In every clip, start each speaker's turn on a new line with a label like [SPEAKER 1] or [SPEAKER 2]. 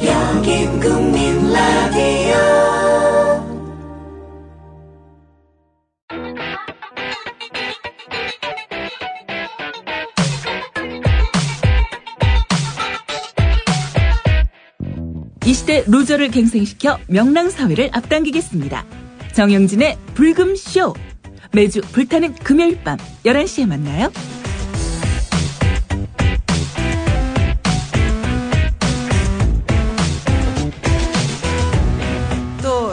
[SPEAKER 1] 국민 국민 라디오
[SPEAKER 2] 이 시대 로저를 갱생시켜 명랑사회를 앞당기겠습니다. 정영진의 불금쇼. 매주 불타는 금요일 밤 11시에 만나요.
[SPEAKER 3] 또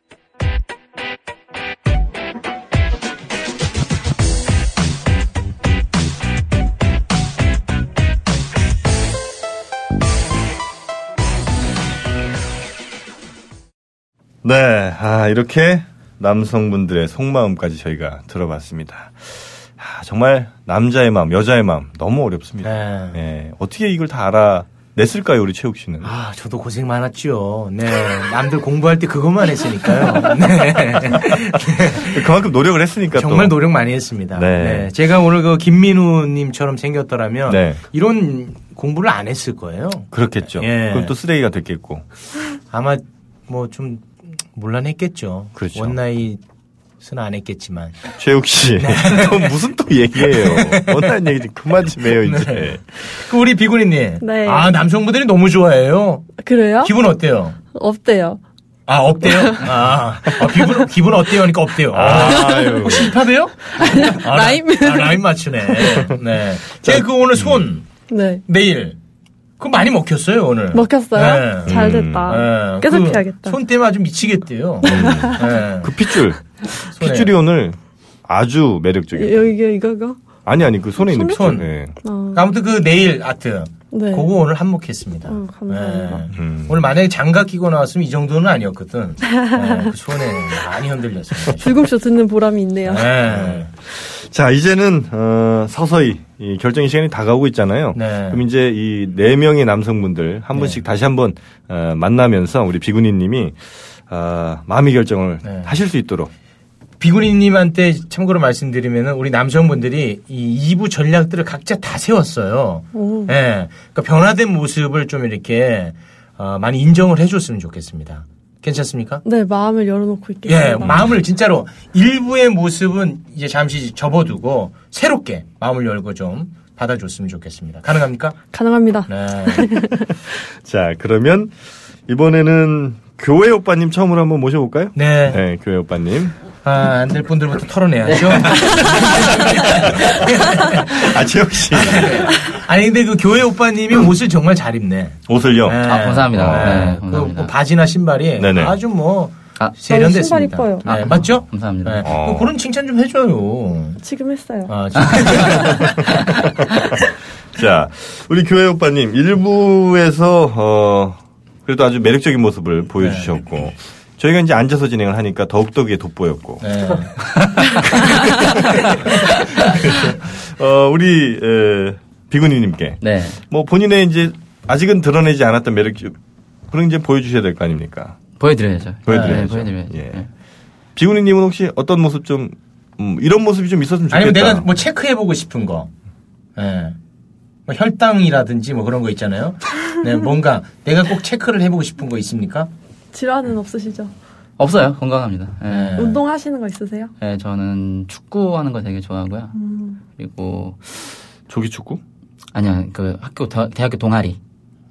[SPEAKER 4] 네, 아, 이렇게 남성분들의 속마음까지 저희가 들어봤습니다. 아, 정말 남자의 마음, 여자의 마음 너무 어렵습니다.
[SPEAKER 5] 네.
[SPEAKER 4] 예, 어떻게 이걸 다 알아냈을까요, 우리 최욱 씨는?
[SPEAKER 5] 아, 저도 고생 많았죠. 네. 남들 공부할 때 그것만 했으니까요. 네.
[SPEAKER 4] 그만큼 노력을 했으니까
[SPEAKER 5] 정말
[SPEAKER 4] 그러니까 또.
[SPEAKER 5] 노력 많이 했습니다.
[SPEAKER 4] 네.
[SPEAKER 5] 네. 제가 오늘 그 김민우님처럼 생겼더라면
[SPEAKER 4] 네.
[SPEAKER 5] 이런 공부를 안 했을 거예요.
[SPEAKER 4] 그렇겠죠.
[SPEAKER 5] 예.
[SPEAKER 4] 그럼 또 쓰레기가 됐겠고.
[SPEAKER 5] 아마 뭐 좀 곤란했겠죠.
[SPEAKER 4] 그렇죠.
[SPEAKER 5] 원나잇은 안 했겠지만.
[SPEAKER 4] 최욱 씨,
[SPEAKER 5] 네.
[SPEAKER 4] 또 무슨 또 얘기예요? 원하는 얘기 좀 그만 좀 해요, 이제.
[SPEAKER 5] 그 우리 비구니님.
[SPEAKER 6] 네.
[SPEAKER 5] 아, 남성분들이 너무 좋아해요.
[SPEAKER 6] 그래요?
[SPEAKER 5] 기분 어때요?
[SPEAKER 6] 없대요.
[SPEAKER 5] 아, 없대요? 아, 아, 기분, 기분 어때요? 하니까 없대요. 아,
[SPEAKER 4] 아유.
[SPEAKER 5] 혹시 힙합이에요? 아,
[SPEAKER 6] 라임.
[SPEAKER 5] 라- 아, 라임 맞추네. 네. 제가 그 오늘 손,
[SPEAKER 6] 네.
[SPEAKER 5] 내일. 그거 많이 먹혔어요, 오늘.
[SPEAKER 6] 먹혔어요?
[SPEAKER 5] 네.
[SPEAKER 6] 잘
[SPEAKER 4] 음.
[SPEAKER 5] 네.
[SPEAKER 6] 됐다. 계속
[SPEAKER 5] 그
[SPEAKER 6] 피하겠다.
[SPEAKER 5] 손때문 아주 미치겠대요. 네.
[SPEAKER 4] 그 핏줄.
[SPEAKER 5] 손에.
[SPEAKER 4] 핏줄이 오늘 아주 매력적이에요.
[SPEAKER 6] 여기, 이거, 이거, 이거?
[SPEAKER 4] 아니, 아니, 그 손에 있는 핏줄.
[SPEAKER 5] 손?
[SPEAKER 4] 예.
[SPEAKER 6] 어.
[SPEAKER 5] 아무튼 그 네일 아트.
[SPEAKER 6] 네.
[SPEAKER 5] 그거 오늘 한몫했습니다. 네.
[SPEAKER 6] 어, 감사합니다.
[SPEAKER 4] 음.
[SPEAKER 5] 오늘 만약에 장갑 끼고 나왔으면 이 정도는 아니었거든. 네, 그 손에 많이 흔들렸어요.
[SPEAKER 6] 불금쇼 듣는 보람이 있네요.
[SPEAKER 5] 네.
[SPEAKER 4] 자, 이제는 어, 서서히 이 결정의 시간이 다가오고 있잖아요.
[SPEAKER 5] 네.
[SPEAKER 4] 그럼 이제 이 네 명의 남성분들 한 분씩 다시 한번 어, 만나면서 우리 비구니님이 어, 마음의 결정을
[SPEAKER 5] 네.
[SPEAKER 4] 하실 수 있도록
[SPEAKER 5] 비구니님한테 참고로 말씀드리면 우리 남성분들이 이 2부 전략들을 각자 다 세웠어요.
[SPEAKER 6] 오.
[SPEAKER 5] 예. 그러니까 변화된 모습을 좀 이렇게 어, 많이 인정을 해줬으면 좋겠습니다. 괜찮습니까?
[SPEAKER 6] 네, 마음을 열어놓고 있겠습니다.
[SPEAKER 5] 예, 마음을 진짜로 일부의 모습은 이제 잠시 접어두고 새롭게 마음을 열고 좀 받아줬으면 좋겠습니다. 가능합니까?
[SPEAKER 6] 가능합니다.
[SPEAKER 5] 네.
[SPEAKER 4] 자, 그러면 이번에는 교회 오빠님 처음으로 한번 모셔볼까요?
[SPEAKER 5] 네.
[SPEAKER 4] 네, 교회 오빠님.
[SPEAKER 5] 아, 안 될 분들부터 털어내야죠. 네.
[SPEAKER 4] 아, 재혁 씨.
[SPEAKER 5] 아니, 근데 그 교회 오빠님이 옷을 정말 잘 입네.
[SPEAKER 4] 옷을요.
[SPEAKER 5] 네.
[SPEAKER 7] 아, 감사합니다.
[SPEAKER 5] 네.
[SPEAKER 7] 네,
[SPEAKER 5] 그
[SPEAKER 7] 감사합니다.
[SPEAKER 5] 뭐 바지나 신발이
[SPEAKER 4] 네네.
[SPEAKER 5] 아주 뭐
[SPEAKER 7] 아.
[SPEAKER 5] 세련됐습니다.
[SPEAKER 6] 저는 신발 이뻐요.
[SPEAKER 5] 네, 맞죠?
[SPEAKER 7] 감사합니다.
[SPEAKER 5] 네.
[SPEAKER 4] 어.
[SPEAKER 5] 뭐 그런 칭찬 좀 해줘요.
[SPEAKER 6] 지금 했어요.
[SPEAKER 5] 아, 진짜.
[SPEAKER 4] 자, 우리 교회 오빠님 일부에서 어, 그래도 아주 매력적인 모습을 보여주셨고 저희가 이제 앉아서 진행을 하니까 더욱더 그게 돋보였고
[SPEAKER 5] 네.
[SPEAKER 4] 어, 우리 에, 비구니님께
[SPEAKER 7] 네.
[SPEAKER 4] 뭐 본인의 이제 아직은 드러내지 않았던 매력 그런 이제 보여주셔야 될 거 아닙니까?
[SPEAKER 7] 보여드려야죠.
[SPEAKER 4] 보여드려야죠.
[SPEAKER 7] 네, 보여드려야죠.
[SPEAKER 4] 예.
[SPEAKER 7] 네.
[SPEAKER 4] 비구니님은 혹시 어떤 모습 좀 음, 이런 모습이 좀 있었으면 좋겠다.
[SPEAKER 5] 아니면 내가 뭐 체크해보고 싶은 거. 네. 뭐 혈당이라든지 뭐 그런 거 있잖아요. 네, 뭔가 내가 꼭 체크를 해보고 싶은 거 있습니까?
[SPEAKER 6] 질환은 없으시죠?
[SPEAKER 7] 없어요. 건강합니다. 예.
[SPEAKER 5] 네.
[SPEAKER 6] 운동하시는 거 있으세요?
[SPEAKER 7] 예, 저는 축구하는 거 되게 좋아하고요.
[SPEAKER 6] 음,
[SPEAKER 7] 그리고
[SPEAKER 4] 조기 축구?
[SPEAKER 7] 아니야 그 학교 대- 대학교 동아리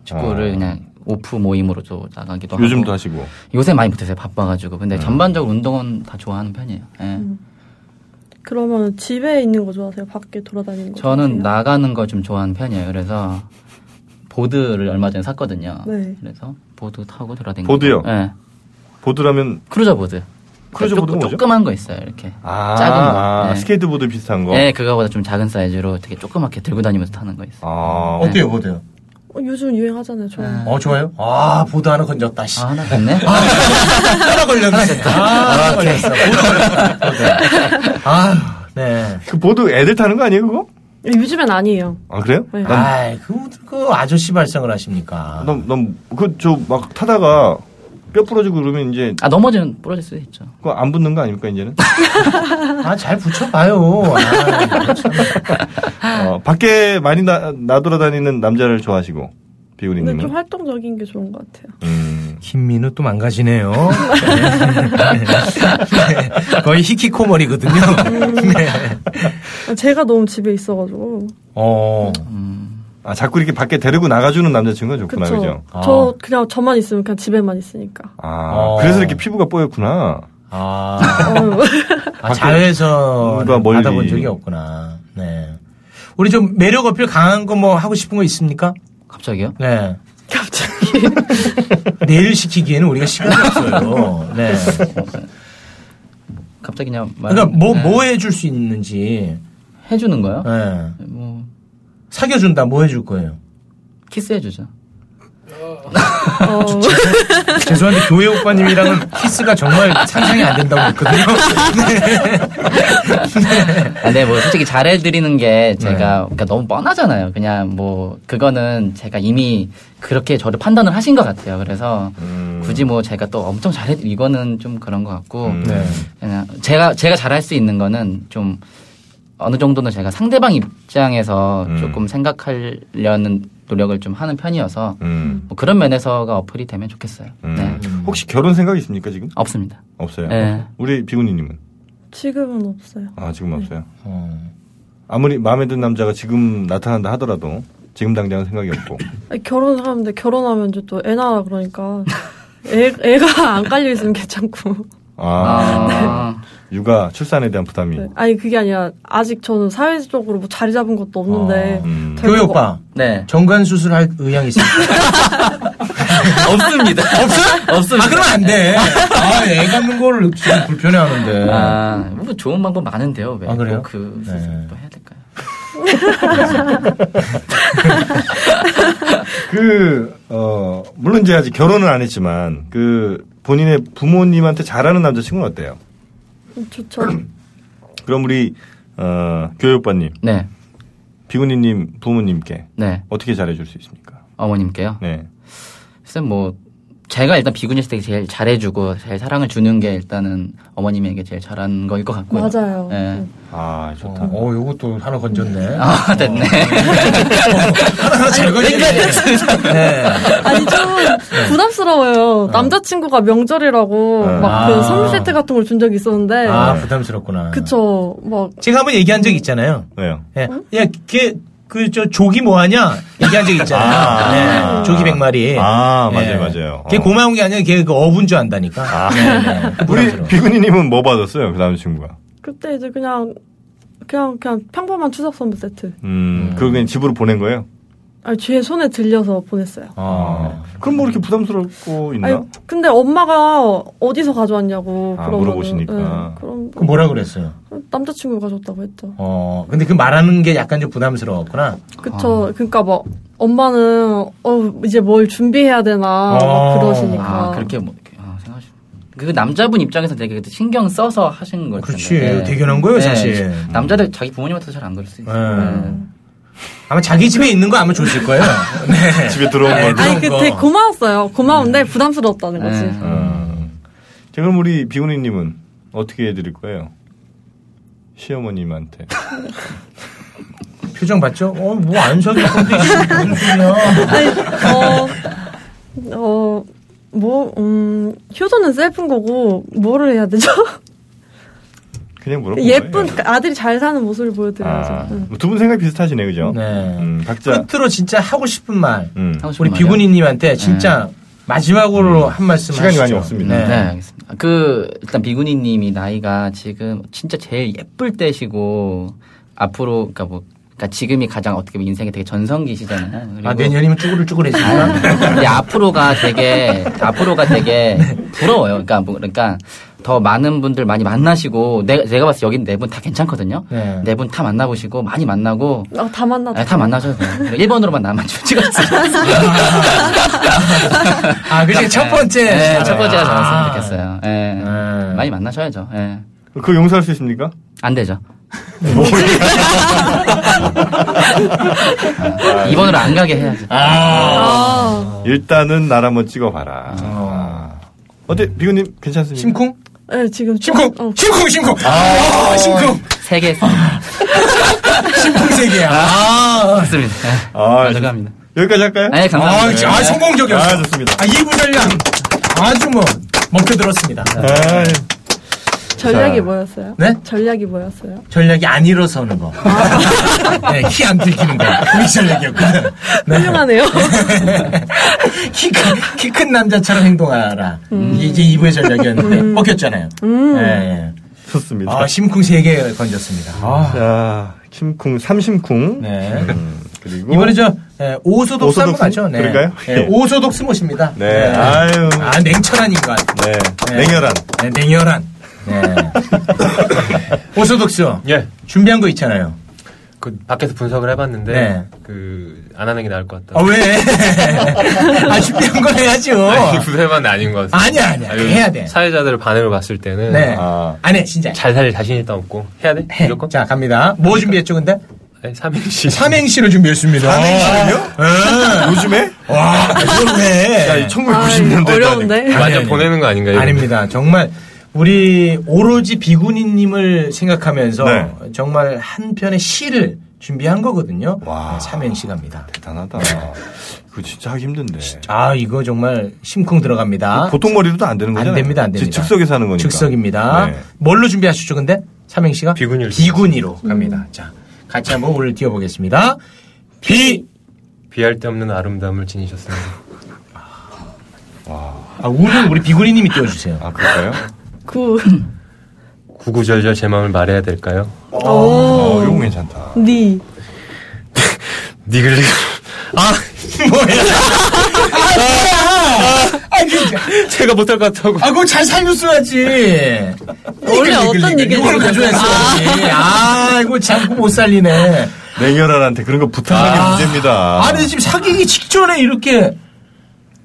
[SPEAKER 7] 축구를
[SPEAKER 4] 아.
[SPEAKER 7] 그냥 오프 모임으로 또 나가기도 하고.
[SPEAKER 4] 요즘도 하시고. 음.
[SPEAKER 7] 요새 많이 못해서 바빠가지고 근데 전반적으로 운동은 다 좋아하는 편이에요. 예.
[SPEAKER 6] 음. 그러면 집에 있는 거 좋아하세요? 밖에 돌아다니는 거?
[SPEAKER 7] 저는
[SPEAKER 6] 좋아하세요?
[SPEAKER 7] 나가는 거 좀 좋아하는 편이에요. 그래서 보드를 얼마 전에 샀거든요.
[SPEAKER 6] 네.
[SPEAKER 7] 그래서 보드 타고 돌아다니고.
[SPEAKER 4] 보드요?
[SPEAKER 7] 예.
[SPEAKER 4] 보드라면
[SPEAKER 7] 크루저 보드.
[SPEAKER 4] 크루저
[SPEAKER 7] 조-
[SPEAKER 4] 보드가 뭐죠?
[SPEAKER 7] 조그만 거 있어요. 이렇게.
[SPEAKER 4] 아,
[SPEAKER 7] 작은 거.
[SPEAKER 4] 아,
[SPEAKER 7] 네.
[SPEAKER 4] 스케이트보드 비슷한 거.
[SPEAKER 7] 네, 그거보다 좀 작은 사이즈로 되게 조그맣게 들고 다니면서 타는 거 있어요.
[SPEAKER 4] 아,
[SPEAKER 5] 어때요, 어때요?
[SPEAKER 6] 어, 요즘 유행하잖아요. 좋아. 요
[SPEAKER 5] 어, 좋아요? 아, 보드 하나 건졌다, 씨.
[SPEAKER 7] 네. 아, 하나 됐네?
[SPEAKER 5] 하나 걸렸네. 아, 하나 걸렸어. 보드 걸렸어. 보드. 아, 네.
[SPEAKER 4] 그 보드 애들 타는 거 아니에요 그거?
[SPEAKER 6] 어, 요즘엔 아니에요.
[SPEAKER 4] 아 그래요?
[SPEAKER 6] 네.
[SPEAKER 5] 아이, 그, 그 아저씨 발성을 하십니까?
[SPEAKER 4] 난난그저 막 타다가 뼈 부러지고 그러면 이제
[SPEAKER 7] 아, 넘어지면 부러질 수도 있죠.
[SPEAKER 4] 그거 안 붙는 거 아닙니까 이제는?
[SPEAKER 5] 아, 잘 붙여봐요. 아, 참.
[SPEAKER 6] 아.
[SPEAKER 4] 어, 밖에 많이 나, 나돌아다니는 남자를 좋아하시고
[SPEAKER 6] 근데 네, 좀
[SPEAKER 4] 비구리님은
[SPEAKER 6] 활동적인 게 좋은 것 같아요.
[SPEAKER 4] 음,
[SPEAKER 5] 김민우 또 망가지네요. 네. 거의 히키코머리거든요. 네.
[SPEAKER 6] 아, 제가 너무 집에 있어가지고.
[SPEAKER 5] 어.
[SPEAKER 4] 아 자꾸 이렇게 밖에 데리고 나가주는 남자친구가 좋구나
[SPEAKER 6] 그쵸.
[SPEAKER 4] 그죠?
[SPEAKER 5] 아.
[SPEAKER 6] 저 그냥 저만 있으면 그냥 집에만 있으니까.
[SPEAKER 4] 아
[SPEAKER 5] 어.
[SPEAKER 4] 그래서 이렇게 피부가 뽀얗구나.
[SPEAKER 5] 아.
[SPEAKER 6] 어,
[SPEAKER 5] 아, 자외선
[SPEAKER 4] 누가 멀리.
[SPEAKER 5] 받아본 적이 없구나. 네. 우리 좀 매력 어필 강한 거 뭐 하고 싶은 거 있습니까?
[SPEAKER 7] 갑자기요?
[SPEAKER 5] 네.
[SPEAKER 6] 갑자기.
[SPEAKER 5] 내일 시키기에는 우리가 시간이 없어요. 네.
[SPEAKER 7] 갑자기 그냥 말 네.
[SPEAKER 5] 그러니까 뭐, 뭐 해줄 수 있는지.
[SPEAKER 7] 해주는 거요?
[SPEAKER 5] 네.
[SPEAKER 7] 뭐,
[SPEAKER 5] 사귀어준다, 뭐 해줄 거예요?
[SPEAKER 7] 키스해주죠.
[SPEAKER 6] 어,
[SPEAKER 5] 죄송한데 교회 오빠님이랑은 키스가 정말 상상이 안 된다고 했거든요.
[SPEAKER 7] 아, 네, 뭐, 솔직히 잘해드리는 게
[SPEAKER 4] 네.
[SPEAKER 7] 제가, 그러니까 너무 뻔하잖아요. 그냥 뭐, 그거는 제가 이미 그렇게 저를 판단을 하신 것 같아요. 그래서
[SPEAKER 4] 음.
[SPEAKER 7] 굳이 뭐 제가 또 엄청 잘해, 이거는 좀 그런 것 같고,
[SPEAKER 4] 음.
[SPEAKER 5] 네.
[SPEAKER 7] 그냥 제가, 제가 잘할 수 있는 거는 좀 어느 정도는 제가 상대방 입장에서
[SPEAKER 4] 음.
[SPEAKER 7] 조금 생각하려는 노력을 좀 하는 편이어서
[SPEAKER 4] 음.
[SPEAKER 7] 뭐 그런 면에서가 어플이 되면 좋겠어요.
[SPEAKER 4] 음.
[SPEAKER 7] 네.
[SPEAKER 4] 혹시 결혼 생각 있습니까 지금?
[SPEAKER 7] 없습니다.
[SPEAKER 4] 없어요.
[SPEAKER 7] 네.
[SPEAKER 4] 우리 비구니님은?
[SPEAKER 6] 지금은 없어요.
[SPEAKER 4] 아 지금 없어요.
[SPEAKER 5] 어.
[SPEAKER 4] 아무리 마음에 든 남자가 지금 나타난다 하더라도 지금 당장은 생각이 없고.
[SPEAKER 6] 아니, 결혼을 하는데 결혼하면 이제 또 애 낳아 그러니까. 애, 애가 안 깔려있으면 괜찮고.
[SPEAKER 4] 아,
[SPEAKER 7] 아,
[SPEAKER 4] 육아 출산에 대한 부담이.
[SPEAKER 6] 네. 아니, 그게 아니라, 아직 저는 사회적으로 뭐 자리 잡은 것도 없는데.
[SPEAKER 4] 음.
[SPEAKER 6] 될
[SPEAKER 5] 교회
[SPEAKER 6] 거고.
[SPEAKER 5] 오빠,
[SPEAKER 7] 네.
[SPEAKER 5] 정관 수술할 의향이 있습니까?
[SPEAKER 7] 없습니다. 없어? 없습니다. 네.
[SPEAKER 5] 아, 그러면 안 돼. 아, 애 갖는 거를 지금 불편해 하는데.
[SPEAKER 7] 아, 뭐 좋은 방법 많은데요. 왜?
[SPEAKER 5] 네. 아, 그래요?
[SPEAKER 7] 그
[SPEAKER 5] 네.
[SPEAKER 7] 수술 또 해야 될까요?
[SPEAKER 4] 그, 어, 물론 이제 아직 결혼은 안 했지만, 그, 본인의 부모님한테 잘하는 남자친구는 어때요?
[SPEAKER 6] 좋죠.
[SPEAKER 4] 그럼 우리, 어, 교회 오빠님,
[SPEAKER 7] 네,
[SPEAKER 4] 비구니님 부모님께
[SPEAKER 7] 네.
[SPEAKER 4] 어떻게 잘해줄 수 있습니까?
[SPEAKER 7] 어머님께요.
[SPEAKER 4] 네.
[SPEAKER 7] 글쎄 뭐 제가 일단 비군일 때 제일 잘해주고 제일 사랑을 주는 게 일단은 어머님에게 제일 잘한 거일 것 같고요.
[SPEAKER 6] 맞아요.
[SPEAKER 7] 네.
[SPEAKER 4] 아, 좋다.
[SPEAKER 5] 어, 어, 요것도 하나 건졌네.
[SPEAKER 7] 아 됐네.
[SPEAKER 5] 하나 잘 건졌네.
[SPEAKER 7] 그러니까
[SPEAKER 5] 네.
[SPEAKER 6] 아니 좀 부담스러워요. 남자친구가 명절이라고
[SPEAKER 4] 네.
[SPEAKER 6] 막
[SPEAKER 5] 아.
[SPEAKER 6] 그 선물 세트 같은 걸 준 적이 있었는데
[SPEAKER 5] 아,
[SPEAKER 7] 네.
[SPEAKER 5] 부담스럽구나.
[SPEAKER 6] 그쵸 막
[SPEAKER 5] 제가 한번 얘기한 적 있잖아요.
[SPEAKER 4] 왜요?
[SPEAKER 5] 예. 야, 걔, 그, 저, 조기 뭐 하냐? 얘기한 적 있잖아요.
[SPEAKER 4] 아.
[SPEAKER 5] 네. 조기 백마리.
[SPEAKER 4] 아,
[SPEAKER 5] 예.
[SPEAKER 4] 맞아요, 맞아요.
[SPEAKER 5] 걔
[SPEAKER 4] 어. 아.
[SPEAKER 5] 고마운 게 아니라 걔 그 어분 줄 안다니까. 네, 네.
[SPEAKER 4] 우리
[SPEAKER 5] 부담스러워.
[SPEAKER 4] 비구니님은 뭐 받았어요? 그 남자친구가.
[SPEAKER 6] 그때 이제 그냥 그냥 그냥 평범한 추석 선물 세트.
[SPEAKER 4] 음, 그걸 그냥 집으로 보낸 거예요?
[SPEAKER 6] 아니 제 손에 들려서 보냈어요.
[SPEAKER 5] 어.
[SPEAKER 4] 그럼 뭐 이렇게 부담스럽고 있나?
[SPEAKER 6] 아니 근데 엄마가 어디서 가져왔냐고
[SPEAKER 4] 아,
[SPEAKER 6] 그러면은, 네,
[SPEAKER 4] 물어보시니까.
[SPEAKER 6] 그럼
[SPEAKER 5] 그 뭐라 그랬어요?
[SPEAKER 6] 남자친구가 줬다고 했죠.
[SPEAKER 5] 어, 근데 그 말하는 게 약간 좀 부담스러웠구나.
[SPEAKER 6] 그쵸. 그러니까 막 엄마는 어 이제 뭘 준비해야 되나
[SPEAKER 5] 어.
[SPEAKER 6] 막 그러시니까.
[SPEAKER 7] 아 그렇게 뭐 이렇게, 아, 생각하시. 그 남자분 입장에서 되게 그때 신경 써서 하신 거잖아요. 네.
[SPEAKER 5] 그렇지. 대견한 거예요, 사실.
[SPEAKER 7] 남자들 자기 부모님한테 잘안 그럴 수 있어요.
[SPEAKER 5] 네. 아마 자기 집에 있는 거 아마 줬을 거예요. 네.
[SPEAKER 4] 집에 들어온
[SPEAKER 5] 네,
[SPEAKER 4] 거.
[SPEAKER 5] 그런
[SPEAKER 6] 아니 그 되게
[SPEAKER 5] 거.
[SPEAKER 6] 고마웠어요. 고마운데 부담스러웠다는 거지.
[SPEAKER 7] 네.
[SPEAKER 4] 자, 그럼 우리 비구니님은 어떻게 해드릴 거예요? 시어머님한테.
[SPEAKER 5] 표정 봤죠? 어, 뭐 안 사귈 건데, 이게 무슨 소리야.
[SPEAKER 6] 아니, 어, 어, 뭐, 음, 효도는 셀프인 거고, 뭐를 해야 되죠?
[SPEAKER 4] 그냥 물어보는
[SPEAKER 6] 예쁜
[SPEAKER 4] 거예요.
[SPEAKER 6] 아들이 잘 사는 모습을 보여드려야죠.
[SPEAKER 4] 아,
[SPEAKER 6] 응.
[SPEAKER 4] 두 분 생각 비슷하시네, 그죠?
[SPEAKER 5] 네. 아,
[SPEAKER 4] 음, 각자.
[SPEAKER 5] 끝으로 진짜 하고 싶은 말.
[SPEAKER 4] 음.
[SPEAKER 7] 하고 싶은
[SPEAKER 5] 우리
[SPEAKER 7] 말이요?
[SPEAKER 5] 비구니님한테 진짜 마지막으로 한 말씀
[SPEAKER 4] 시간이
[SPEAKER 5] 하시죠.
[SPEAKER 4] 많이 없습니다.
[SPEAKER 7] 음. 네, 알겠습니다. 그 일단 비구니 님이 나이가 지금 진짜 제일 예쁠 때시고 앞으로 그러니까 뭐 그러니까 지금이 가장 어떻게 보면 인생의 되게 전성기 시잖아요. 그리고 아,
[SPEAKER 5] 아, 내년이면 쭈글쭈글해지구나.
[SPEAKER 7] 근데 앞으로가 되게 앞으로가 되게
[SPEAKER 5] 네.
[SPEAKER 7] 부러워요. 그러니까 뭐 그러니까 더 많은 분들 많이 만나시고 내, 내가 봤을 때 여긴 네 분 다 괜찮거든요.
[SPEAKER 5] 네.
[SPEAKER 7] 네 분 다 만나보시고 많이 만나고
[SPEAKER 6] 아, 다 만나다.
[SPEAKER 7] 아, 다 만나셔도 돼요. 1번으로만 나만 좀 찍었어요.
[SPEAKER 5] 아, 그치. 첫 번째.
[SPEAKER 7] 그러니까 네, 첫 번째가
[SPEAKER 5] 아.
[SPEAKER 7] 나왔으면 좋겠어요. 예.
[SPEAKER 5] 네.
[SPEAKER 7] 많이 만나셔야죠. 예.
[SPEAKER 4] 그거 용서할 수 있습니까? 뭐,
[SPEAKER 7] 안 되죠.
[SPEAKER 5] 네.
[SPEAKER 7] 2번으로 안 가게 해야죠. 아.
[SPEAKER 6] 아,
[SPEAKER 4] 일단은 날 한번 찍어봐라. 아. 어때 비구님 괜찮습니까?
[SPEAKER 5] 심쿵?
[SPEAKER 6] 네, 지금 좀-
[SPEAKER 5] 심쿵!
[SPEAKER 6] 어,
[SPEAKER 5] 심쿵! 심쿵! 아, 심쿵!
[SPEAKER 7] 세개
[SPEAKER 5] 심쿵 세 개야. 아,
[SPEAKER 7] 했습니다. 예.
[SPEAKER 4] 아,
[SPEAKER 7] 가져갑니다.
[SPEAKER 4] 여기까지 할까요?
[SPEAKER 7] 네,
[SPEAKER 5] 아,
[SPEAKER 7] 감사합니다.
[SPEAKER 5] 아, 성공적이었어.
[SPEAKER 4] 아, 좋습니다.
[SPEAKER 5] 아, 이부 전략. 아주 뭐, 먹혀들었습니다.
[SPEAKER 4] 아,
[SPEAKER 6] 전략이
[SPEAKER 4] 자.
[SPEAKER 6] 뭐였어요?
[SPEAKER 5] 네?
[SPEAKER 6] 전략이 뭐였어요?
[SPEAKER 5] 전략이 안 일어서는 거.
[SPEAKER 7] 아.
[SPEAKER 5] 네, 키 안 들키는 거. 우리 전략이었거든. 네.
[SPEAKER 6] 훌륭하네요.
[SPEAKER 5] 키 큰, 키 큰 남자처럼 행동하라. 이게 이제 2부의 전략이었는데, 먹혔잖아요. 예, 예.
[SPEAKER 4] 좋습니다.
[SPEAKER 5] 아, 심쿵 3개 건졌습니다. 아.
[SPEAKER 4] 자, 심쿵, 삼심쿵.
[SPEAKER 5] 네.
[SPEAKER 4] 음, 그리고
[SPEAKER 5] 이번에 저, 예, 오소독스 한거
[SPEAKER 4] 오소독스?
[SPEAKER 5] 맞죠? 네.
[SPEAKER 4] 그럴까요?
[SPEAKER 5] 예,
[SPEAKER 4] 예.
[SPEAKER 5] 오소독스 모십니다.
[SPEAKER 4] 네, 아유.
[SPEAKER 5] 아, 냉철한 인간.
[SPEAKER 4] 네,
[SPEAKER 5] 네.
[SPEAKER 4] 냉혈한.
[SPEAKER 5] 네, 냉혈한. 네. 오소독스.
[SPEAKER 8] 예.
[SPEAKER 5] 준비한 거 있잖아요.
[SPEAKER 8] 그 밖에서 분석을 해봤는데
[SPEAKER 5] 네.
[SPEAKER 8] 그 안 하는 게 나을 것 같다.
[SPEAKER 5] 아, 왜? 아, 준비한 걸 해야죠.
[SPEAKER 8] 아니, 구세만 아닌 것 같아.
[SPEAKER 5] 아니야, 아니야. 해야 돼.
[SPEAKER 8] 사회자들을 반으로 봤을 때는
[SPEAKER 5] 네.
[SPEAKER 4] 아.
[SPEAKER 5] 안 해, 진짜.
[SPEAKER 8] 잘 살 자신 일단 없고 해야 돼.
[SPEAKER 5] 해.
[SPEAKER 8] 무조건.
[SPEAKER 5] 자, 갑니다. 뭐 준비했죠, 근데?
[SPEAKER 8] 아니, 삼행시.
[SPEAKER 5] 삼행시를 준비했습니다.
[SPEAKER 4] 삼행시를요?
[SPEAKER 5] 예.
[SPEAKER 4] 요즘에?
[SPEAKER 5] 와, 이걸 왜? 네.
[SPEAKER 4] 야, 이
[SPEAKER 6] 아,
[SPEAKER 4] 1990년대.
[SPEAKER 6] 어려운데.
[SPEAKER 8] 맞아
[SPEAKER 5] 아니, 아니.
[SPEAKER 8] 보내는 거 아닌가요?
[SPEAKER 5] 아닙니다. 정말 우리 오로지 비구니님을 생각하면서
[SPEAKER 4] 네.
[SPEAKER 5] 정말 한 편의 시를 준비한 거거든요.
[SPEAKER 4] 와.
[SPEAKER 5] 네, 삼행시 갑니다.
[SPEAKER 4] 대단하다. 그거 진짜 하기 힘든데.
[SPEAKER 5] 아, 이거 정말 심쿵 들어갑니다.
[SPEAKER 4] 보통 머리로도 안 되는 거잖아요.
[SPEAKER 5] 안 됩니다, 안 됩니다.
[SPEAKER 4] 즉석에서 하는 거니까.
[SPEAKER 5] 즉석입니다.
[SPEAKER 4] 네.
[SPEAKER 5] 뭘로 준비하셨죠, 근데? 삼행시가?
[SPEAKER 8] 비구니로
[SPEAKER 5] 비구니로
[SPEAKER 8] 음.
[SPEAKER 5] 갑니다. 자, 같이 한번 오늘 띄워보겠습니다. 비!
[SPEAKER 8] 비할 데 없는 아름다움을 지니셨습니다.
[SPEAKER 5] 아, 우는 우리 비구니님이 띄워주세요.
[SPEAKER 4] 아, 그럴까요?
[SPEAKER 6] 구,
[SPEAKER 8] 구구절절 제 마음을 말해야 될까요?
[SPEAKER 4] 어, 요거 괜찮다.
[SPEAKER 6] 니.
[SPEAKER 8] 니글 아
[SPEAKER 5] 아, 진짜.
[SPEAKER 8] 제가 못할 것 같다고.
[SPEAKER 5] 아, 그거 잘 살려줘야지. 그러니까
[SPEAKER 6] 원래 어떤 얘기를
[SPEAKER 5] 이걸 가져야 했어야지. 아, 이거 참 못 살리네.
[SPEAKER 4] 냉혈한한테 그런 거 부탁하는 게 아, 문제입니다.
[SPEAKER 5] 아. 아니, 지금 사귀기 직전에 이렇게.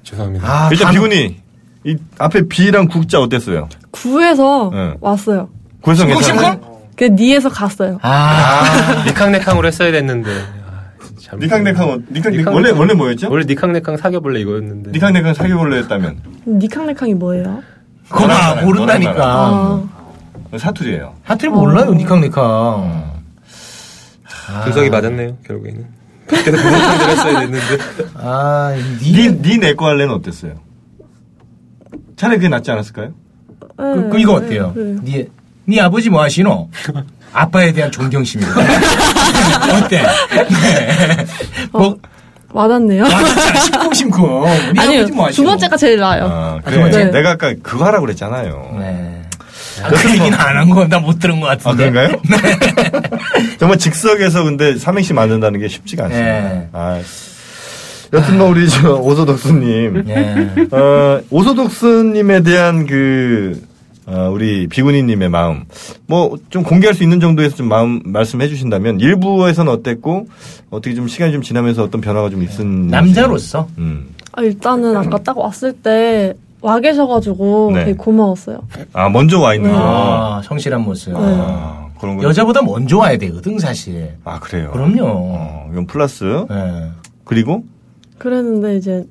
[SPEAKER 8] 죄송합니다.
[SPEAKER 5] 아,
[SPEAKER 4] 일단
[SPEAKER 5] 감-
[SPEAKER 4] 비구니. 이 앞에 비랑 국자 어땠어요?
[SPEAKER 6] 구에서
[SPEAKER 4] 네.
[SPEAKER 6] 왔어요.
[SPEAKER 4] 구혜성
[SPEAKER 5] 심쿵,
[SPEAKER 4] 괜찮아요? 아,
[SPEAKER 5] 심쿵?
[SPEAKER 6] 그 니에서 갔어요.
[SPEAKER 5] 아.
[SPEAKER 8] 니캉네캉으로 했어야 됐는데. 아, 참.
[SPEAKER 4] 니캉네캉, 어- 니캉, 니캉, 원래, 원래 뭐였죠?
[SPEAKER 8] 원래 니캉네캉 사겨볼래 이거였는데.
[SPEAKER 4] 니캉네캉 사귀어볼래 했다면.
[SPEAKER 6] 니캉네캉이 뭐예요?
[SPEAKER 5] 그거 봐,
[SPEAKER 4] 원하는
[SPEAKER 5] 모른다니까.
[SPEAKER 6] 아,
[SPEAKER 4] 사투리예요
[SPEAKER 5] 하트를
[SPEAKER 6] 어.
[SPEAKER 5] 몰라요, 니캉, 니캉.
[SPEAKER 8] 아. 분석이 맞았네요 결국에는. 그때도 분석을 했어야 됐는데.
[SPEAKER 5] 아,
[SPEAKER 4] 니,
[SPEAKER 5] 니.
[SPEAKER 4] 니내거 할래는 어땠어요? 차라리 그게 낫지 않았을까요?
[SPEAKER 6] 네,
[SPEAKER 5] 그, 그 이거 어때요? 니, 니 아버지 뭐 하시노? 아빠에 대한 존경심입니다. 어때? 네.
[SPEAKER 6] 어.
[SPEAKER 5] 뭐,
[SPEAKER 6] 와닿네요.
[SPEAKER 5] 아, 진짜 심쿵심쿵. 니 아버지 뭐
[SPEAKER 6] 아니요, 두
[SPEAKER 5] 하시노?
[SPEAKER 6] 번째가 제일 나아요.
[SPEAKER 4] 아,
[SPEAKER 5] 두
[SPEAKER 4] 그래.
[SPEAKER 5] 번째.
[SPEAKER 4] 내가 아까 그거 하라고 그랬잖아요.
[SPEAKER 5] 네. 아, 그
[SPEAKER 8] 뭐-
[SPEAKER 5] 얘기는 안 한 거, 나 못 들은 것
[SPEAKER 4] 아,
[SPEAKER 5] 같은데.
[SPEAKER 4] 그런가요? 정말 즉석에서 근데 삼행시 만든다는 게 쉽지가 않습니다.
[SPEAKER 5] 네.
[SPEAKER 4] 아, 여튼 뭐 우리 저 오소독스님,
[SPEAKER 5] 네.
[SPEAKER 4] 어, 오소독스님에 대한 그 어, 우리 비구니님의 마음, 뭐 좀 공개할 수 있는 정도에서 좀 마음 말씀해 주신다면 일부에서는 어땠고 어떻게 좀 시간이 좀 지나면서 어떤 변화가 좀 있은
[SPEAKER 5] 남자로서.
[SPEAKER 4] 음.
[SPEAKER 6] 아, 일단은 아까 딱 왔을 때 와 계셔가지고
[SPEAKER 4] 네.
[SPEAKER 6] 되게 고마웠어요.
[SPEAKER 4] 아 먼저 와 있는 거.
[SPEAKER 5] 아, 성실한 모습.
[SPEAKER 6] 네.
[SPEAKER 4] 아, 그런 거.
[SPEAKER 5] 여자보다 먼저 와야 되거든, 사실.
[SPEAKER 4] 아 그래요.
[SPEAKER 5] 그럼요.
[SPEAKER 4] 어, 이건 플러스
[SPEAKER 5] 예.
[SPEAKER 4] 그리고
[SPEAKER 6] 그랬는데 이제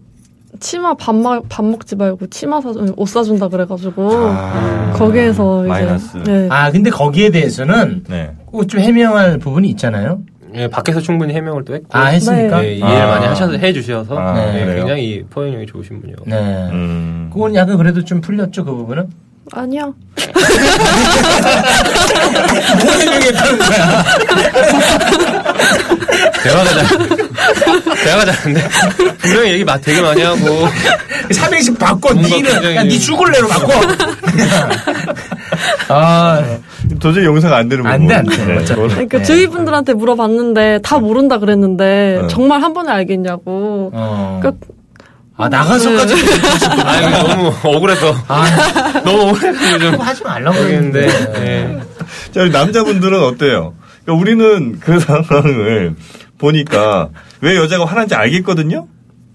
[SPEAKER 6] 치마 밥, 마, 밥 먹지 말고 치마 사준, 옷 사준다 그래가지고
[SPEAKER 4] 아,
[SPEAKER 6] 거기에서 이제
[SPEAKER 4] 마이너스.
[SPEAKER 6] 네.
[SPEAKER 5] 아, 근데 거기에 대해서는
[SPEAKER 4] 네.
[SPEAKER 5] 꼭좀 해명할 부분이 있잖아요.
[SPEAKER 8] 예, 밖에서 충분히 해명을 또 했고.
[SPEAKER 5] 아, 했습니까?
[SPEAKER 8] 예,
[SPEAKER 5] 네.
[SPEAKER 8] 이해를
[SPEAKER 4] 아.
[SPEAKER 8] 많이 하셔서 해주셔서
[SPEAKER 4] 아,
[SPEAKER 8] 예,
[SPEAKER 4] 그래요?
[SPEAKER 8] 굉장히 포용력이 좋으신 분이요.
[SPEAKER 4] 음.
[SPEAKER 5] 네. 그건 약간 그래도 좀 풀렸죠, 그 부분은?
[SPEAKER 6] 아니야.
[SPEAKER 5] 뭐 해명해 푸는 거야?
[SPEAKER 8] 대화가 잘, 대화가 잘안데 분명히 얘기 막 되게 많이 하고.
[SPEAKER 5] 삼행시 바꿔,
[SPEAKER 8] 뭔가
[SPEAKER 5] 니를. 야,
[SPEAKER 8] 굉장히-
[SPEAKER 5] 니 죽을래로 바꿔. 아,
[SPEAKER 4] 도저히 용서가 안 되는
[SPEAKER 5] 안
[SPEAKER 4] 부분.
[SPEAKER 5] 돼, 안 돼. 맞아.
[SPEAKER 4] 그거는
[SPEAKER 6] 그러니까
[SPEAKER 5] 네.
[SPEAKER 6] 주위 분들한테 물어봤는데 다 모른다 그랬는데
[SPEAKER 4] 네.
[SPEAKER 6] 정말 한 번에 알겠냐고.
[SPEAKER 5] 어.
[SPEAKER 6] 그러니까
[SPEAKER 5] 아 나가서까지 아,
[SPEAKER 8] 아, 이거 너무 억울해서. 너무 억울해서 요즘.
[SPEAKER 5] 하지 말라고
[SPEAKER 8] 모르겠는데.
[SPEAKER 5] 했는데.
[SPEAKER 8] 예.
[SPEAKER 4] 자, 우리 남자분들은 어때요? 그러니까 우리는 그 상황을 보니까 왜 여자가 화난지 알겠거든요?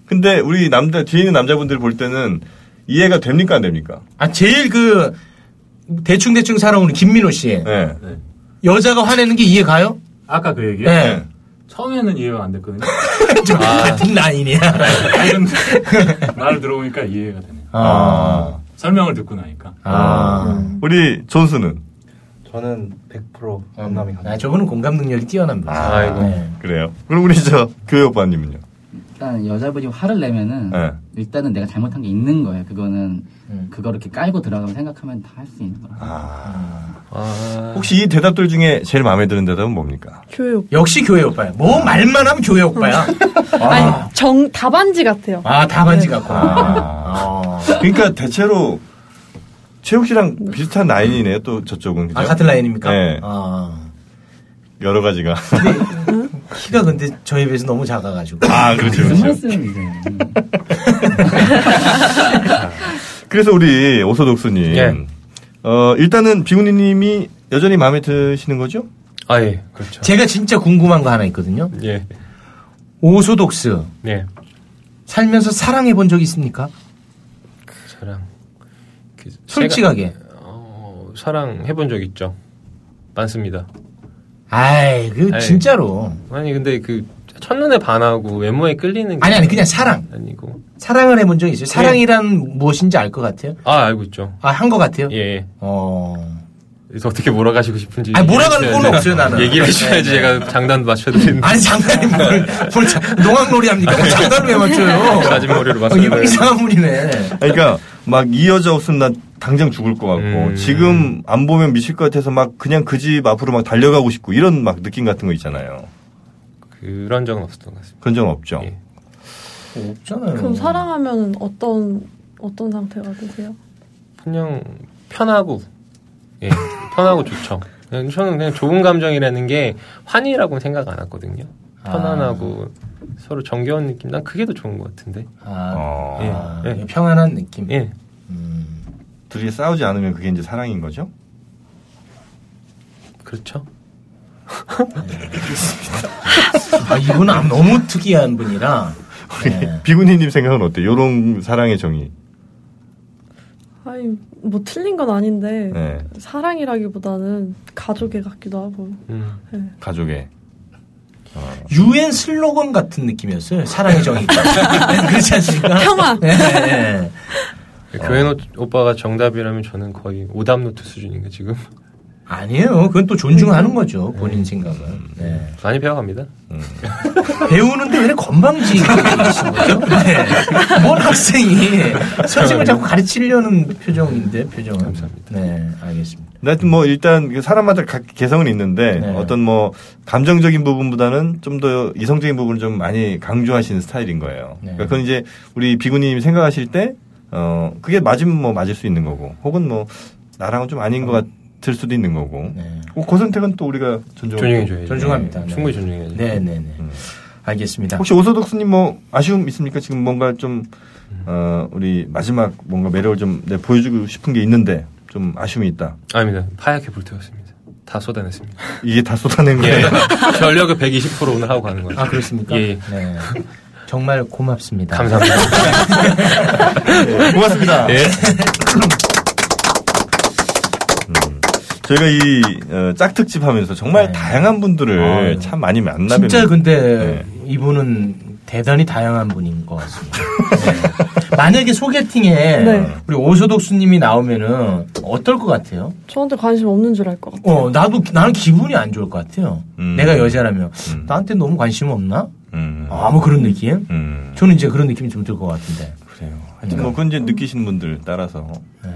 [SPEAKER 4] 근데 우리 남자, 뒤에 있는 남자분들 볼 때는 이해가 됩니까? 안 됩니까?
[SPEAKER 5] 아 제일 그 대충 대충 살아오는 김민호 씨
[SPEAKER 4] 예.
[SPEAKER 5] 여자가 화내는 게 이해 가요?
[SPEAKER 9] 아까 그 얘기요?
[SPEAKER 5] 예.
[SPEAKER 9] 처음에는 이해가 안 됐거든요.
[SPEAKER 5] 좀 같은 라인이야.
[SPEAKER 9] 아니, 근데 아. 말을 들어보니까 이해가 되네요.
[SPEAKER 5] 아.
[SPEAKER 9] 설명을 듣고 나니까.
[SPEAKER 5] 아.
[SPEAKER 4] 우리 존스는
[SPEAKER 10] 저는 100% 공감이
[SPEAKER 5] 아,
[SPEAKER 10] 가요.
[SPEAKER 5] 저분은 공감 능력이 뛰어납니다.
[SPEAKER 8] 아이고.
[SPEAKER 5] 네.
[SPEAKER 4] 그래요. 그럼 우리 저 교회 오빠님은요?
[SPEAKER 7] 일단 여자분이 화를 내면은
[SPEAKER 4] 예.
[SPEAKER 7] 일단은 내가 잘못한 게 있는 거예요. 그거는
[SPEAKER 5] 음.
[SPEAKER 7] 그거를 이렇게 깔고 들어가고 생각하면 다 할 수 있는 거라.
[SPEAKER 8] 아.
[SPEAKER 4] 혹시 이 대답들 중에 제일 마음에 드는 대답은 뭡니까?
[SPEAKER 6] 교육.
[SPEAKER 5] 역시 교회 오빠야. 뭐 말만 하면 교회 오빠야.
[SPEAKER 9] 음.
[SPEAKER 5] 아,
[SPEAKER 6] 아니 정 답안지 같아요.
[SPEAKER 5] 아 다반지 같구나.
[SPEAKER 4] 아. 그러니까 대체로 최욱 씨랑 비슷한 라인이네요. 또 저쪽은 그죠?
[SPEAKER 5] 아 같은 라인입니까?
[SPEAKER 4] 네.
[SPEAKER 5] 아.
[SPEAKER 4] 여러 가지가.
[SPEAKER 5] 키가 근데 저에 비해서 너무 작아가지고.
[SPEAKER 4] 아 그렇죠.
[SPEAKER 7] 무슨
[SPEAKER 4] 그렇죠.
[SPEAKER 7] 말씀이세요?
[SPEAKER 4] 그래서 우리 오소독수님,
[SPEAKER 8] 예.
[SPEAKER 4] 어, 일단은 비운이님이 여전히 마음에 드시는 거죠?
[SPEAKER 8] 아, 예. 그렇죠.
[SPEAKER 5] 제가 진짜 궁금한 거 하나 있거든요.
[SPEAKER 8] 예.
[SPEAKER 5] 오소독스
[SPEAKER 8] 예.
[SPEAKER 5] 살면서 사랑해 본 적 있습니까?
[SPEAKER 8] 사랑. 그 제가-
[SPEAKER 5] 솔직하게.
[SPEAKER 8] 어, 사랑 해본 적 있죠. 많습니다.
[SPEAKER 5] 아이 그
[SPEAKER 8] 아이.
[SPEAKER 5] 진짜로.
[SPEAKER 8] 아니 근데 그 첫눈에 반하고 외모에 끌리는 게
[SPEAKER 5] 아니 아니 그냥 사랑.
[SPEAKER 8] 아니고 예.
[SPEAKER 5] 사랑을 해본 적 있어요. 사랑이란 무엇인지 알 것 같아요.
[SPEAKER 8] 아 알고 있죠.
[SPEAKER 5] 아 한 것 같아요.
[SPEAKER 8] 예, 예.
[SPEAKER 5] 어.
[SPEAKER 8] 그래서 어떻게 몰아가시고 싶은지.
[SPEAKER 5] 아니, 몰아가는
[SPEAKER 8] 얘기해주셔야
[SPEAKER 5] 건
[SPEAKER 8] 돼요.
[SPEAKER 5] 없어요, 나는.
[SPEAKER 8] 네, 얘기를 해주셔야지
[SPEAKER 5] 네, 네.
[SPEAKER 8] 제가 장단도 맞춰드리는데.
[SPEAKER 5] 아니 장난이 뭘, 뭘 자- 농악놀이 합니까? 뭘 장난을 왜 맞춰요?
[SPEAKER 8] 사진머리로
[SPEAKER 5] 어,
[SPEAKER 8] 봤어요.
[SPEAKER 5] 이분 이상한 분이네.
[SPEAKER 4] 아니, 그러니까 막 이 여자 없으면 나 당장 죽을 것 같고
[SPEAKER 8] 음.
[SPEAKER 4] 지금 안 보면 미칠 것 같아서 막 그냥 그 집 앞으로 막 달려가고 싶고 이런 막 느낌 같은 거 있잖아요.
[SPEAKER 8] 그런 적은 없었던 것 같습니다.
[SPEAKER 4] 그런 적 없죠.
[SPEAKER 8] 예.
[SPEAKER 5] 없잖아요.
[SPEAKER 6] 그럼 사랑하면 어떤 어떤 상태가 되세요?
[SPEAKER 8] 그냥 편하고 예 편하고 좋죠. 그냥 저는 그냥 좋은 감정이라는 게 환희라고 생각 안 했거든요.
[SPEAKER 5] 아.
[SPEAKER 8] 편안하고 서로 정겨운 느낌. 난 그게 더 좋은 것 같은데.
[SPEAKER 5] 아,
[SPEAKER 4] 어,
[SPEAKER 5] 아,
[SPEAKER 8] 예, 예.
[SPEAKER 5] 평안한 느낌.
[SPEAKER 8] 예.
[SPEAKER 5] 음.
[SPEAKER 4] 둘이 싸우지 않으면 그게 이제 사랑인 거죠?
[SPEAKER 8] 그렇죠.
[SPEAKER 5] 아 이분은 아, 너무 특이한 분이라.
[SPEAKER 7] 네.
[SPEAKER 5] 예.
[SPEAKER 4] 비군이님 생각은 어때요? 요런 사랑의 정의.
[SPEAKER 6] 아니 뭐 틀린 건 아닌데
[SPEAKER 4] 네.
[SPEAKER 6] 사랑이라기보다는 가족애 같기도 하고
[SPEAKER 8] 음.
[SPEAKER 4] 가족의.
[SPEAKER 5] 유엔 슬로건 같은 느낌이었어요. 사랑의 정의. 그렇지 않습니까?
[SPEAKER 6] 평화.
[SPEAKER 5] 예, 예.
[SPEAKER 8] 그 교회 노, 오빠가 정답이라면 저는 거의 오답 노트 수준인가 지금 음.
[SPEAKER 5] 아니에요. 그건 또 존중하는 거죠. 본인 생각은. 네.
[SPEAKER 8] 많이 배워갑니다.
[SPEAKER 5] 배우는데 왜 이렇게 건방지 계신 거죠? 네. 뭔 학생이 선생님을 자꾸 가르치려는 표정인데 표정은.
[SPEAKER 8] 감사합니다.
[SPEAKER 5] 네, 알겠습니다.
[SPEAKER 4] 하여튼 뭐 일단 그 사람마다 각 개성은 있는데
[SPEAKER 5] 네.
[SPEAKER 4] 어떤 뭐 감정적인 부분보다는 좀 더 이성적인 부분을 좀 많이 강조하시는 스타일인 거예요.
[SPEAKER 5] 네.
[SPEAKER 4] 그러니까 그건 이제 우리 비구님 생각하실 때 어, 그게 맞으면 뭐 맞을 수 있는 거고 혹은 뭐 나랑은 좀 아닌 것 같을 수도 있는 거고
[SPEAKER 5] 네.
[SPEAKER 4] 뭐 그 선택은 또 우리가 존중.
[SPEAKER 8] 존중해줘야죠.
[SPEAKER 5] 존중합니다.
[SPEAKER 8] 예,
[SPEAKER 5] 네.
[SPEAKER 8] 충분히 음. 존중해야죠.
[SPEAKER 5] 네, 네, 네. 알겠습니다.
[SPEAKER 4] 혹시 오소독스님 뭐 아쉬움 있습니까? 지금 뭔가 좀 어, 우리 마지막 뭔가 매력을 좀 네, 보여주고 싶은 게 있는데 좀 아쉬움이 있다.
[SPEAKER 8] 아닙니다. 파랗게 불태웠습니다. 다 쏟아냈습니다.
[SPEAKER 4] 이게 다 쏟아낸
[SPEAKER 8] 예.
[SPEAKER 4] 거예요.
[SPEAKER 8] 전력을 120% 오늘 하고 가는 거예요.
[SPEAKER 5] 아, 그렇습니까?
[SPEAKER 8] 예.
[SPEAKER 5] 네. 정말 고맙습니다.
[SPEAKER 8] 감사합니다.
[SPEAKER 4] 고맙습니다.
[SPEAKER 8] 예.
[SPEAKER 4] 저희가 이 어, 짝특집 하면서 정말
[SPEAKER 5] 네.
[SPEAKER 4] 다양한 분들을
[SPEAKER 5] 아유.
[SPEAKER 4] 참 많이 네. 만나뵙니다. 예.
[SPEAKER 5] 진짜 근데 이분은 대단히 다양한 분인 것 같습니다. 네. 만약에 소개팅에
[SPEAKER 6] 네.
[SPEAKER 5] 우리 오소독수님이 나오면은 어떨 것 같아요?
[SPEAKER 6] 저한테 관심 없는 줄 알 것 같아요.
[SPEAKER 5] 어, 나도 나는 기분이 안 좋을 것 같아요.
[SPEAKER 4] 음.
[SPEAKER 5] 내가 여자라면
[SPEAKER 4] 음.
[SPEAKER 5] 나한테 너무 관심 없나?
[SPEAKER 4] 음.
[SPEAKER 5] 아, 뭐 그런 느낌?
[SPEAKER 4] 음.
[SPEAKER 5] 저는 이제 그런 느낌이 좀 들 것 같은데.
[SPEAKER 4] 그래요. 하여튼
[SPEAKER 5] 그러니까.
[SPEAKER 4] 뭐 그건 이제 느끼시는 분들 따라서
[SPEAKER 5] 네.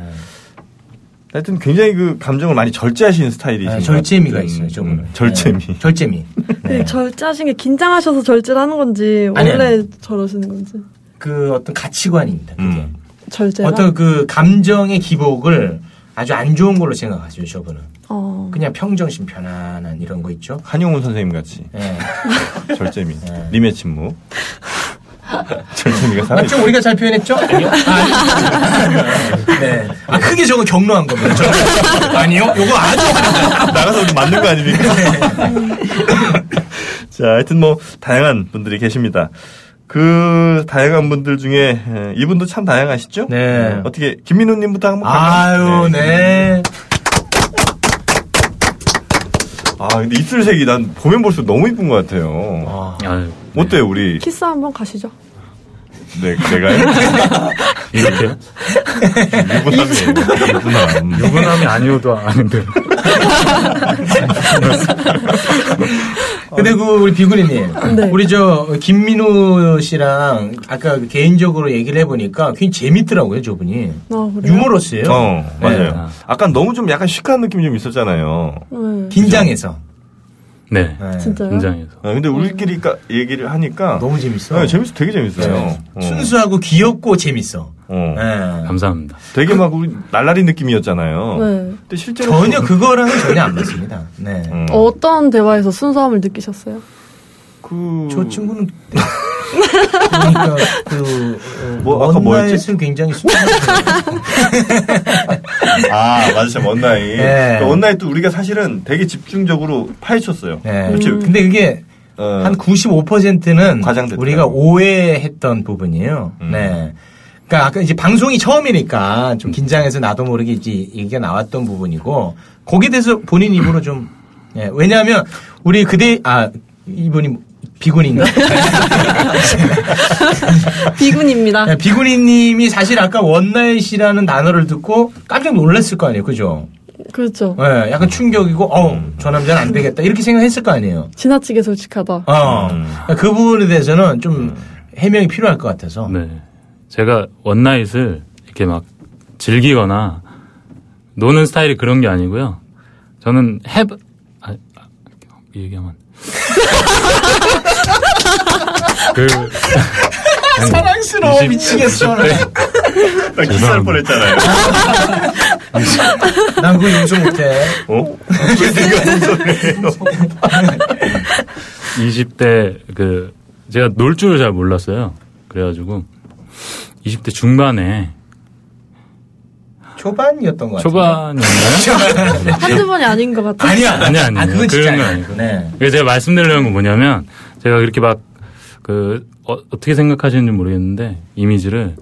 [SPEAKER 4] 하여튼 굉장히 그 감정을 많이 절제하시는 스타일이신
[SPEAKER 5] 네,
[SPEAKER 4] 것
[SPEAKER 5] 절제미가
[SPEAKER 4] 같은.
[SPEAKER 5] 있어요, 저분은.
[SPEAKER 4] 음, 절제미.
[SPEAKER 5] 네, 절제미. 네.
[SPEAKER 6] 근데 절제하신 게 긴장하셔서 절제를 하는 건지
[SPEAKER 5] 아니,
[SPEAKER 6] 원래
[SPEAKER 5] 아니.
[SPEAKER 6] 저러시는 건지
[SPEAKER 5] 그 어떤 가치관입니다. 그게.
[SPEAKER 4] 음.
[SPEAKER 6] 절제라
[SPEAKER 5] 어떤 그 감정의 기복을 아주 안 좋은 걸로 생각하죠 저분은.
[SPEAKER 6] 어.
[SPEAKER 5] 그냥 평정심 편안한 이런 거 있죠.
[SPEAKER 4] 한용운 선생님 같이
[SPEAKER 5] 예.
[SPEAKER 4] 절제미 님의 침묵 절제미가 살아있
[SPEAKER 5] 맞죠? 우리가 잘 표현했죠? 아니요. 네. 아, 크게 저거 경로한 겁니다. 저거. 아니요. 요거 아주
[SPEAKER 4] 나가서 우리 맞는 거 아닙니까? 자, 하여튼 뭐 다양한 분들이 계십니다. 그 다양한 분들 중에 에, 이분도 참 다양하시죠? 네. 어떻게 김민우님부터 한번
[SPEAKER 5] 아유, 네.
[SPEAKER 4] 아 근데 입술색이 난 보면 볼수록 너무 이쁜 것 같아요.
[SPEAKER 11] 음.
[SPEAKER 4] 네. 어때요 우리 네,
[SPEAKER 6] 키스 한번 가시죠.
[SPEAKER 4] 내, 내가요? 이렇게요? 유부남이에요. 유부남.
[SPEAKER 11] 유부남이 아니어도 아는데.
[SPEAKER 5] 근데 그 우리 비구리님,
[SPEAKER 6] 네.
[SPEAKER 5] 우리 저 김민우 씨랑 아까 개인적으로 얘기를 해보니까 굉장히 재밌더라고요, 저분이.
[SPEAKER 6] 아, 그래요?
[SPEAKER 5] 유머러스예요.
[SPEAKER 4] 어, 맞아요.
[SPEAKER 5] 네.
[SPEAKER 4] 아까 너무 좀 약간 시크한 느낌이 좀 있었잖아요.
[SPEAKER 6] 네.
[SPEAKER 5] 긴장해서.
[SPEAKER 11] 네.
[SPEAKER 6] 진짜요?
[SPEAKER 11] 긴장해서.
[SPEAKER 4] 아, 근데 우리끼리 까- 얘기를 하니까
[SPEAKER 5] 음. 너무 재밌어.
[SPEAKER 4] 네, 재밌어, 되게 재밌어요. 어.
[SPEAKER 5] 순수하고 귀엽고 재밌어. 네.
[SPEAKER 4] 어.
[SPEAKER 11] 감사합니다.
[SPEAKER 4] 되게 막 우리 날라리 느낌이었잖아요.
[SPEAKER 6] 네.
[SPEAKER 4] 근데 실제로
[SPEAKER 5] 그 전혀 그거랑 은 전혀 안 맞습니다. 네.
[SPEAKER 4] 음.
[SPEAKER 6] 어떤 대화에서 순수함을 느끼셨어요?
[SPEAKER 4] 그
[SPEAKER 5] 저 친구는 그러니까 그 어,
[SPEAKER 4] 뭐, 아까 뭐였지?
[SPEAKER 5] 원나잇을 굉장히 순수한
[SPEAKER 4] 아 맞아요 원나잇.
[SPEAKER 5] 네.
[SPEAKER 4] 그 원나잇도 우리가 사실은 되게 집중적으로 파헤쳤어요.
[SPEAKER 5] 네.
[SPEAKER 4] 그치?
[SPEAKER 5] 근데 그게
[SPEAKER 4] 어,
[SPEAKER 5] 한 95%는
[SPEAKER 4] 과장됐다. 음.
[SPEAKER 5] 우리가 오해했던 부분이에요. 네. 그러니까 아까 이제 방송이 처음이니까 좀 긴장해서 나도 모르게 이제 얘기가 나왔던 부분이고 거기에 대해서 본인 입으로 좀 예, 왜냐하면 우리 그대 아 이분이 비군인가?
[SPEAKER 11] 아.
[SPEAKER 6] 비군입니다.
[SPEAKER 5] 네, 비군이님이 사실 아까 원나잇이라는 단어를 듣고 깜짝 놀랐을 거 아니에요, 그죠?
[SPEAKER 6] 그렇죠.
[SPEAKER 5] 예, 약간 충격이고
[SPEAKER 11] 음.
[SPEAKER 5] 어저 남자는 안 되겠다 이렇게 생각했을 거 아니에요.
[SPEAKER 6] 지나치게 솔직하다.
[SPEAKER 5] 어,
[SPEAKER 11] 음.
[SPEAKER 5] 그 부분에 대해서는 좀 해명이 필요할 것 같아서.
[SPEAKER 11] 네. 제가 원나잇을 이렇게 막 즐기거나 노는 스타일이 그런 게 아니고요. 저는 해, 아, 아, 이 얘기하면. 안 돼. 그, 아니,
[SPEAKER 5] 사랑스러워
[SPEAKER 11] 이십- 네.
[SPEAKER 5] 미치겠어.
[SPEAKER 4] 나 아, 기사할 뻔했잖아요.
[SPEAKER 5] 난 그거 용서 못해.
[SPEAKER 4] 어? 왜 내가 용서해요?
[SPEAKER 11] 20대 그 제가 놀 줄을 잘 몰랐어요. 그래가지고 20대 중반에
[SPEAKER 5] 초반이었던 것 같아요.
[SPEAKER 11] 초반이었나요? 네.
[SPEAKER 6] 한두 번이 아닌 것 같아요.
[SPEAKER 5] 네. 아니야
[SPEAKER 11] 아니 아니에요.
[SPEAKER 5] 아, 그건 진짜
[SPEAKER 11] 그런 건
[SPEAKER 5] 아니에요.
[SPEAKER 11] 아니고.
[SPEAKER 5] 네.
[SPEAKER 11] 그래서 제가 말씀드리려는 건 뭐냐면 제가 그렇게 막 그 어, 떻게 생각하시는지 모르겠는데 이미지를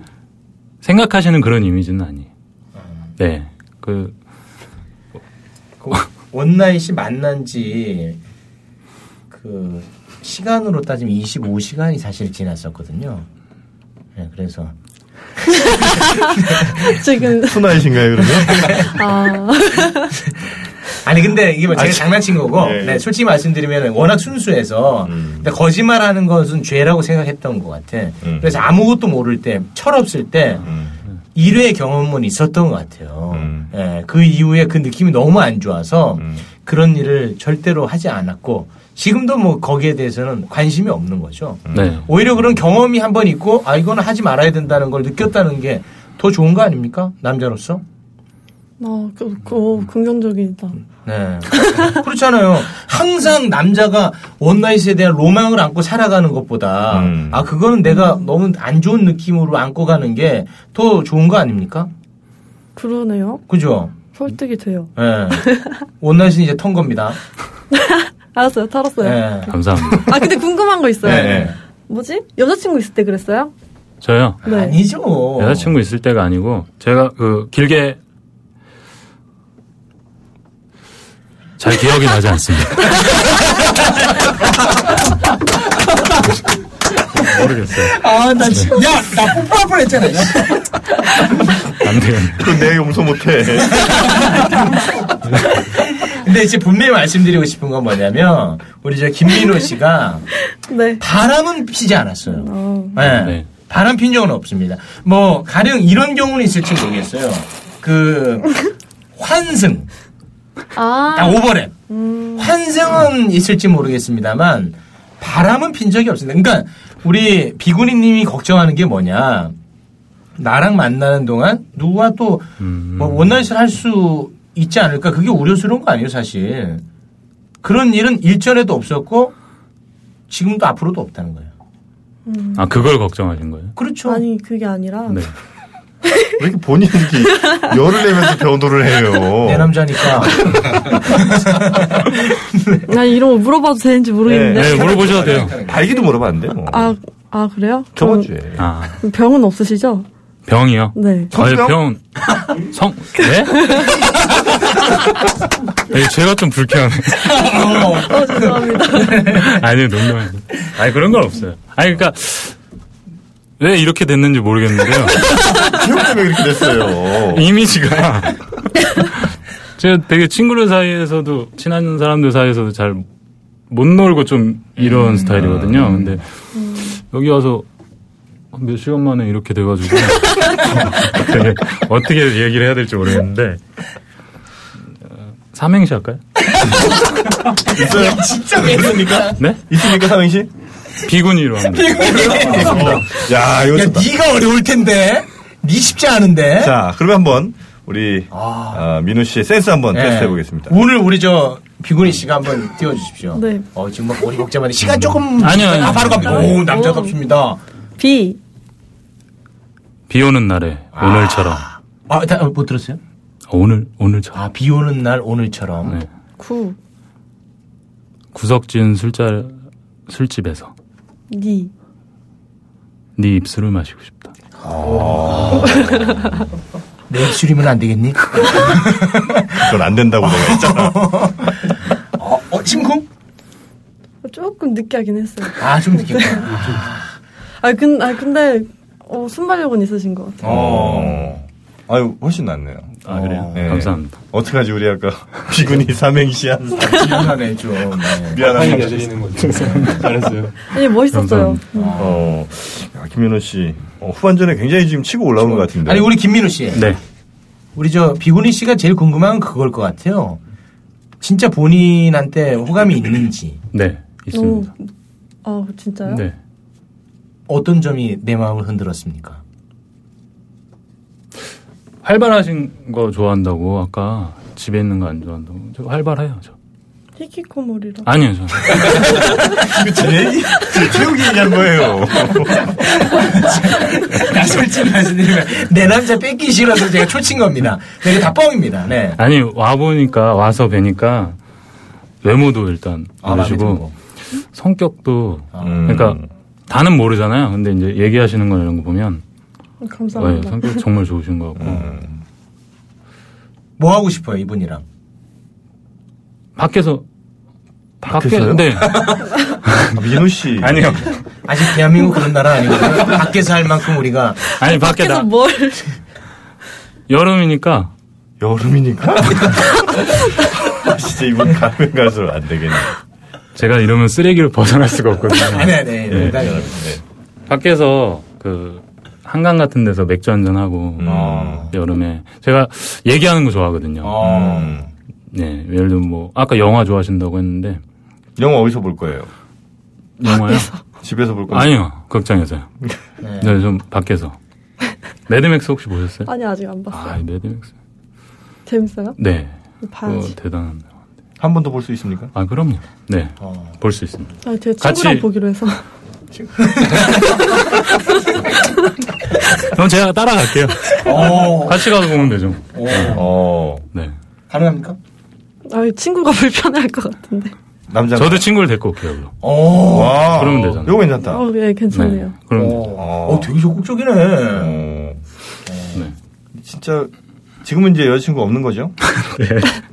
[SPEAKER 11] 생각하시는 그런 이미지는 아니에요.
[SPEAKER 5] 음.
[SPEAKER 11] 네. 그
[SPEAKER 5] 그 원나잇이 만난 지그 그 시간으로 따지면 25시간이 사실 지났었거든요. 네, 그래서
[SPEAKER 6] 지금
[SPEAKER 4] 투나잇인가요 그러면?
[SPEAKER 6] 아
[SPEAKER 5] 아니 근데 이게 뭐 제가
[SPEAKER 4] 아,
[SPEAKER 5] 장난친 거고
[SPEAKER 4] 예, 음. 예.
[SPEAKER 5] 네, 솔직히 말씀드리면 워낙 순수해서 근데 거짓말하는 것은 죄라고 생각했던 것 같아.
[SPEAKER 4] 음.
[SPEAKER 5] 그래서 아무것도 모를 때 철없을 때 일회 경험은 있었던 것 같아요.
[SPEAKER 4] 음.
[SPEAKER 5] 예, 그 이후에 그 느낌이 너무 안 좋아서 그런 일을 절대로 하지 않았고 지금도 뭐 거기에 대해서는 관심이 없는 거죠.
[SPEAKER 11] 네.
[SPEAKER 5] 오히려 그런 경험이 한 번 있고 아 이거는 하지 말아야 된다는 걸 느꼈다는 게 더 좋은 거 아닙니까 남자로서?
[SPEAKER 6] 어, 그, 그, 어, 긍정적이다.
[SPEAKER 5] 네. 그렇잖아요. 항상 남자가 원나잇에 대한 로망을 안고 살아가는 것보다
[SPEAKER 11] 음.
[SPEAKER 5] 아 그거는 내가 너무 안 좋은 느낌으로 안고 가는 게 더 좋은 거 아닙니까?
[SPEAKER 6] 그러네요.
[SPEAKER 5] 그죠?
[SPEAKER 6] 설득이 돼요.
[SPEAKER 5] 예. 원나잇은 이제 턴 겁니다.
[SPEAKER 6] 알았어요. 털었어요.
[SPEAKER 5] 예.
[SPEAKER 11] 감사합니다.
[SPEAKER 6] 아 근데 궁금한 거 있어요.
[SPEAKER 4] 네,
[SPEAKER 5] 예, 예.
[SPEAKER 6] 뭐지? 여자친구 있을 때 그랬어요?
[SPEAKER 11] 저요.
[SPEAKER 6] 네.
[SPEAKER 5] 아니죠.
[SPEAKER 11] 여자친구 있을 때가 아니고 제가 그 길게 잘 기억이 나지 않습니다. 모르겠어요.
[SPEAKER 5] 아,
[SPEAKER 11] 네.
[SPEAKER 5] 나 지금 야, 나 뽀뽀할 뻔 했잖아.
[SPEAKER 11] 안 돼요.
[SPEAKER 4] 그건 내가 용서 못해.
[SPEAKER 5] 네. 근데 이제 분명히 말씀드리고 싶은 건 뭐냐면 우리 저 김민호 씨가
[SPEAKER 6] 네.
[SPEAKER 5] 바람은 피지 않았어요.
[SPEAKER 6] 어.
[SPEAKER 5] 네.
[SPEAKER 11] 네.
[SPEAKER 5] 바람 핀 적은 없습니다. 뭐 가령 이런 경우는 있을지 모르겠어요. 그 환승, 아,
[SPEAKER 6] 아. 음.
[SPEAKER 5] 오버랩. 환승은 있을지 모르겠습니다만 바람은 핀 적이 없습니다. 그러니까 우리 비구니님이 걱정하는 게 뭐냐? 나랑 만나는 동안 누구와 또
[SPEAKER 7] 음.
[SPEAKER 5] 뭐 원나잇을 할 수 있지 않을까 그게 우려스러운 거 아니에요 사실 그런 일은 일전에도 없었고 지금도 앞으로도 없다는 거예요
[SPEAKER 6] 음.
[SPEAKER 7] 아 그걸 걱정하신 거예요?
[SPEAKER 5] 그렇죠.
[SPEAKER 6] 아니 그게 아니라
[SPEAKER 7] 네.
[SPEAKER 4] 왜 이렇게 본인이 이렇게 열을 내면서 변호를 해요?
[SPEAKER 7] 어.
[SPEAKER 5] 내 남자니까
[SPEAKER 6] 난 아, 이런 거 물어봐도 되는지 모르겠는데.
[SPEAKER 7] 네, 물어보셔도 돼요.
[SPEAKER 4] 발기도 물어봐 안 돼? 뭐.
[SPEAKER 6] 아, 아 그래요?
[SPEAKER 4] 저번 주에.
[SPEAKER 7] 아
[SPEAKER 6] 그럼 병은 없으시죠?
[SPEAKER 7] 병이요?
[SPEAKER 6] 네.
[SPEAKER 7] 아니,
[SPEAKER 6] 성병?
[SPEAKER 7] 병. 성. 네? 아니, 제가 좀 불쾌하네.
[SPEAKER 6] 어, 죄송합니다.
[SPEAKER 7] 아니 농담이에요. 아니 그런 건 없어요. 아니 그러니까 왜 이렇게 됐는지 모르겠는데요.
[SPEAKER 4] 기억 때문에 이렇게 됐어요.
[SPEAKER 7] 이미지가 제가 되게 친구들 사이에서도 친한 사람들 사이에서도 잘 못 놀고 좀 이런 스타일이거든요. 근데 여기 와서 몇 시간 만에 이렇게 돼가지고 되게 어떻게 얘기를 해야 될지 모르겠는데 어, 삼행시 할까요?
[SPEAKER 4] 있어요? 진짜 있습니까?
[SPEAKER 7] 네?
[SPEAKER 4] 있습니까 삼행시?
[SPEAKER 7] 비군이로 합니다.
[SPEAKER 4] 야 이거
[SPEAKER 5] 야
[SPEAKER 4] 좋다.
[SPEAKER 5] 네가 어려울 텐데 네 쉽지 않은데
[SPEAKER 4] 자 그러면 한번 우리 어, 민우 씨의 센스 한번
[SPEAKER 5] 아. 예.
[SPEAKER 4] 테스트 해보겠습니다.
[SPEAKER 5] 오늘 우리 저 비구니 씨가 한번 띄워주십시오.
[SPEAKER 6] 네.
[SPEAKER 5] 어 지금 막 머리 복잡하네. 시간 조금
[SPEAKER 7] 아니요,
[SPEAKER 5] 아
[SPEAKER 7] 아니요.
[SPEAKER 5] 바로 갑니다. 오 남자답습니다.
[SPEAKER 6] 비.
[SPEAKER 7] 비 오는 날에 오늘처럼
[SPEAKER 5] 아, 다, 어, 못 들었어요?
[SPEAKER 7] 오늘 오늘처럼
[SPEAKER 5] 아, 비 오는 날 오늘처럼.
[SPEAKER 7] 네.
[SPEAKER 6] 구.
[SPEAKER 7] 구석진 술자 술집에서
[SPEAKER 6] 니.
[SPEAKER 7] 네 입술을 마시고 싶다.
[SPEAKER 5] 내 입술이면 안 되겠니?
[SPEAKER 4] 그건 안 된다고 내가 했잖아.
[SPEAKER 5] 어, 어 심쿵?
[SPEAKER 6] 조금 느끼하긴 했어요.
[SPEAKER 5] 아, 좀 느꼈다.
[SPEAKER 6] 아, 근, 아 근데 어, 순발력은 있으신 것 같아요.
[SPEAKER 4] 어. 아유 훨씬 낫네요.
[SPEAKER 7] 아 그래요?
[SPEAKER 4] 예.
[SPEAKER 7] 감사합니다.
[SPEAKER 4] 어떻게 하지 우리 아까 비군이 삼행시 한
[SPEAKER 5] 미안하네, 좀. 네.
[SPEAKER 4] 미안한 거죠.
[SPEAKER 12] 여드리는 거죠. 잘했어요.
[SPEAKER 6] 아니, 예, 멋있었어요.
[SPEAKER 7] 감사합니다.
[SPEAKER 4] 어, 야, 김민호 씨 어, 후반전에 굉장히 지금 치고 올라오는 것 같은데.
[SPEAKER 5] 아니, 우리 김민우 씨.
[SPEAKER 7] 네.
[SPEAKER 5] 우리 저 비구니 씨가 제일 궁금한 건 그걸 것 같아요. 진짜 본인한테 호감이 있는지.
[SPEAKER 7] 네.
[SPEAKER 6] 너무.
[SPEAKER 7] 있습니다.
[SPEAKER 6] 아, 진짜요?
[SPEAKER 7] 네.
[SPEAKER 5] 어떤 점이 내 마음을 흔들었습니까?
[SPEAKER 7] 활발하신 거 좋아한다고 아까 집에 있는 거 안 좋아한다고. 저 활발해요, 저.
[SPEAKER 6] 히키코모리라.
[SPEAKER 7] 아니요, 저는.
[SPEAKER 4] 이거 그 제 얘기? 제 최욱이 얘기한 거예요.
[SPEAKER 5] 나 솔직히 말씀드리면 내 남자 뺏기 싫어서 제가 초친 겁니다. 이게 다 뻥입니다. 네.
[SPEAKER 7] 아니, 와 보니까 와서 뵈니까 외모도 일단
[SPEAKER 5] 아, 마음에 드는
[SPEAKER 7] 모르시고
[SPEAKER 5] 거.
[SPEAKER 7] 성격도
[SPEAKER 4] 음.
[SPEAKER 7] 그러니까 다는 모르잖아요. 근데 이제 얘기하시는 거 이런 거 보면 네,
[SPEAKER 6] 감사합니다.
[SPEAKER 7] 성격 정말 좋으신 것 같고
[SPEAKER 5] 뭐 하고 싶어요 이분이랑?
[SPEAKER 7] 밖에서
[SPEAKER 4] 밖에서요?
[SPEAKER 7] 네.
[SPEAKER 4] 음. 아, 민호 씨.
[SPEAKER 7] 아니요.
[SPEAKER 5] 아직 대한민국 그런 나라 아니거든요. 밖에서 할 만큼 우리가
[SPEAKER 7] 아니 밖에
[SPEAKER 6] 그래서
[SPEAKER 7] 나
[SPEAKER 6] 뭘.
[SPEAKER 7] 여름이니까
[SPEAKER 4] 여름이니까? 아, 진짜 이분 가면 갈수록 안 되겠네.
[SPEAKER 7] 제가 이러면 쓰레기를 벗어날 수가 없거든요.
[SPEAKER 5] 아니 아니 아니,
[SPEAKER 7] 네.
[SPEAKER 5] 그러니까 농담이에요.
[SPEAKER 7] 밖에서 그 한강 같은 데서 맥주 한잔 하고
[SPEAKER 4] 어.
[SPEAKER 7] 음. 여름에 제가 얘기하는 거 좋아하거든요.
[SPEAKER 5] 어.
[SPEAKER 4] 음.
[SPEAKER 7] 네, 예를 들면 뭐 아까 영화 좋아하신다고 했는데
[SPEAKER 4] 영화 어디서 볼 거예요?
[SPEAKER 7] 영화요?
[SPEAKER 4] 집에서 볼 거예요?
[SPEAKER 7] 아니요, 극장에서요.
[SPEAKER 5] 네.
[SPEAKER 7] 네, 좀 밖에서. 매드맥스 혹시 보셨어요?
[SPEAKER 6] 아니, 아직 네. 안 봤어요.
[SPEAKER 7] 아, 매드맥스.
[SPEAKER 6] 재밌어요?
[SPEAKER 7] 네, 그거
[SPEAKER 6] 봐야지.
[SPEAKER 7] 대단한.
[SPEAKER 4] 한 번 더 볼 수 있습니까?
[SPEAKER 7] 아, 그럼요. 네,
[SPEAKER 5] 어.
[SPEAKER 7] 볼 수 있습니다.
[SPEAKER 6] 아니, 제 친구랑
[SPEAKER 7] 같이-
[SPEAKER 6] 보기로 해서.
[SPEAKER 7] 그럼 제가 따라갈게요.
[SPEAKER 5] 어.
[SPEAKER 7] 같이 가서 보면 되죠.
[SPEAKER 5] 어.
[SPEAKER 4] 어,
[SPEAKER 7] 네,
[SPEAKER 5] 가능합니까?
[SPEAKER 6] 아, 친구가 불편할 것 같은데.
[SPEAKER 4] 남자.
[SPEAKER 7] 저도 친구를 데리고 올게요. 그럼.
[SPEAKER 5] 어.
[SPEAKER 4] 와.
[SPEAKER 7] 그러면 되잖아.
[SPEAKER 4] 이거 괜찮다.
[SPEAKER 6] 어, 예, 괜찮네요.
[SPEAKER 7] 네, 그럼 되죠.
[SPEAKER 5] 어, 되게 적극적이네.
[SPEAKER 4] 어.
[SPEAKER 7] 네.
[SPEAKER 4] 진짜 지금은 이제 여자친구 없는 거죠?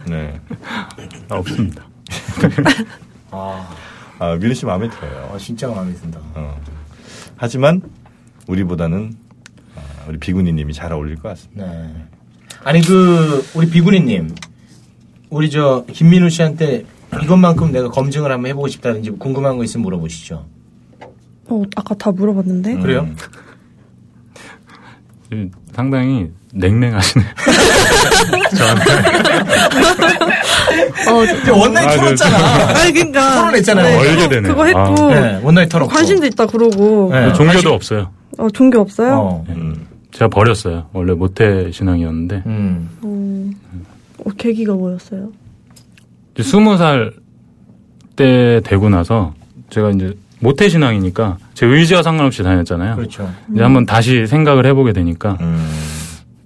[SPEAKER 4] 네.
[SPEAKER 7] 아, 없습니다.
[SPEAKER 5] 아,
[SPEAKER 4] 아, 민호 씨 마음에 들어요.
[SPEAKER 5] 어, 진짜 마음에 든다.
[SPEAKER 4] 어. 하지만 우리보다는 아, 우리 비구니님이 잘 어울릴 것 같습니다.
[SPEAKER 5] 네. 아니 그 우리 비구니님, 우리 저 김민우 씨한테 이것만큼 내가 검증을 한번 해보고 싶다든지 궁금한 거 있으면 물어보시죠.
[SPEAKER 6] 어, 아까 다 물어봤는데.
[SPEAKER 4] 음.
[SPEAKER 5] 그래요?
[SPEAKER 7] 지금 음, 상당히 냉랭하시네요.
[SPEAKER 6] 어,
[SPEAKER 5] 근데 원나잇
[SPEAKER 7] 아,
[SPEAKER 5] 털었잖아.
[SPEAKER 6] 아니, 그러니까. 그니까.
[SPEAKER 5] 토론했잖아요.
[SPEAKER 7] 얼게 되네.
[SPEAKER 6] 그거 했고.
[SPEAKER 7] 아.
[SPEAKER 5] 네, 원나잇 털었고.
[SPEAKER 6] 관심도 있다 그러고.
[SPEAKER 5] 네.
[SPEAKER 7] 종교도 없어요.
[SPEAKER 6] 어, 종교 없어요?
[SPEAKER 5] 어.
[SPEAKER 4] 음.
[SPEAKER 11] 제가 버렸어요. 원래 모태 신앙이었는데
[SPEAKER 6] 음, 어, 계기가 뭐였어요?
[SPEAKER 11] 이제 스무 살 때 되고 나서 제가 이제 모태 신앙이니까 제 의지와 상관없이 다녔잖아요.
[SPEAKER 5] 그렇죠.
[SPEAKER 11] 이제 한번 다시 생각을 해보게 되니까
[SPEAKER 4] 음.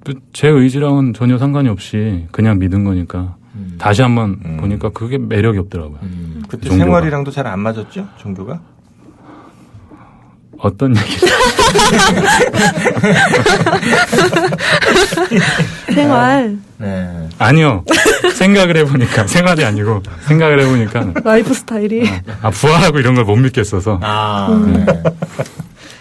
[SPEAKER 11] 또 제 의지랑은 전혀 상관이 없이 그냥 믿은 거니까 다시 한번 보니까 그게 매력이 없더라고요.
[SPEAKER 4] 음. 그때
[SPEAKER 11] 종교가.
[SPEAKER 4] 생활이랑도 잘 안 맞았죠? 종교가?
[SPEAKER 11] 어떤 얘기죠?
[SPEAKER 6] 생활,
[SPEAKER 5] 네.
[SPEAKER 11] 아니요. 생각을 해보니까 생활이 아니고 생각을 해보니까
[SPEAKER 6] 라이프 스타일이.
[SPEAKER 11] 아 부활하고 이런 걸 못 믿겠어서
[SPEAKER 5] 아,
[SPEAKER 6] 음.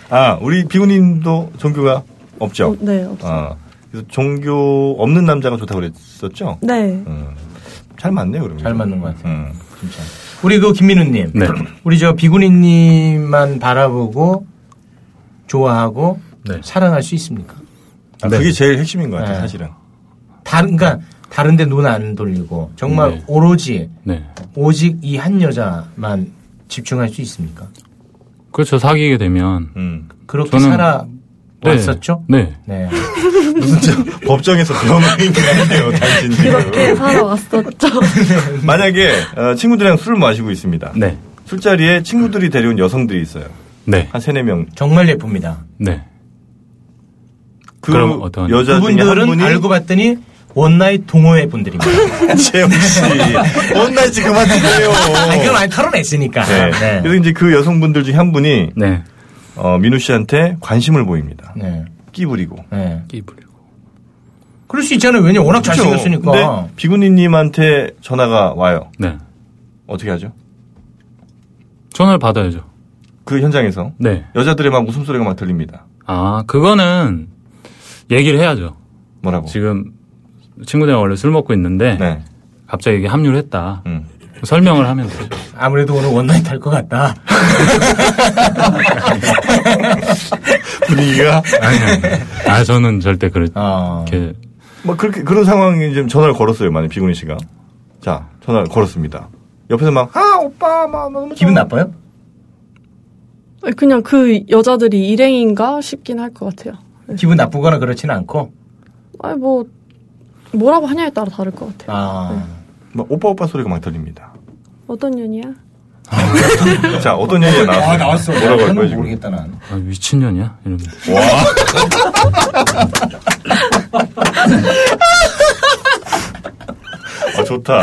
[SPEAKER 4] 아, 우리 비구님도 종교가 없죠?
[SPEAKER 6] 네, 없어요.
[SPEAKER 4] 아, 그래서 종교 없는 남자가 좋다고 그랬었죠?
[SPEAKER 6] 네.
[SPEAKER 4] 잘 맞네요, 그러면.
[SPEAKER 5] 잘 맞는 것 같아요.
[SPEAKER 4] 음,
[SPEAKER 5] 진짜. 우리 그 김민우님,
[SPEAKER 11] 네.
[SPEAKER 5] 우리 저 비구니님만 바라보고 좋아하고 사랑할 수 있습니까?
[SPEAKER 4] 아,
[SPEAKER 7] 네.
[SPEAKER 4] 그게 제일 핵심인 것 같아요,
[SPEAKER 5] 네.
[SPEAKER 4] 사실은.
[SPEAKER 5] 다른 그러니까 다른데 눈 안 돌리고 정말
[SPEAKER 11] 네.
[SPEAKER 5] 오로지
[SPEAKER 11] 네.
[SPEAKER 5] 오직 이 한 여자만 집중할 수 있습니까?
[SPEAKER 11] 그렇죠. 사귀게 되면
[SPEAKER 4] 음.
[SPEAKER 5] 그렇게
[SPEAKER 11] 저는-
[SPEAKER 5] 살아
[SPEAKER 11] 네.
[SPEAKER 5] 왔었죠?
[SPEAKER 11] 네.
[SPEAKER 5] 네.
[SPEAKER 4] 무슨 저 법정에서 변호인긴 한데요, 당신이.
[SPEAKER 6] 그렇게 살아왔었죠.
[SPEAKER 4] 만약에 어, 친구들이랑 술을 마시고 있습니다. 술자리에 친구들이 데려온 여성들이 있어요.
[SPEAKER 11] 네.
[SPEAKER 4] 한 세네 명.
[SPEAKER 5] 정말 예쁩니다.
[SPEAKER 11] 네.
[SPEAKER 4] 그
[SPEAKER 11] 그럼 어떤-
[SPEAKER 4] 여자 중에 한
[SPEAKER 5] 그분들은
[SPEAKER 4] 분이
[SPEAKER 5] 알고 봤더니 원나잇 동호회 분들입니다.
[SPEAKER 4] 재영 씨, 원나잇 그만 드세요.
[SPEAKER 5] 아니, 그건 많이 털어냈으니까.
[SPEAKER 4] 네.
[SPEAKER 5] 네.
[SPEAKER 4] 그래서 이제 그 여성분들 중에 한 분이
[SPEAKER 11] 네.
[SPEAKER 4] 어, 민우 씨한테 관심을 보입니다.
[SPEAKER 5] 네.
[SPEAKER 4] 끼부리고.
[SPEAKER 5] 네.
[SPEAKER 11] 끼부리고.
[SPEAKER 5] 그럴 수 있잖아요. 왜냐 워낙 잘생겼으니까.
[SPEAKER 4] 근데 비구니님한테 전화가 와요.
[SPEAKER 11] 네.
[SPEAKER 4] 어떻게 하죠?
[SPEAKER 11] 전화를 받아야죠.
[SPEAKER 4] 그 현장에서
[SPEAKER 11] 네.
[SPEAKER 4] 여자들의 막 웃음소리가 막 들립니다.
[SPEAKER 11] 아 그거는 얘기를 해야죠.
[SPEAKER 4] 뭐라고? 네.
[SPEAKER 11] 지금 친구들이랑 원래 술 먹고 있는데 갑자기 이게 합류를 했다.
[SPEAKER 4] 음.
[SPEAKER 11] 설명을 하면 돼요.
[SPEAKER 5] 아무래도 오늘 원나잇 할 것 같다.
[SPEAKER 4] 분위기가
[SPEAKER 11] 아니, 아니. 아 저는 절대 그렇게
[SPEAKER 4] 막 아. 뭐 그렇게 그런 상황에 지금 전화를 걸었어요. 만약 비구니 씨가 자 전화를 걸었습니다. 옆에서 막 아 오빠 막 너무
[SPEAKER 5] 기분 나빠요?
[SPEAKER 6] 그냥 그 여자들이 일행인가 싶긴 할 것 같아요.
[SPEAKER 5] 기분 나쁘거나 그렇지는 않고.
[SPEAKER 6] 아니 뭐 뭐라고 하냐에 따라 다를 것 같아요.
[SPEAKER 5] 아.
[SPEAKER 4] 막뭐 오빠 오빠 소리가 막 들립니다.
[SPEAKER 6] 어떤 년이야?
[SPEAKER 4] 자 어떤 얘기가 네, 나왔어요?
[SPEAKER 5] 아, 나왔어.
[SPEAKER 4] 뭐라고 할
[SPEAKER 5] 나는
[SPEAKER 4] 거예요 지금?
[SPEAKER 5] 모르겠다, 난.
[SPEAKER 11] 아, 미친년이야 이러면.
[SPEAKER 4] 아 좋다.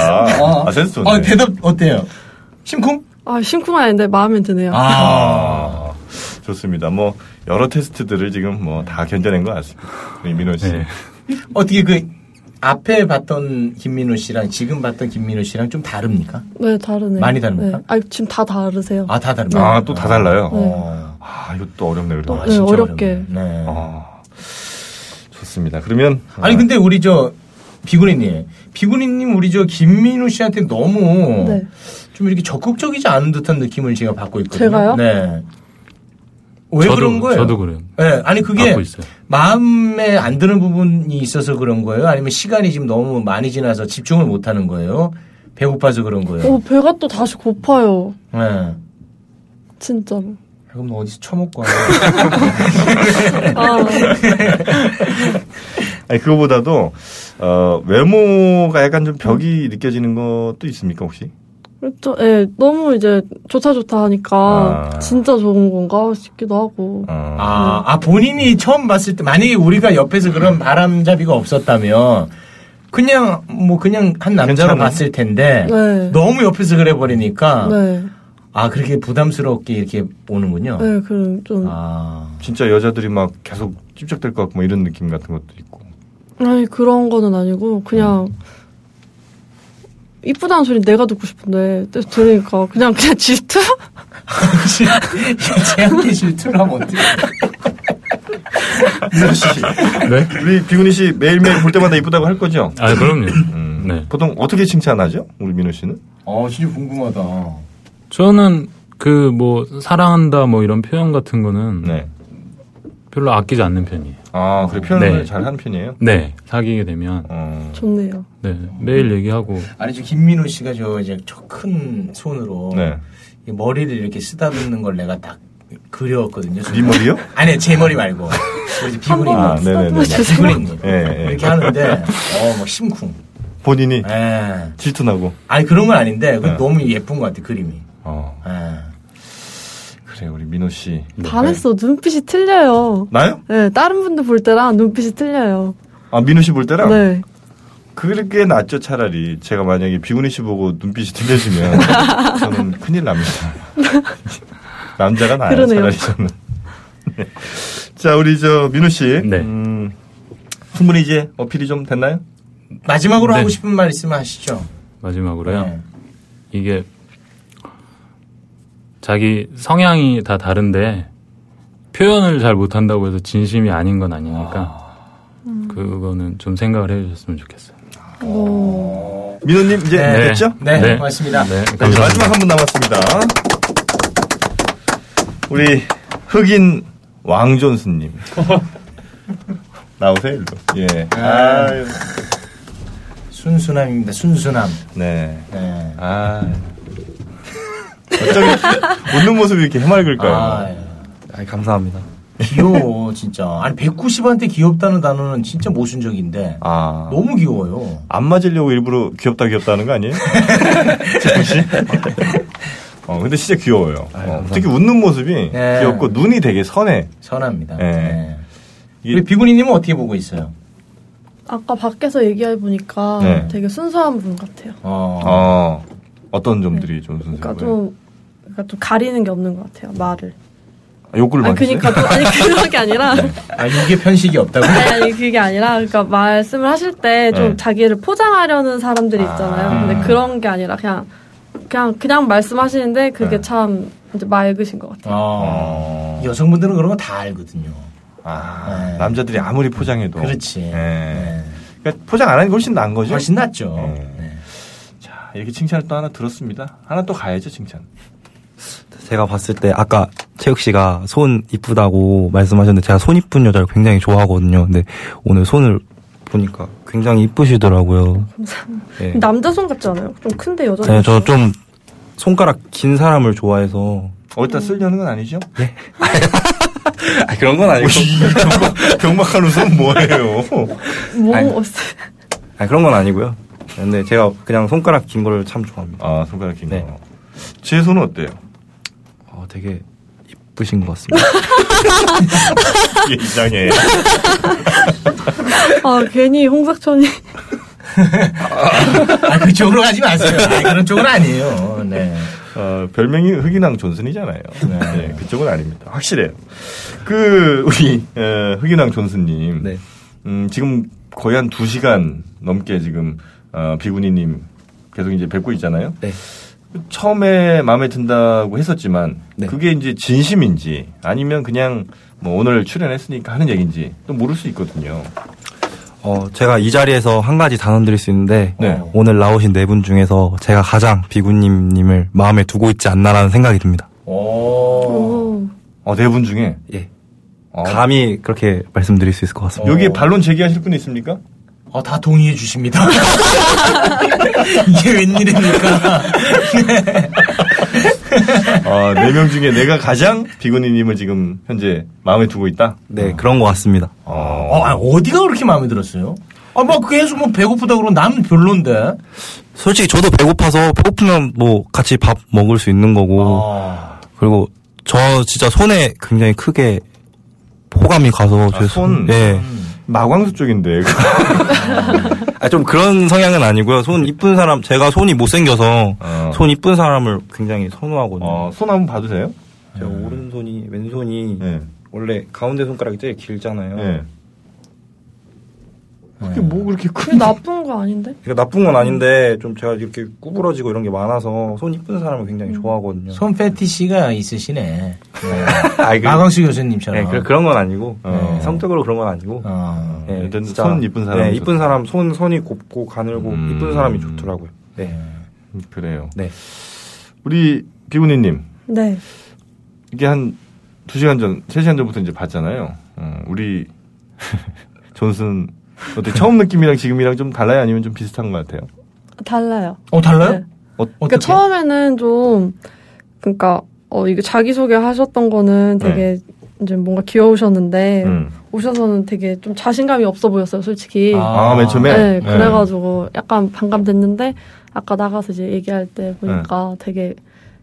[SPEAKER 4] 아 센스 좋네.
[SPEAKER 5] 어, 대답 어때요? 심쿵?
[SPEAKER 6] 아 심쿵하는데 마음에 드네요.
[SPEAKER 4] 아 좋습니다. 뭐 여러 테스트들을 지금 뭐 다 견뎌낸 것 같습니다. 우리 민호 씨.
[SPEAKER 5] 네. 어떻게 그 앞에 봤던 김민호 씨랑 지금 봤던 김민호 씨랑 좀 다릅니까?
[SPEAKER 6] 네 다르네요.
[SPEAKER 5] 많이 다릅니까?
[SPEAKER 6] 네. 아 지금 다 다르세요.
[SPEAKER 5] 아, 다 다릅니다.
[SPEAKER 4] 아 또 다 달라요.
[SPEAKER 6] 네.
[SPEAKER 5] 어.
[SPEAKER 4] 아 이것도 어렵네 그래도.
[SPEAKER 6] 네, 어렵게.
[SPEAKER 5] 네.
[SPEAKER 4] 아, 좋습니다. 그러면
[SPEAKER 5] 아니,
[SPEAKER 4] 아,
[SPEAKER 5] 근데 우리 저 비구니님. 비구니님 우리 저 김민호 씨한테 너무
[SPEAKER 6] 네.
[SPEAKER 5] 좀 이렇게 적극적이지 않은 듯한 느낌을 제가 받고 있거든요.
[SPEAKER 6] 제가요?
[SPEAKER 5] 네. 왜
[SPEAKER 11] 저도-
[SPEAKER 5] 그런 거예요?
[SPEAKER 11] 저도 그래요.
[SPEAKER 5] 네, 아니 그게
[SPEAKER 11] 받고 있어요.
[SPEAKER 5] 마음에 안 드는 부분이 있어서 그런 거예요? 아니면 시간이 지금 너무 많이 지나서 집중을 못 하는 거예요? 배고파서 그런 거예요?
[SPEAKER 6] 오 어, 배가 또 다시 고파요.
[SPEAKER 5] 네.
[SPEAKER 6] 진짜로.
[SPEAKER 5] 그럼 너 어디서 처먹고 와.
[SPEAKER 6] 아,
[SPEAKER 4] 아니 그거보다도 어, 외모가 약간 좀 벽이 느껴지는 것도 있습니까 혹시?
[SPEAKER 6] 그렇죠. 예, 너무 이제 좋다 좋다 하니까
[SPEAKER 4] 아.
[SPEAKER 6] 진짜 좋은 건가 싶기도 하고.
[SPEAKER 4] 어,
[SPEAKER 5] 아, 아, 본인이 처음 봤을 때, 만약에 우리가 옆에서 그런 바람잡이가 없었다면, 그냥, 뭐, 그냥 한 남자로
[SPEAKER 4] 괜찮아요?
[SPEAKER 5] 봤을 텐데,
[SPEAKER 6] 네.
[SPEAKER 5] 너무 옆에서 그래버리니까,
[SPEAKER 6] 네.
[SPEAKER 5] 아, 그렇게 부담스럽게 이렇게 오는군요.
[SPEAKER 6] 네, 그럼 좀
[SPEAKER 5] 아,
[SPEAKER 4] 진짜 여자들이 막 계속 찝쩍댈 것 같고 뭐 이런 느낌 같은 것도 있고.
[SPEAKER 6] 아니 그런 거는 아니고 그냥 이쁘다는 소리 내가 듣고 싶은데 또 들으니까 그냥 그냥 질투?
[SPEAKER 5] 제한테 질투를 하면 어떡해.
[SPEAKER 4] 민호 씨,
[SPEAKER 11] 네?
[SPEAKER 4] 우리 비구니 씨 매일매일 볼 때마다 이쁘다고 할 거죠? 음.
[SPEAKER 11] 아 그럼요. 네.
[SPEAKER 4] 보통 어떻게 칭찬하죠? 우리 민호 씨는?
[SPEAKER 5] 어, 진짜 궁금하다.
[SPEAKER 11] 저는 그 뭐 사랑한다 뭐 이런 표현 같은 거는 음. 별로 아끼지 않는 편이에요.
[SPEAKER 4] 네. 아, 그래 표현을
[SPEAKER 11] 네.
[SPEAKER 4] 잘 하는 편이에요? 어.
[SPEAKER 11] 네 사귀게 되면
[SPEAKER 6] 좋네요.
[SPEAKER 11] 네 매일 얘기하고
[SPEAKER 5] 아니, 저 김민호 씨가 저, 이제, 저 큰 손으로,
[SPEAKER 11] 네.
[SPEAKER 5] 이 머리를 이렇게 쓰다듬는 걸 내가 딱 그려왔거든요.
[SPEAKER 4] 네 머리요?
[SPEAKER 5] 아니, 제 머리 말고. 우리 이제
[SPEAKER 4] 한
[SPEAKER 5] 비구니
[SPEAKER 4] 번만 아, 네네네. 써주세요.
[SPEAKER 5] 비구니
[SPEAKER 4] 예, 예.
[SPEAKER 5] 이렇게 하는데 어막 심쿵.
[SPEAKER 4] 본인이
[SPEAKER 11] 네.
[SPEAKER 5] 예.
[SPEAKER 4] 질투나고.
[SPEAKER 5] 아니 그런 건 아닌데 그건
[SPEAKER 4] 예.
[SPEAKER 5] 너무 예쁜 것 같아 그림이.
[SPEAKER 4] 어.
[SPEAKER 5] 예.
[SPEAKER 4] 그래 우리 민호 씨.
[SPEAKER 6] 반했어. 눈빛이 틀려요.
[SPEAKER 4] 나요?
[SPEAKER 6] 네, 다른 분들 볼 때랑 눈빛이 틀려요.
[SPEAKER 4] 아 민호 씨 볼 때랑.
[SPEAKER 6] 네.
[SPEAKER 4] 그게 낫죠 차라리 제가 만약에 비구니 씨 보고 눈빛이 틀려지면 저는 큰일 납니다. 남자가 나아요
[SPEAKER 6] 그러네요.
[SPEAKER 4] 차라리 저는. 네. 자 우리 저 민호 씨.
[SPEAKER 11] 네.
[SPEAKER 4] 음, 충분히 이제 어필이 좀 됐나요?
[SPEAKER 5] 마지막으로
[SPEAKER 11] 네.
[SPEAKER 5] 하고 싶은 말 있으면 하시죠. 네.
[SPEAKER 11] 마지막으로요. 이게 자기 성향이 다 다른데 표현을 잘 못한다고 해서 진심이 아닌 건 아니니까 그거는 좀 생각을 해주셨으면 좋겠어요.
[SPEAKER 4] 민호님 이제
[SPEAKER 11] 네.
[SPEAKER 4] 됐죠?
[SPEAKER 11] 네, 네. 고맙습니다. 네,
[SPEAKER 4] 자, 이제
[SPEAKER 11] 감사합니다.
[SPEAKER 4] 마지막 한 분 남았습니다. 우리 흑인 왕존스님 나오세요 일로. 예.
[SPEAKER 5] 아,
[SPEAKER 4] 아유.
[SPEAKER 5] 순수남입니다. 순수남.
[SPEAKER 4] 네.
[SPEAKER 5] 네.
[SPEAKER 4] 아. 어쩌면 웃는 모습이 이렇게 해맑을까요?
[SPEAKER 5] 아,
[SPEAKER 4] 감사합니다.
[SPEAKER 5] 귀여워 진짜. 아니 190한테 귀엽다는 단어는 진짜 모순적인데
[SPEAKER 4] 아.
[SPEAKER 5] 너무 귀여워요.
[SPEAKER 4] 안 맞으려고 일부러 귀엽다 귀엽다 하는 거 아니에요? 재훈 씨? 어, 근데 진짜 귀여워요. 어, 특히 웃는 모습이
[SPEAKER 5] 네.
[SPEAKER 4] 귀엽고 눈이 되게 선해.
[SPEAKER 5] 선합니다. 네.
[SPEAKER 4] 예.
[SPEAKER 5] 우리 비구니님은 어떻게 보고 있어요?
[SPEAKER 6] 아까 밖에서 얘기해 보니까
[SPEAKER 4] 네.
[SPEAKER 6] 되게 순수한 분 같아요.
[SPEAKER 5] 어.
[SPEAKER 4] 어. 어떤 점들이 좀
[SPEAKER 6] 그러니까
[SPEAKER 4] 선생님?
[SPEAKER 6] 좀, 그러니까 좀 가리는 게 없는 것 같아요. 말을.
[SPEAKER 4] 욕을
[SPEAKER 6] 아니 그러니까
[SPEAKER 4] 많이
[SPEAKER 6] 그니까 또- 아니 그런 게 아니라
[SPEAKER 5] 아 이게 편식이 없다고?
[SPEAKER 6] 아니, 아니 그게 아니라 그러니까 말씀을 하실 때 좀
[SPEAKER 5] 네.
[SPEAKER 6] 자기를 포장하려는 사람들이 있잖아요. 근데 그런 게 아니라 그냥 그냥 그냥 말씀하시는데 그게 참 이제 맑으신 것 같아요.
[SPEAKER 5] 어. 여성분들은 그런 거 다 알거든요.
[SPEAKER 4] 아, 남자들이 아무리 포장해도.
[SPEAKER 5] 예. 그렇지. 네.
[SPEAKER 4] 예. 그러니까 포장 안 하는 게 훨씬 나은 거죠?
[SPEAKER 5] 훨씬 낫죠. 네.
[SPEAKER 4] 자, 이렇게 칭찬을 또 하나 들었습니다. 하나 또 가야죠, 칭찬.
[SPEAKER 13] 제가 봤을 때 아까 채욱 씨가 손 이쁘다고 말씀하셨는데 제가 손 이쁜 여자를 굉장히 좋아하거든요. 근데 오늘 손을 보니까 굉장히 이쁘시더라고요. 네.
[SPEAKER 6] 남자 손 같지 않아요? 좀 큰데 여자 손.
[SPEAKER 13] 네, 저 좀 손가락 긴 사람을 좋아해서
[SPEAKER 6] 음.
[SPEAKER 4] 어디다 쓰려는 건 아니죠?
[SPEAKER 13] 아, 그런 건 아니고
[SPEAKER 4] 경박한 웃음 뭐예요?
[SPEAKER 6] 뭐
[SPEAKER 13] 아니.
[SPEAKER 6] 없어요.
[SPEAKER 13] 아, 그런 건 아니고요. 근데 제가 그냥 손가락 긴 거를 참 좋아합니다.
[SPEAKER 4] 아, 손가락 긴
[SPEAKER 13] 네.
[SPEAKER 4] 거. 제 손은 어때요?
[SPEAKER 13] 어, 되게 이쁘신 것 같습니다.
[SPEAKER 4] 이게 이상해.
[SPEAKER 6] 아 괜히 홍석천이
[SPEAKER 5] 아, 그쪽으로 가지 마세요. 아, 그런 쪽은 아니에요. 네.
[SPEAKER 4] 어, 별명이 흑인왕 존슨이잖아요. 네. 그쪽은 아닙니다. 확실해요. 그, 우리, 어, 흑인왕 존슨님.
[SPEAKER 13] 네.
[SPEAKER 4] 음, 지금 거의 한 두시간 넘게 지금, 어, 비구니님 계속 이제 뵙고 있잖아요.
[SPEAKER 13] 네.
[SPEAKER 4] 처음에 마음에 든다고 했었지만,
[SPEAKER 13] 네.
[SPEAKER 4] 그게 이제 진심인지, 아니면 그냥 뭐 오늘 출연했으니까 하는 얘기인지 또 모를 수 있거든요.
[SPEAKER 13] 어, 제가 이 자리에서 한 가지 단언 드릴 수 있는데
[SPEAKER 4] 네.
[SPEAKER 13] 오늘 나오신 네 분 중에서 제가 가장 비구님님을 마음에 두고 있지 않나라는 생각이 듭니다.
[SPEAKER 6] 오.
[SPEAKER 4] 어, 네 분 중에? 어.
[SPEAKER 13] 예. 감히 그렇게 말씀드릴 수 있을 것 같습니다.
[SPEAKER 4] 여기에 반론 제기하실 분 있습니까?
[SPEAKER 5] 어, 다 동의해 주십니다. 이게 웬일입니까?
[SPEAKER 4] 아, 네 명 중에 내가 가장 비구니님을 지금 현재 마음에 두고 있다?
[SPEAKER 13] 네, 그런 것 같습니다.
[SPEAKER 5] 어, 아, 어디가 그렇게 마음에 들었어요? 아, 막 계속 뭐 배고프다 그러고 나는 별론데.
[SPEAKER 13] 솔직히 저도 배고파서 배고프면 뭐 같이 밥 먹을 수 있는 거고
[SPEAKER 5] 아,
[SPEAKER 13] 그리고 저 진짜 손에 굉장히 크게 호감이 가서
[SPEAKER 4] 아,
[SPEAKER 13] 제
[SPEAKER 4] 손?
[SPEAKER 13] 어,
[SPEAKER 4] 음.
[SPEAKER 13] 예.
[SPEAKER 4] 마광수 쪽인데.
[SPEAKER 13] 아, 좀 그런 성향은 아니고요. 손 이쁜 사람, 제가 손이 못생겨서 손 이쁜 사람을 굉장히 선호하거든요.
[SPEAKER 4] 어. 손 한번 봐주세요. 네.
[SPEAKER 13] 제 오른손이, 왼손이 원래 가운데 손가락이 제일 길잖아요.
[SPEAKER 4] 네.
[SPEAKER 13] 네.
[SPEAKER 4] 그게 뭐 그렇게
[SPEAKER 6] 그게 나쁜 거 아닌데?
[SPEAKER 13] 그러니까 나쁜 건 아닌데 좀 제가 이렇게 구부러지고 이런 게 많아서 손 이쁜 사람을 굉장히 좋아하거든요.
[SPEAKER 5] 손 패티시가 있으시네.
[SPEAKER 13] 아, 그-
[SPEAKER 5] 마광수 교수님처럼.
[SPEAKER 13] 네, 그, 그런 건 아니고
[SPEAKER 5] 어.
[SPEAKER 13] 네, 성격으로 그런 건 아니고 네,
[SPEAKER 4] 일단
[SPEAKER 13] 진짜,
[SPEAKER 4] 손 이쁜 사람.
[SPEAKER 13] 네, 이쁜 사람 손 손이 곱고 가늘고 이쁜 사람이 좋더라고요. 네.
[SPEAKER 4] 음. 그래요.
[SPEAKER 13] 네.
[SPEAKER 4] 우리 비구니님,
[SPEAKER 6] 네.
[SPEAKER 4] 이게 한 2시간 전, 3시간 전부터 이제 봤잖아요. 어, 우리 존슨, 어때? 처음 느낌이랑 지금이랑 좀 달라요? 아니면 좀 비슷한 것 같아요?
[SPEAKER 6] 달라요.
[SPEAKER 5] 어, 달라요?
[SPEAKER 6] 네.
[SPEAKER 4] 어,
[SPEAKER 6] 그러니까 처음에는 좀
[SPEAKER 4] 음.
[SPEAKER 6] 그러니까 어 이게 자기 소개 하셨던 거는 되게 이제 뭔가 귀여우셨는데 오셔서는 되게 좀 자신감이 없어 보였어요, 솔직히.
[SPEAKER 4] 아, 맨 처음에? 네.
[SPEAKER 6] 네, 그래가지고 약간 반감됐는데 아까 나가서 이제 얘기할 때 보니까 되게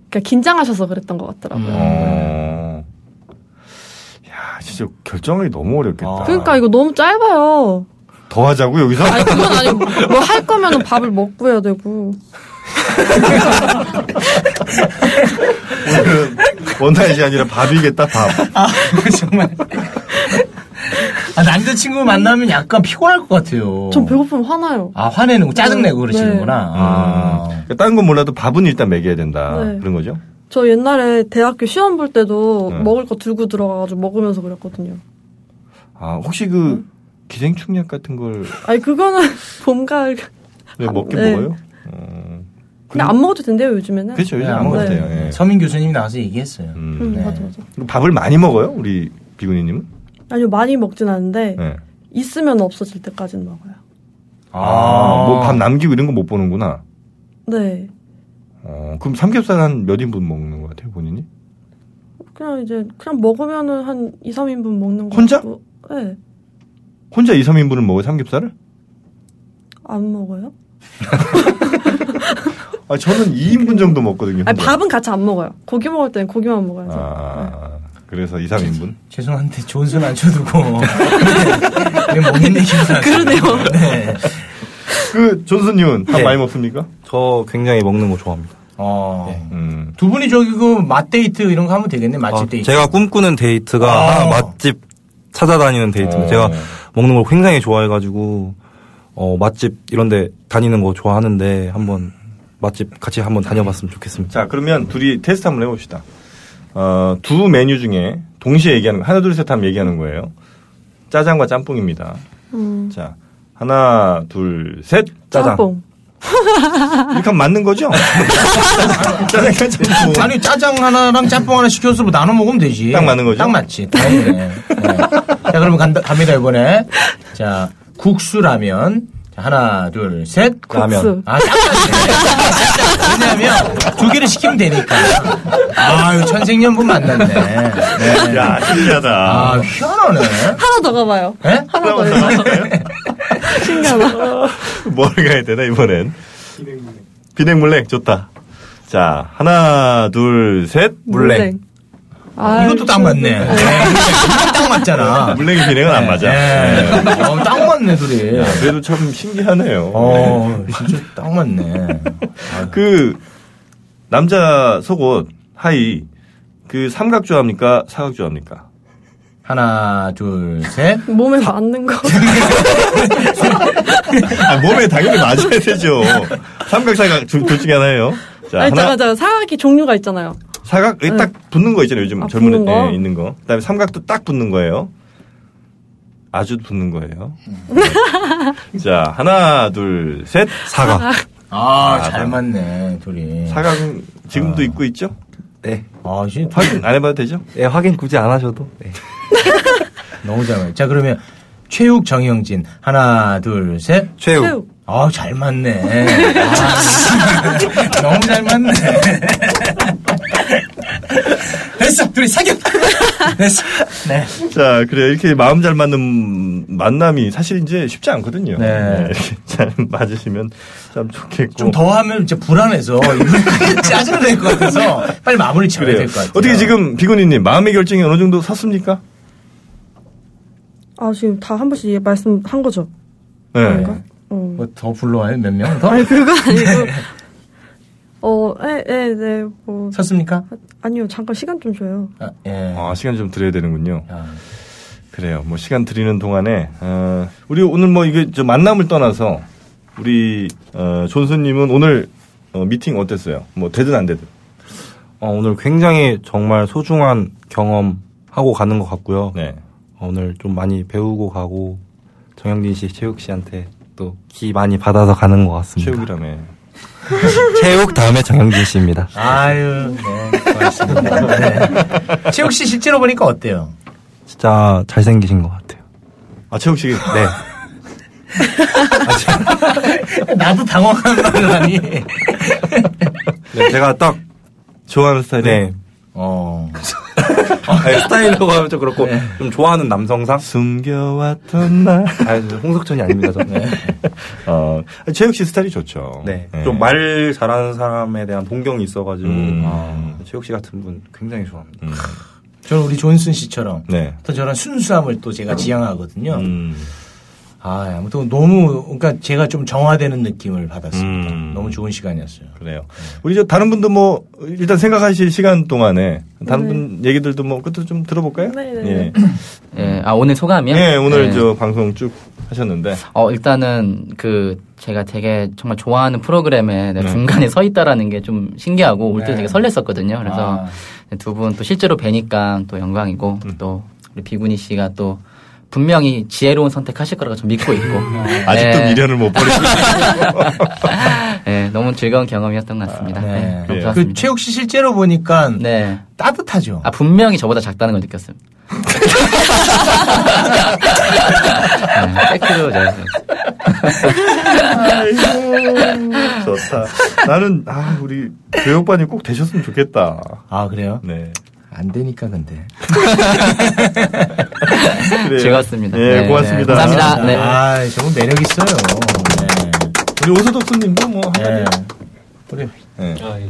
[SPEAKER 6] 그러니까 긴장하셔서 그랬던 것 같더라고요.
[SPEAKER 4] 어. 야, 진짜 결정하기 너무 어렵겠다.
[SPEAKER 6] 그러니까 이거 너무 짧아요.
[SPEAKER 4] 더 하자고 여기서?
[SPEAKER 6] 그건 아니고 뭐 할 거면은 밥을 먹고 해야 되고.
[SPEAKER 4] 오늘은 원나잇이 아니라 밥이겠다 밥.
[SPEAKER 5] 정말. 아, 남자친구 만나면 약간 피곤할 것 같아요.
[SPEAKER 6] 전 배고프면 화나요.
[SPEAKER 5] 아, 화내는 거 짜증내고
[SPEAKER 6] 네.
[SPEAKER 5] 그러시는구나.
[SPEAKER 4] 아. 그러니까 다른 건 몰라도 밥은 일단 먹여야 된다.
[SPEAKER 6] 네.
[SPEAKER 4] 그런 거죠?
[SPEAKER 6] 저 옛날에 대학교 시험 볼 때도
[SPEAKER 4] 네.
[SPEAKER 6] 먹을 거 들고 들어가가지고 먹으면서 그랬거든요.
[SPEAKER 4] 아, 혹시 그
[SPEAKER 6] 음?
[SPEAKER 4] 기생충약 같은 걸
[SPEAKER 6] 아니 그거는 봄 가을
[SPEAKER 4] 왜 먹게
[SPEAKER 6] 네.
[SPEAKER 4] 먹어요?
[SPEAKER 6] 근데 안 먹어도 된대요 요즘에는.
[SPEAKER 4] 그렇죠. 네. 요즘
[SPEAKER 5] 네,
[SPEAKER 4] 안
[SPEAKER 5] 안
[SPEAKER 4] 먹어도
[SPEAKER 5] 먹어도
[SPEAKER 4] 돼요. 예.
[SPEAKER 5] 서민 교수님이 나와서 얘기했어요.
[SPEAKER 6] 음, 맞아 맞아.
[SPEAKER 4] 밥을 많이 먹어요? 우리 비구니님은?
[SPEAKER 6] 아니요 많이 먹진 않는데
[SPEAKER 4] 네.
[SPEAKER 6] 있으면 없어질 때까지는 먹어요.
[SPEAKER 4] 아, 뭐 밥 남기고 이런 거 못 보는구나.
[SPEAKER 6] 네.
[SPEAKER 4] 어, 그럼 삼겹살 한 몇 인분 먹는 것 같아요, 본인이?
[SPEAKER 6] 그냥 이제 그냥 먹으면은 한 2, 3인분 먹는 거.
[SPEAKER 4] 혼자?
[SPEAKER 6] 같고. 네.
[SPEAKER 4] 혼자 2, 3인분을 먹어요, 삼겹살을?
[SPEAKER 6] 안 먹어요.
[SPEAKER 4] 아, 저는 2인분 정도 먹거든요.
[SPEAKER 6] 아니
[SPEAKER 4] 혼자.
[SPEAKER 6] 밥은 같이 안 먹어요. 고기 먹을 때는 고기만 먹어야죠.
[SPEAKER 4] 아, 그래서 2, 3인분?
[SPEAKER 5] 죄송한데 좋은 손안 쳐두고 왜 먹는 얘기만
[SPEAKER 6] 그러네요.
[SPEAKER 5] 네.
[SPEAKER 4] 그, 존슨님은 밥
[SPEAKER 13] 네.
[SPEAKER 4] 많이 먹습니까?
[SPEAKER 13] 저 굉장히 먹는 거 좋아합니다.
[SPEAKER 5] 어.
[SPEAKER 4] 음.
[SPEAKER 5] 두 분이 저기 그맛 데이트 이런 거 하면 되겠네.
[SPEAKER 13] 아,
[SPEAKER 5] 맛집 데이트.
[SPEAKER 13] 제가 꿈꾸는 데이트가
[SPEAKER 5] 아.
[SPEAKER 13] 하나 맛집 찾아다니는 데이트입니다.
[SPEAKER 4] 어.
[SPEAKER 13] 제가 먹는 걸 굉장히 좋아해가지고 어, 맛집 이런데 다니는 거 좋아하는데 한번 맛집 같이 한번 다녀봤으면 좋겠습니다.
[SPEAKER 4] 자, 그러면 둘이 테스트 한번 해봅시다. 어, 두 메뉴 중에 동시에 얘기하는 거, 하나, 둘, 셋 하면 얘기하는 거예요. 짜장과 짬뽕입니다.
[SPEAKER 6] 음.
[SPEAKER 4] 자, 하나, 둘, 셋.
[SPEAKER 6] 짬뽕.
[SPEAKER 4] 이렇게 하면 맞는 거죠? 짜장, 짬뽕.
[SPEAKER 5] 아니 짜장 하나랑 짬뽕 하나 시켜서 뭐 나눠 먹으면 되지.
[SPEAKER 4] 딱 맞는 거죠?
[SPEAKER 5] 딱 맞지. 다행이네. 네. 자 그러면 간다, 갑니다 이번에. 자 국수 라면. 자, 하나 둘 셋.
[SPEAKER 6] 국수.
[SPEAKER 5] 아 짬뽕. 왜냐하면 두 개를 시키면 되니까. 아유 천생연분 만났네. 네.
[SPEAKER 4] 야, 신기하다.
[SPEAKER 5] 아 희한하네. 예?
[SPEAKER 6] 하나 더 가봐요.
[SPEAKER 5] 에?
[SPEAKER 6] 하나 더 해봐요. 신기하다.
[SPEAKER 4] 뭘 가야 되나, 이번엔? 비냉물냉, 좋다. 자, 하나, 둘, 셋.
[SPEAKER 6] 아,
[SPEAKER 5] 이것도 딱 맞네. 네. 딱 맞잖아.
[SPEAKER 4] 물냉이 비냉은 안 맞아. 네.
[SPEAKER 5] 어, 딱 맞네 둘이.
[SPEAKER 4] 야, 그래도 참 신기하네요.
[SPEAKER 5] 어 진짜 딱 맞네.
[SPEAKER 4] 그 남자 속옷 하이 그 삼각 좋아합니까 사각 좋아합니까?
[SPEAKER 5] 하나 둘 셋.
[SPEAKER 6] 몸에 맞는 거.
[SPEAKER 4] 아, 몸에 당연히 맞아야 되죠. 삼각 사각 둘, 둘 중에 하나예요. 자
[SPEAKER 6] 아니
[SPEAKER 4] 하나
[SPEAKER 6] 잠깐 잠깐 사각이 종류가 있잖아요.
[SPEAKER 4] 사각 이딱 붙는 거 있잖아요. 요즘
[SPEAKER 6] 아,
[SPEAKER 4] 젊은
[SPEAKER 6] 붙는 거?
[SPEAKER 4] 애 네, 있는 거. 그다음에 삼각도 딱 붙는 거예요. 아주 붙는 거예요. 네. 자 하나 둘 셋.
[SPEAKER 13] 사과.
[SPEAKER 5] 아,
[SPEAKER 4] 아,
[SPEAKER 5] 잘
[SPEAKER 4] 나-
[SPEAKER 5] 맞네, 둘이.
[SPEAKER 4] 사각은 지금도 입고 있죠?
[SPEAKER 13] 네.
[SPEAKER 5] 아, 진
[SPEAKER 4] 확인 안 해봐도 되죠?
[SPEAKER 13] 예, 확인 굳이 안 하셔도. 네.
[SPEAKER 5] 너무 잘 맞네. 자, 그러면 최욱, 정영진. 하나, 둘, 셋.
[SPEAKER 13] 최욱.
[SPEAKER 6] 새우.
[SPEAKER 5] 아, 잘 맞네. 아, 너무 잘 맞네. 됐어, 둘이 사겨. 됐어. 네.
[SPEAKER 4] 자, 그래 이렇게 마음 잘 맞는 만남이 사실 이제 쉽지 않거든요.
[SPEAKER 5] 네.
[SPEAKER 4] 이렇게 잘 맞으시면 참 좋겠고.
[SPEAKER 5] 좀 더 하면 이제 불안해서 이거 짜증 낼것 같아서 빨리 마무리 쳐야 될
[SPEAKER 4] 그래요.
[SPEAKER 5] 것 같아요.
[SPEAKER 4] 네. 어떻게 지금 비건이님 마음의 결정이 어느 정도 섰습니까?
[SPEAKER 6] 아 지금 다 한 번씩 말씀한 거죠.
[SPEAKER 4] 네.
[SPEAKER 6] 어.
[SPEAKER 5] 뭐더 불러와요? 몇 명? 더?
[SPEAKER 6] 아니 그거 아니고 어, 에, 에, 네, 뭐
[SPEAKER 5] 섰습니까?
[SPEAKER 6] 아니요 잠깐 시간 좀 줘요.
[SPEAKER 5] 아, 예.
[SPEAKER 4] 아, 시간 좀 드려야 되는군요.
[SPEAKER 5] 아.
[SPEAKER 4] 그래요. 뭐 시간 드리는 동안에 어, 우리 오늘 뭐 이게 저 만남을 떠나서 우리 어, 존수님은 오늘 어, 미팅 어땠어요? 뭐 되든 안 되든.
[SPEAKER 13] 어, 오늘 굉장히 정말 소중한 경험 하고 가는 것 같고요.
[SPEAKER 4] 네.
[SPEAKER 13] 어, 오늘 좀 많이 배우고 가고 정영진 씨, 최욱 씨한테 또 기 많이 받아서 가는 것 같습니다.
[SPEAKER 4] 최욱이라며.
[SPEAKER 13] 체육 다음에 정영진 씨입니다.
[SPEAKER 5] 아유, 네, 고맙습니다. 네. 최욱 씨 실제로 보니까 어때요?
[SPEAKER 13] 진짜 잘생기신 것 같아요.
[SPEAKER 4] 아 최욱 씨.
[SPEAKER 13] 네.
[SPEAKER 5] 나도 당황한 말을 하니.
[SPEAKER 13] 네, 제가 딱
[SPEAKER 4] 좋아하는 스타일이.
[SPEAKER 13] 네.
[SPEAKER 5] 어.
[SPEAKER 13] 스타일이라고 하면 좀 그렇고 좀 좋아하는 남성상
[SPEAKER 4] 숨겨왔던 날.
[SPEAKER 13] 아, 저 홍석천이 아닙니다. 저는
[SPEAKER 5] 네.
[SPEAKER 4] 어, 최욱 씨 스타일이 좋죠.
[SPEAKER 13] 네.
[SPEAKER 4] 네.
[SPEAKER 13] 좀 말 잘하는 사람에 대한 동경이 있어가지고
[SPEAKER 4] 음.
[SPEAKER 13] 아, 최욱 씨 같은 분 굉장히 좋아합니다.
[SPEAKER 5] 저는 우리 존슨 씨처럼
[SPEAKER 4] 네. 음.
[SPEAKER 5] 또 저런 순수함을 또 제가 지향하거든요. 아, 아무튼 너무 그러니까 제가 좀 정화되는 느낌을 받았습니다.
[SPEAKER 4] 음.
[SPEAKER 5] 너무 좋은 시간이었어요.
[SPEAKER 4] 그래요. 음. 우리 저 다른 분도 뭐 일단 생각하실 시간 동안에 다른
[SPEAKER 7] 네.
[SPEAKER 4] 분 얘기들도 뭐 그것도 좀 들어볼까요?
[SPEAKER 6] 네.
[SPEAKER 4] 예.
[SPEAKER 7] 아 오늘 소감이요?
[SPEAKER 4] 예, 오늘
[SPEAKER 7] 네.
[SPEAKER 4] 저 방송 쭉 하셨는데
[SPEAKER 7] 어 일단은 그 제가 되게 정말 좋아하는 프로그램에 내가
[SPEAKER 4] 네.
[SPEAKER 7] 중간에 서 있다라는 게 좀 신기하고 올 때 되게 설렜었거든요. 그래서
[SPEAKER 5] 아.
[SPEAKER 7] 두 분 또 실제로 뵈니까 또 영광이고
[SPEAKER 4] 음.
[SPEAKER 7] 또 우리 비구니 씨가 또 분명히 지혜로운 선택하실 거라고 좀 믿고 있고
[SPEAKER 4] 음. 아직도
[SPEAKER 7] 네.
[SPEAKER 4] 미련을 못 버리시고
[SPEAKER 7] 네, 너무 즐거운 경험이었던 것
[SPEAKER 4] 아,
[SPEAKER 7] 같습니다. 네, 너무
[SPEAKER 5] 예.
[SPEAKER 7] 좋았습니다. 네.
[SPEAKER 5] 그 최욱 씨 실제로 보니까 따뜻하죠.
[SPEAKER 7] 아 분명히 저보다 작다는 걸 느꼈어요. 네, 팩트로 제가
[SPEAKER 4] 좋다. 나는 아 우리 교육반이 꼭 되셨으면 좋겠다.
[SPEAKER 5] 아 그래요?
[SPEAKER 4] 네.
[SPEAKER 5] 안 되니까 근데.
[SPEAKER 4] 그래요.
[SPEAKER 5] 즐거웠습니다.
[SPEAKER 4] 예,
[SPEAKER 5] 네,
[SPEAKER 4] 고맙습니다.
[SPEAKER 5] 네, 감사합니다. 네. 아, 정말 매력 있어요. 네.
[SPEAKER 4] 우리 오소독수님도 뭐
[SPEAKER 7] 아,
[SPEAKER 13] 네.
[SPEAKER 4] 한마디.
[SPEAKER 7] 네.
[SPEAKER 5] 그래.
[SPEAKER 4] 네.
[SPEAKER 5] 아, 예.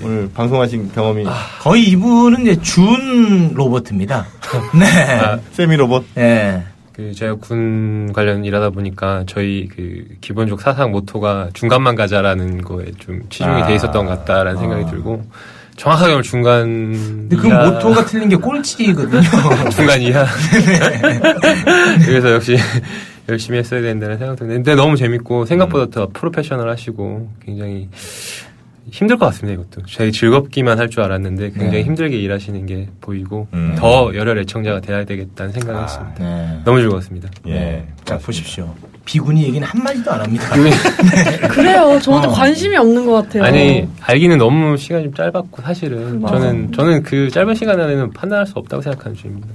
[SPEAKER 4] 오늘 방송하신 경험이
[SPEAKER 5] 거의 이분은 이제 준 로버트입니다.
[SPEAKER 7] 아.
[SPEAKER 5] 네.
[SPEAKER 4] 세미 로봇.
[SPEAKER 5] 네.
[SPEAKER 8] 그 제가 군 관련 일하다 보니까 저희 그 기본적 사상 모토가 중간만 가자라는 거에 좀 치중이
[SPEAKER 5] 아.
[SPEAKER 8] 돼 있었던 것 같다라는 생각이
[SPEAKER 11] 아.
[SPEAKER 8] 들고 정확하게 하면 중간
[SPEAKER 5] 근데 그
[SPEAKER 8] 이하-
[SPEAKER 5] 모토가 틀린 게 꼴찌거든요.
[SPEAKER 8] 중간 이하 그래서 역시 열심히 했어야 된다는 생각도 드는데 너무 재밌고 생각보다 더 프로페셔널 하시고 굉장히 힘들 것 같습니다 이것도 저희 즐겁기만 할 줄 알았는데 굉장히
[SPEAKER 5] 네.
[SPEAKER 8] 힘들게 일하시는 게 보이고
[SPEAKER 4] 음.
[SPEAKER 8] 더 열혈 애청자가 돼야 되겠다는 생각을 했습니다
[SPEAKER 5] 네.
[SPEAKER 8] 너무 즐거웠습니다
[SPEAKER 4] 예.
[SPEAKER 5] 자 보십시오. 비군이 얘기는 한 마디도 안 합니다.
[SPEAKER 6] 그래요. 저한테
[SPEAKER 8] 어.
[SPEAKER 6] 관심이 없는 것 아. 같아요.
[SPEAKER 8] 아니 알기는 너무 시간이 좀 짧았고 사실은
[SPEAKER 6] 맞아.
[SPEAKER 5] 음.
[SPEAKER 8] 저는 저는 그 짧은 시간 안에는 판단할 수 없다고 생각하는 주입니다.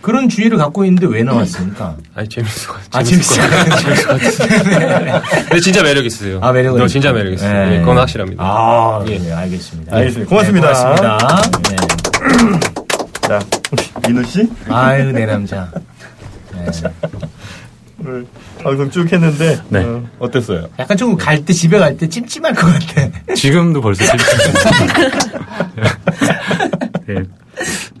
[SPEAKER 5] 그런 주의를 갖고 있는데 왜 나왔습니까?
[SPEAKER 8] 아니 재밌어.
[SPEAKER 5] 아,
[SPEAKER 8] 재밌을 것 같아요.
[SPEAKER 5] 재밌을 것 같아요.
[SPEAKER 8] 근데 진짜 매력 있으세요.
[SPEAKER 5] 아, 매력은
[SPEAKER 8] 너 진짜
[SPEAKER 5] 있죠.
[SPEAKER 8] 매력 있어요.
[SPEAKER 5] 네.
[SPEAKER 8] 예, 그건 확실합니다.
[SPEAKER 5] 아, 예, 네, 알겠습니다.
[SPEAKER 4] 알겠습니다. 고맙습니다.
[SPEAKER 5] 네, 고맙습니다. 네.
[SPEAKER 4] 자, 민우 씨.
[SPEAKER 5] 아유, 내 남자.
[SPEAKER 4] 오늘 방송 쭉 했는데
[SPEAKER 11] 네.
[SPEAKER 4] 어, 어땠어요?
[SPEAKER 5] 약간 좀 갈 때 집에 갈 때 찜찜할 것 같아.
[SPEAKER 11] 지금도 벌써 네,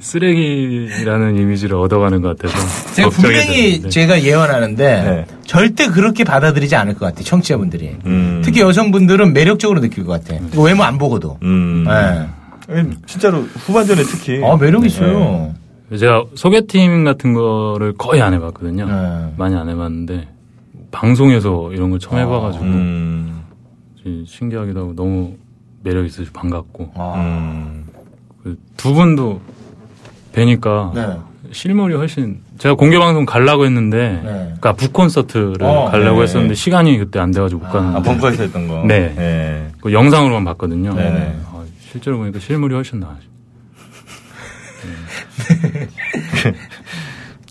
[SPEAKER 11] 쓰레기라는 이미지를 얻어가는 것 같아서
[SPEAKER 5] 제가
[SPEAKER 11] 걱정이
[SPEAKER 5] 분명히
[SPEAKER 11] 되는데. 네.
[SPEAKER 5] 제가 예언하는데 절대 그렇게 받아들이지 않을 것 같아요.
[SPEAKER 11] 음.
[SPEAKER 5] 청취자분들이. 특히 여성분들은 매력적으로 느낄 것 같아. 이거 외모 안 보고도.
[SPEAKER 11] 음.
[SPEAKER 5] 예.
[SPEAKER 4] 네. 진짜로 후반전에 특히
[SPEAKER 11] 음. 네.
[SPEAKER 5] 아, 매력 있어요.
[SPEAKER 11] 제가 소개팅 같은 거를 거의 안 해봤거든요.
[SPEAKER 5] 네.
[SPEAKER 11] 많이 안 해봤는데 방송에서 이런 걸 처음 해봐가지고 이- 신기하기도 하고 너무 매력 있으시 반갑고
[SPEAKER 4] 음.
[SPEAKER 11] 그두 분도 뵈니까 아,
[SPEAKER 5] 네.
[SPEAKER 11] 실물이 훨씬 제가 공개 방송 가려고 했는데
[SPEAKER 5] 네.
[SPEAKER 11] 그러니까 북 콘서트를
[SPEAKER 4] 어,
[SPEAKER 11] 가려고
[SPEAKER 4] 네.
[SPEAKER 11] 했었는데 시간이 그때 안 돼가지고 못 갔는데
[SPEAKER 4] 아, 벙커에서 했던 거.
[SPEAKER 11] 네.
[SPEAKER 4] 네.
[SPEAKER 11] 그 영상으로만 봤거든요.
[SPEAKER 4] 네네.
[SPEAKER 11] 아, 실제로 보니까 실물이 훨씬 나아요.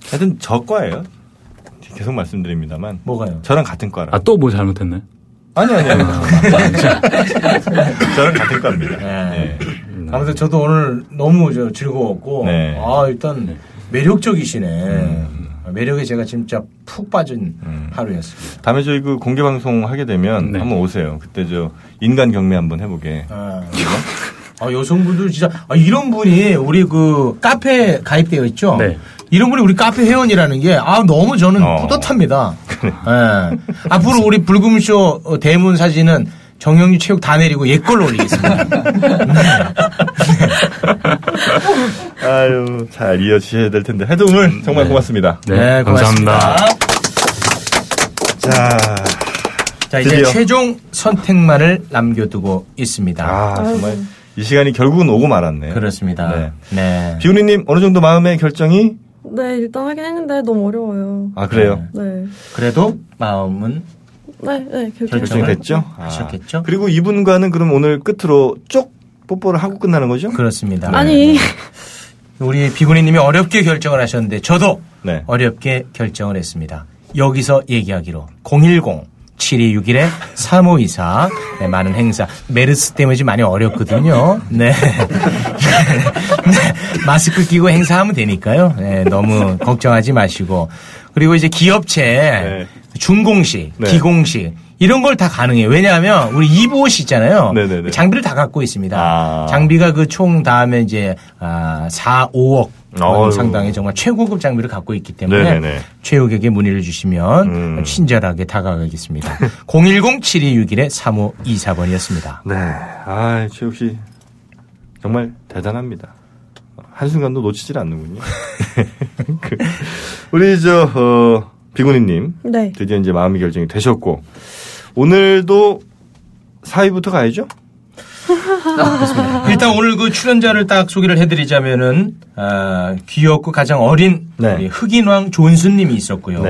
[SPEAKER 4] 하여튼 저과예요. 계속 말씀드립니다만.
[SPEAKER 5] 뭐가요?
[SPEAKER 4] 저랑 같은 과라.
[SPEAKER 11] 아, 또 뭐 잘못했나요?
[SPEAKER 4] 아니 아니 아니. 저랑 같은 과입니다. 네.
[SPEAKER 5] 아무튼 저도 오늘 너무 저 즐거웠고
[SPEAKER 4] 네. 음.
[SPEAKER 5] 아 일단 매력적이시네. 아, 매력에 제가 진짜 푹 빠진 하루였습니다.
[SPEAKER 4] 다음에 저희 그 공개 방송 하게 되면 한번 오세요. 그때 저 인간 경매 한번 해보게.
[SPEAKER 5] 네. 아, 아, 여성분들 진짜 아, 이런 분이 우리 그 카페 가입되어 있죠.
[SPEAKER 4] 네.
[SPEAKER 5] 이런 분이 우리 카페 회원이라는 게 아 너무 저는
[SPEAKER 4] 어.
[SPEAKER 5] 뿌듯합니다. 예. 앞으로 우리 불금쇼 어, 대문 사진은 정영유 체육 다 내리고 얘 걸로 올리겠습니다.
[SPEAKER 4] 네.
[SPEAKER 5] 네.
[SPEAKER 4] 아유 잘 이어주셔야 될 텐데. 하여튼 오늘 정말 고맙습니다.
[SPEAKER 11] 네, 고맙습니다.
[SPEAKER 5] 감사합니다.
[SPEAKER 4] 자,
[SPEAKER 5] 자 이제
[SPEAKER 4] 드디어.
[SPEAKER 5] 최종 선택만을 남겨두고 있습니다.
[SPEAKER 4] 아 정말 이 시간이 결국은 오고 말았네.
[SPEAKER 5] 그렇습니다.
[SPEAKER 4] 네.
[SPEAKER 5] 네.
[SPEAKER 4] 비훈이님 어느 정도 마음의 결정이
[SPEAKER 6] 네, 일단 하긴 했는데 너무 어려워요.
[SPEAKER 4] 아 그래요.
[SPEAKER 6] 네.
[SPEAKER 5] 그래도 마음은
[SPEAKER 6] 네, 네,
[SPEAKER 4] 결정이
[SPEAKER 6] 결정.
[SPEAKER 4] 됐죠. 아.
[SPEAKER 5] 하셨겠죠?
[SPEAKER 4] 그리고 이분과는 그럼 오늘 끝으로 쭉 뽀뽀를 하고 끝나는 거죠?
[SPEAKER 5] 그렇습니다.
[SPEAKER 6] 아니,
[SPEAKER 5] 우리 비구니님이 어렵게 결정을 하셨는데 저도
[SPEAKER 4] 네.
[SPEAKER 5] 어렵게 결정을 했습니다. 여기서 얘기하기로 010 7261에 3524. 네, 많은 행사. 메르스 때문에 좀 많이 어렵거든요. 네. 네, 마스크 끼고 행사하면 되니까요. 네, 너무 걱정하지 마시고. 그리고 이제 기업체, 준공식, 기공식, 이런 걸 다 가능해요. 왜냐하면 우리 이보시 있잖아요. 장비를 다 갖고 있습니다.
[SPEAKER 4] 아.
[SPEAKER 5] 장비가 그 총 다음에 이제 아, 4, 5억
[SPEAKER 4] 어휴.
[SPEAKER 5] 상당의 정말 최고급 장비를 갖고 있기 때문에
[SPEAKER 4] 네네네. 음.
[SPEAKER 5] 최욱에게 문의를 주시면 친절하게 다가가겠습니다. 010-7261-3524번이었습니다.
[SPEAKER 4] 네. 아, 최욱 씨 정말 대단합니다. 한순간도 놓치질 않는군요. 그, 우리 저 어, 비구니님
[SPEAKER 6] 네.
[SPEAKER 4] 드디어 이제 마음의 결정이 되셨고 오늘도 사위부터 가야죠.
[SPEAKER 5] 일단 오늘 그 출연자를 딱 소개를 해드리자면은 아, 귀엽고 가장 어린 우리 흑인왕 존슨님이 있었고요.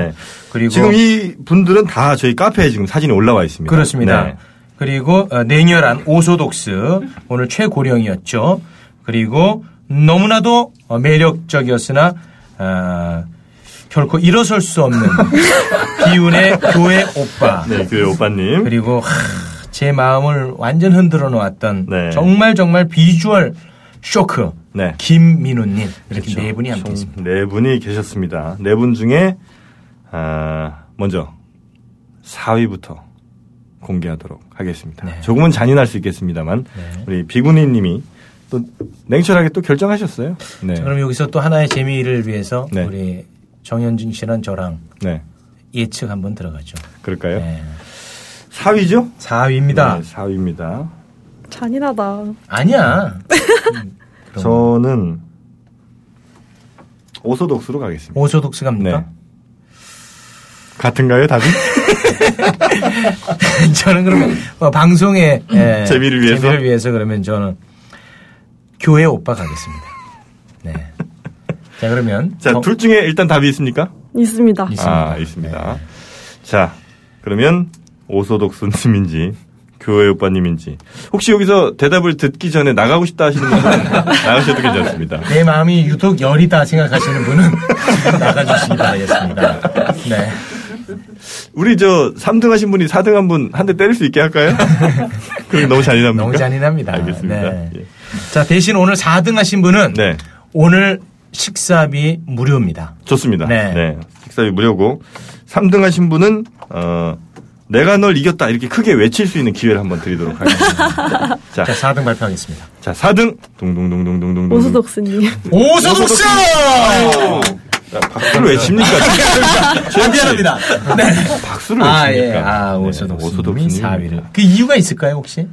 [SPEAKER 4] 네.
[SPEAKER 5] 그리고
[SPEAKER 4] 지금 이 분들은 다 저희 카페에 지금 사진이 올라와 있습니다.
[SPEAKER 5] 그렇습니다.
[SPEAKER 4] 네.
[SPEAKER 5] 그리고 어, 냉혈한 오소독스 오늘 최고령이었죠. 그리고 너무나도 어, 매력적이었으나 아, 결코 일어설 수 없는 기운의 교회 오빠.
[SPEAKER 4] 네, 교회 오빠님.
[SPEAKER 5] 그리고 하, 제 마음을 완전 흔들어 놓았던
[SPEAKER 4] 네.
[SPEAKER 5] 정말 정말 비주얼 쇼크. 김민우님 이렇게
[SPEAKER 4] 그렇죠.
[SPEAKER 5] 네 분이 함께 있습니다.
[SPEAKER 4] 네 분이 계셨습니다. 네 분 중에 아, 먼저 4위부터 공개하도록 하겠습니다.
[SPEAKER 5] 네.
[SPEAKER 4] 조금은 잔인할 수 있겠습니다만 우리 비구니님이 또 냉철하게 또 결정하셨어요. 네.
[SPEAKER 5] 자, 그럼 여기서 또 하나의 재미를 위해서
[SPEAKER 4] 네.
[SPEAKER 5] 우리 정현준 씨랑 저랑
[SPEAKER 4] 네.
[SPEAKER 5] 예측 한번 들어가죠.
[SPEAKER 4] 그럴까요?
[SPEAKER 5] 네.
[SPEAKER 4] 4위죠? 네,
[SPEAKER 5] 4위입니다.
[SPEAKER 4] 4위입니다.
[SPEAKER 6] 잔인하다.
[SPEAKER 5] 아니야.
[SPEAKER 4] 네. 저는 오소독스로 가겠습니다.
[SPEAKER 5] 오소독스 갑니까?
[SPEAKER 4] 같은가요, 답이?
[SPEAKER 5] 저는 그러면 어, 방송의 예,
[SPEAKER 4] 네. 재미를 위해서?
[SPEAKER 5] 재미를 위해서 그러면 저는 교회 오빠 가겠습니다. 네. 자 그러면
[SPEAKER 4] 자,
[SPEAKER 5] 어,
[SPEAKER 4] 둘 중에 일단 답이 있습니까?
[SPEAKER 6] 있습니다.
[SPEAKER 4] 아, 있습니다. 자, 그러면 오소독스님인지 교회 오빠님인지 혹시 여기서 대답을 듣기 전에 나가고 싶다 하시는 분은 나가셔도 괜찮습니다.
[SPEAKER 5] 내 마음이 유독 열이다 생각하시는 분은 나가주시기 바라겠습니다.
[SPEAKER 4] 그러니까?
[SPEAKER 5] 네.
[SPEAKER 4] 우리 저 3등 하신 분이 4등 한 분 한 대 때릴 수 있게 할까요? 그럼 너무 잔인합니까?
[SPEAKER 5] 너무 잔인합니다.
[SPEAKER 4] 알겠습니다. 예. 네.
[SPEAKER 5] 네. 자 대신 오늘 4등 하신 분은 오늘 식사비 무료입니다.
[SPEAKER 4] 좋습니다. 네. 식사비 무료고 3등 하신 분은 어, 내가 널 이겼다 이렇게 크게 외칠 수 있는 기회를 한번 드리도록 하겠습니다. 자,
[SPEAKER 5] 4등 발표하겠습니다.
[SPEAKER 4] 자, 4등 동동동동동동
[SPEAKER 6] 오수독스님.
[SPEAKER 5] 오소독스!
[SPEAKER 4] 아, 박수를 왜 칩니까?
[SPEAKER 5] 아, 미안합니다. 네.
[SPEAKER 4] 박수를 왜
[SPEAKER 5] 아, 예.
[SPEAKER 4] 칩니까? 네,
[SPEAKER 5] 아, 오소독스님이 4위를. 그 이유가 있을까요, 혹시?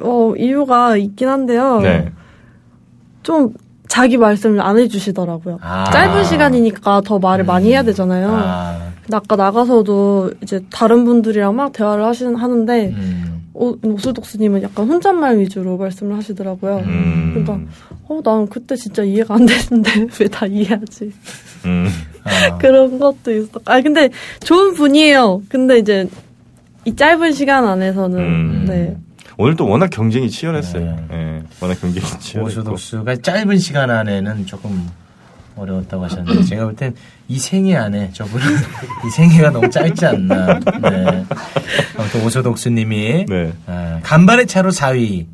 [SPEAKER 6] 어, 이유가 있긴 한데요.
[SPEAKER 4] 네.
[SPEAKER 6] 좀 자기 말씀을 안 해주시더라고요.
[SPEAKER 5] 아.
[SPEAKER 6] 짧은 시간이니까 더 말을 많이 해야 음.
[SPEAKER 5] 어.
[SPEAKER 6] 되잖아요. 근데 아까 나가서도 이제 다른 분들이랑 막 대화를 하시는 하는데
[SPEAKER 5] 음.
[SPEAKER 6] 오, 오수독스님은 약간 혼잣말 위주로 말씀을 하시더라고요. 그러니까 어, 난 그때 진짜 이해가 안 되는데 왜 다 이해하지?
[SPEAKER 5] 음.
[SPEAKER 4] 음.
[SPEAKER 5] 아,
[SPEAKER 6] 아. 그런 것도 있어. 아 근데 좋은 분이에요. 근데 이제 이 짧은 시간 안에서는 네.
[SPEAKER 4] 오늘 또 워낙 경쟁이 치열했어요. 예, 워낙 경쟁이 치열했고.
[SPEAKER 5] 네. 아, 오소독스가 짧은 시간 안에는 조금 어려웠다고 하셨는데, 제가 볼 땐 이 생애 안에 저분은 이 생애가 너무 짧지 않나. 네. 아무튼 오소독스님이 아, 간발의 차로 4위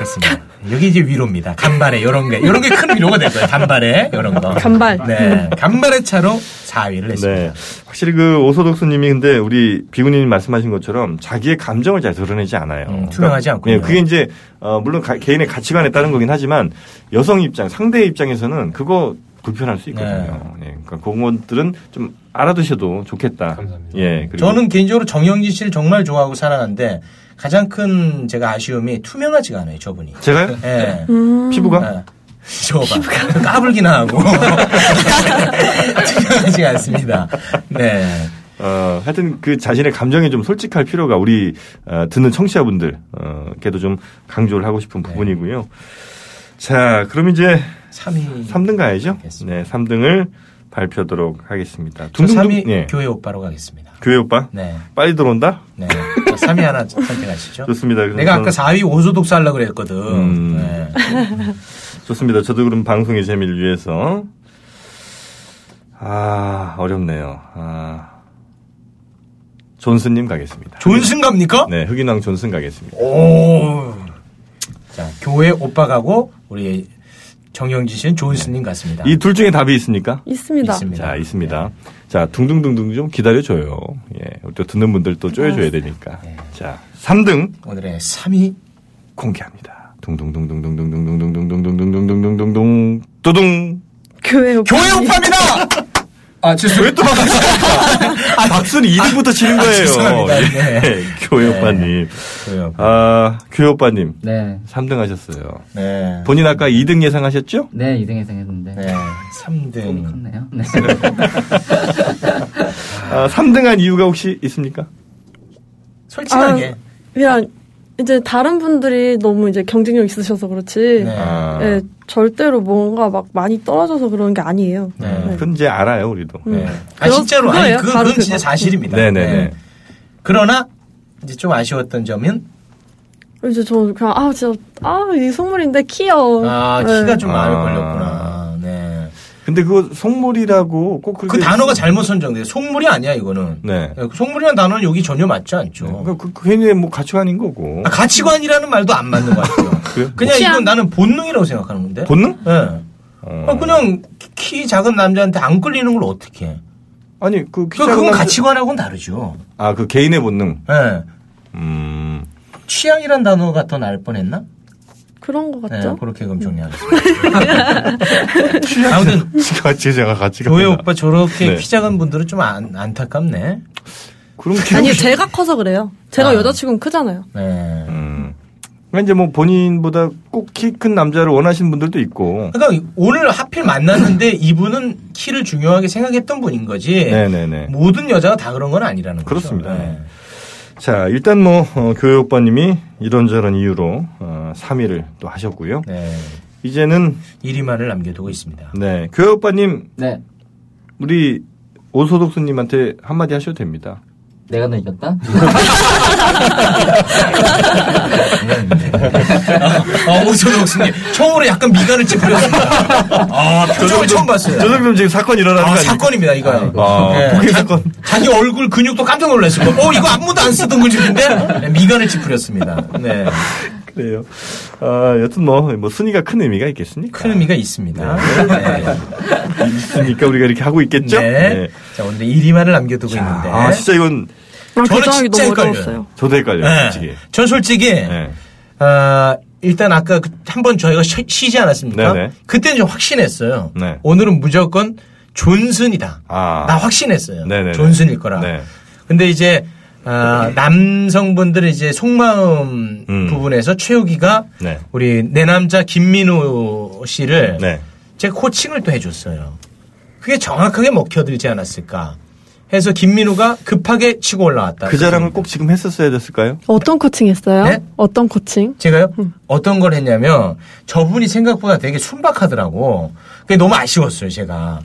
[SPEAKER 5] 했습니다. 여기 이제 위로입니다. 간발의 이런 게 이런 게 큰 위로가 될 거예요. 간발의 이런 거.
[SPEAKER 6] 간발.
[SPEAKER 5] 네, 간발의 차로 4위를
[SPEAKER 4] 네.
[SPEAKER 5] 했습니다.
[SPEAKER 4] 확실히 그 오소독스님이 근데 우리 비구님 말씀하신 것처럼 자기의 감정을 잘 드러내지 않아요.
[SPEAKER 5] 음, 투명하지 않군요.
[SPEAKER 4] 예, 그게 이제 어, 물론 가- 개인의 가치관에 따른 거긴 하지만 여성 입장, 상대의 입장에서는 그거 불편할 수 있거든요.
[SPEAKER 5] 네.
[SPEAKER 4] 예, 그러니까 그런 것들은 좀 알아두셔도 좋겠다. 감사합니다. 예, 그리고
[SPEAKER 5] 저는 개인적으로 정영진 씨를 정말 좋아하고 사랑하는데 가장 큰 제가 아쉬움이 투명하지가 않아요, 저분이.
[SPEAKER 4] 제가요? 네. 음.
[SPEAKER 5] 예.
[SPEAKER 4] 피부가?
[SPEAKER 5] 저봐. 까불기나 하고. 투명하지가 않습니다. 네.
[SPEAKER 4] 어, 하여튼 그 자신의 감정에 좀 솔직할 필요가 우리 어, 듣는 청취자분들 어, 걔도 좀 강조를 하고
[SPEAKER 5] 네.
[SPEAKER 4] 싶은 부분이고요. 자, 그럼 이제
[SPEAKER 5] 3위
[SPEAKER 4] 3등 가야죠. 네, 3등을 발표하도록 하겠습니다.
[SPEAKER 5] 저
[SPEAKER 4] 둥둥둥-
[SPEAKER 5] 3위
[SPEAKER 4] 예.
[SPEAKER 5] 교회 오빠로 가겠습니다.
[SPEAKER 4] 교회 오빠?
[SPEAKER 5] 네.
[SPEAKER 4] 빨리 들어온다?
[SPEAKER 5] 네. 자, 3위 하나 선택하시죠.
[SPEAKER 4] 좋습니다. 음. 그럼
[SPEAKER 5] 내가 아까
[SPEAKER 4] 저는-
[SPEAKER 5] 4위 오소독사 하려고 그랬거든. 네.
[SPEAKER 4] 좋습니다. 저도 그럼 방송의 재미를 위해서. 아, 어렵네요. 아. 존슨님 가겠습니다.
[SPEAKER 5] 존슨 갑니까?
[SPEAKER 4] 네, 흑인왕 존슨 가겠습니다.
[SPEAKER 5] 오. 자, 교회 오빠 가고 우리 정영진 씨는 존슨님 같습니다.
[SPEAKER 4] 이 둘 중에 답이 있습니까?
[SPEAKER 6] 있습니다.
[SPEAKER 4] 자, 있습니다. 자, 둥둥둥둥 좀 기다려줘요. 예, 우리 또 듣는 분들 또 쪼여줘야 되니까. 자, 3등.
[SPEAKER 5] 오늘의 3위
[SPEAKER 4] 공개합니다. 둥둥둥둥둥둥둥둥둥둥둥둥둥둥둥둥둥둥 두둥.
[SPEAKER 6] 교회 오빠.
[SPEAKER 5] 교회 오빠입니다! 아, 죄송해요.
[SPEAKER 4] 왜또 아, 박수는 2등부터 치는
[SPEAKER 5] 아,
[SPEAKER 4] 거예요. 예,
[SPEAKER 5] 죄송합니다. 네.
[SPEAKER 4] 교회 오빠님. 아, 교회 오빠님. 3등 하셨어요.
[SPEAKER 5] 네.
[SPEAKER 4] 본인 아까 2등 예상하셨죠?
[SPEAKER 7] 네, 2등 예상했는데.
[SPEAKER 5] 네. 3등.
[SPEAKER 7] 컸네요. 네.
[SPEAKER 4] 아, 3등 한 이유가 혹시 있습니까?
[SPEAKER 5] 솔직하게.
[SPEAKER 6] 아, 그냥 이제 다른 분들이 너무 이제 경쟁력 있으셔서 그렇지.
[SPEAKER 5] 네.
[SPEAKER 4] 아.
[SPEAKER 6] 예, 절대로 뭔가 막 많이 떨어져서 그런 게 아니에요. 네.
[SPEAKER 4] 그건 이제 알아요, 우리도.
[SPEAKER 5] 네. 아, 진짜로. 아니,
[SPEAKER 6] 그거예요?
[SPEAKER 5] 그,
[SPEAKER 6] 바로
[SPEAKER 5] 그건 진짜
[SPEAKER 6] 그거.
[SPEAKER 5] 사실입니다.
[SPEAKER 4] 네네네.
[SPEAKER 5] 그러나, 이제 좀 아쉬웠던 점은,
[SPEAKER 6] 이제 저는 그냥 아 진짜 아 이 속물인데 키요.
[SPEAKER 5] 아,
[SPEAKER 6] 예.
[SPEAKER 5] 키가 좀 많이 걸렸구나. 네.
[SPEAKER 4] 근데 그거 속물이라고 꼭 그렇게.
[SPEAKER 5] 그 단어가 잘못 선정돼요. 속물이 아니야, 이거는.
[SPEAKER 4] 네.
[SPEAKER 5] 네, 속물이라는 단어는 여기 전혀 맞지 않죠.
[SPEAKER 4] 그, 그, 그 괜히 뭐 가치관인 거고.
[SPEAKER 5] 아, 가치관이라는 말도 안 맞는 것 같아요.
[SPEAKER 4] 그래요?
[SPEAKER 5] 그냥
[SPEAKER 4] 취향.
[SPEAKER 5] 이건 나는 본능이라고 생각하는 건데.
[SPEAKER 4] 본능? 어.
[SPEAKER 5] 예. 아, 그냥 키 작은 남자한테 안 끌리는 걸 어떻게 해.
[SPEAKER 4] 아니, 그, 키
[SPEAKER 5] 그건
[SPEAKER 4] 작은 남자-
[SPEAKER 5] 가치관하고는 다르죠.
[SPEAKER 4] 아, 그 개인의 본능.
[SPEAKER 5] 예.
[SPEAKER 4] 음.
[SPEAKER 5] 취향이란 단어가 더 나을 뻔했나?
[SPEAKER 6] 그런 것
[SPEAKER 5] 네,
[SPEAKER 6] 같죠?
[SPEAKER 5] 그렇게 그럼 정리하겠습니다. 아무튼
[SPEAKER 4] 같이 제가 같이
[SPEAKER 5] 교회 오빠 저렇게
[SPEAKER 4] 네.
[SPEAKER 5] 키 작은 분들은 좀 안, 안타깝네.
[SPEAKER 4] 그럼
[SPEAKER 6] 아니 제가 커서 그래요. 제가
[SPEAKER 5] 아.
[SPEAKER 6] 여자친구는 크잖아요.
[SPEAKER 5] 네.
[SPEAKER 4] 그러니까 이제 뭐 본인보다 꼭 키 큰 남자를 원하시는 분들도 있고.
[SPEAKER 5] 그러니까 오늘 하필 만났는데 이분은 키를 중요하게 생각했던 분인 거지.
[SPEAKER 4] 네네네.
[SPEAKER 5] 모든 여자가 다 그런 건 아니라는 거죠.
[SPEAKER 4] 그렇습니다.
[SPEAKER 5] 네.
[SPEAKER 4] 자, 일단 뭐, 어, 교회 오빠님이 이런저런 이유로 어, 3위를 또 하셨고요.
[SPEAKER 5] 네.
[SPEAKER 4] 이제는
[SPEAKER 5] 1위만을 남겨두고 있습니다.
[SPEAKER 4] 네. 교회 오빠님.
[SPEAKER 7] 네.
[SPEAKER 4] 우리 오소독수님한테 한마디 하셔도 됩니다.
[SPEAKER 7] 내가 너 이겼다?
[SPEAKER 5] 아, 오선호 수님 처음으로 약간 미간을 찌푸렸습니다. 아, 표정을 처음 봤어요.
[SPEAKER 4] 저 정도면 지금 사건 일어나는
[SPEAKER 5] 아,
[SPEAKER 4] 거 아니에요?
[SPEAKER 5] 사건입니다, 이거요.
[SPEAKER 4] 아,
[SPEAKER 5] 예,
[SPEAKER 4] 폭행
[SPEAKER 5] 자-
[SPEAKER 4] 사건.
[SPEAKER 5] 자기 얼굴 근육도 깜짝 놀랐을 거예요. 어, 이거 아무도 안 쓰던 근육인데? 네, 미간을 찌푸렸습니다. 네.
[SPEAKER 4] 그래요. 아, 여튼 뭐, 뭐 순위가 큰 의미가 있겠습니까?
[SPEAKER 5] 큰 의미가 있습니다. 네.
[SPEAKER 4] 있으니까 우리가 이렇게 하고 있겠죠?
[SPEAKER 5] 네. 자, 오늘의 1위만을 남겨두고 있는데.
[SPEAKER 4] 그렇죠? 아, 진짜 이건
[SPEAKER 6] 난
[SPEAKER 5] 저는
[SPEAKER 6] 결정하기
[SPEAKER 5] 진짜
[SPEAKER 6] 너무
[SPEAKER 5] 헷갈려요.
[SPEAKER 6] 어려웠어요.
[SPEAKER 4] 저도 헷갈려요,
[SPEAKER 5] 네.
[SPEAKER 4] 솔직히. 그 네.
[SPEAKER 5] 전 솔직히, 아, 일단 아까 한 번 저희가 쉬, 지 않았습니까?
[SPEAKER 4] 네네.
[SPEAKER 5] 그때는 좀 확신했어요.
[SPEAKER 4] 네.
[SPEAKER 5] 오늘은 무조건 존슨이다.
[SPEAKER 4] 아.
[SPEAKER 5] 나 확신했어요.
[SPEAKER 4] 네네네.
[SPEAKER 5] 존슨일 거라.
[SPEAKER 4] 네.
[SPEAKER 5] 근데 이제 아, 남성분들의 이제 속마음
[SPEAKER 4] 음.
[SPEAKER 5] 부분에서 최욱이가
[SPEAKER 4] 네.
[SPEAKER 5] 우리 내 남자 김민우 씨를
[SPEAKER 4] 네.
[SPEAKER 5] 제가 코칭을 또 해줬어요. 그게 정확하게 먹혀들지 않았을까 해서 김민우가 급하게 치고 올라왔다.
[SPEAKER 4] 그 자랑을 꼭 지금 했었어야 됐을까요?
[SPEAKER 6] 어떤 코칭 했어요?
[SPEAKER 5] 네?
[SPEAKER 6] 어떤 코칭?
[SPEAKER 5] 제가요 어떤 걸 했냐면 저분이 생각보다 되게 순박하더라고. 그게 너무 아쉬웠어요 제가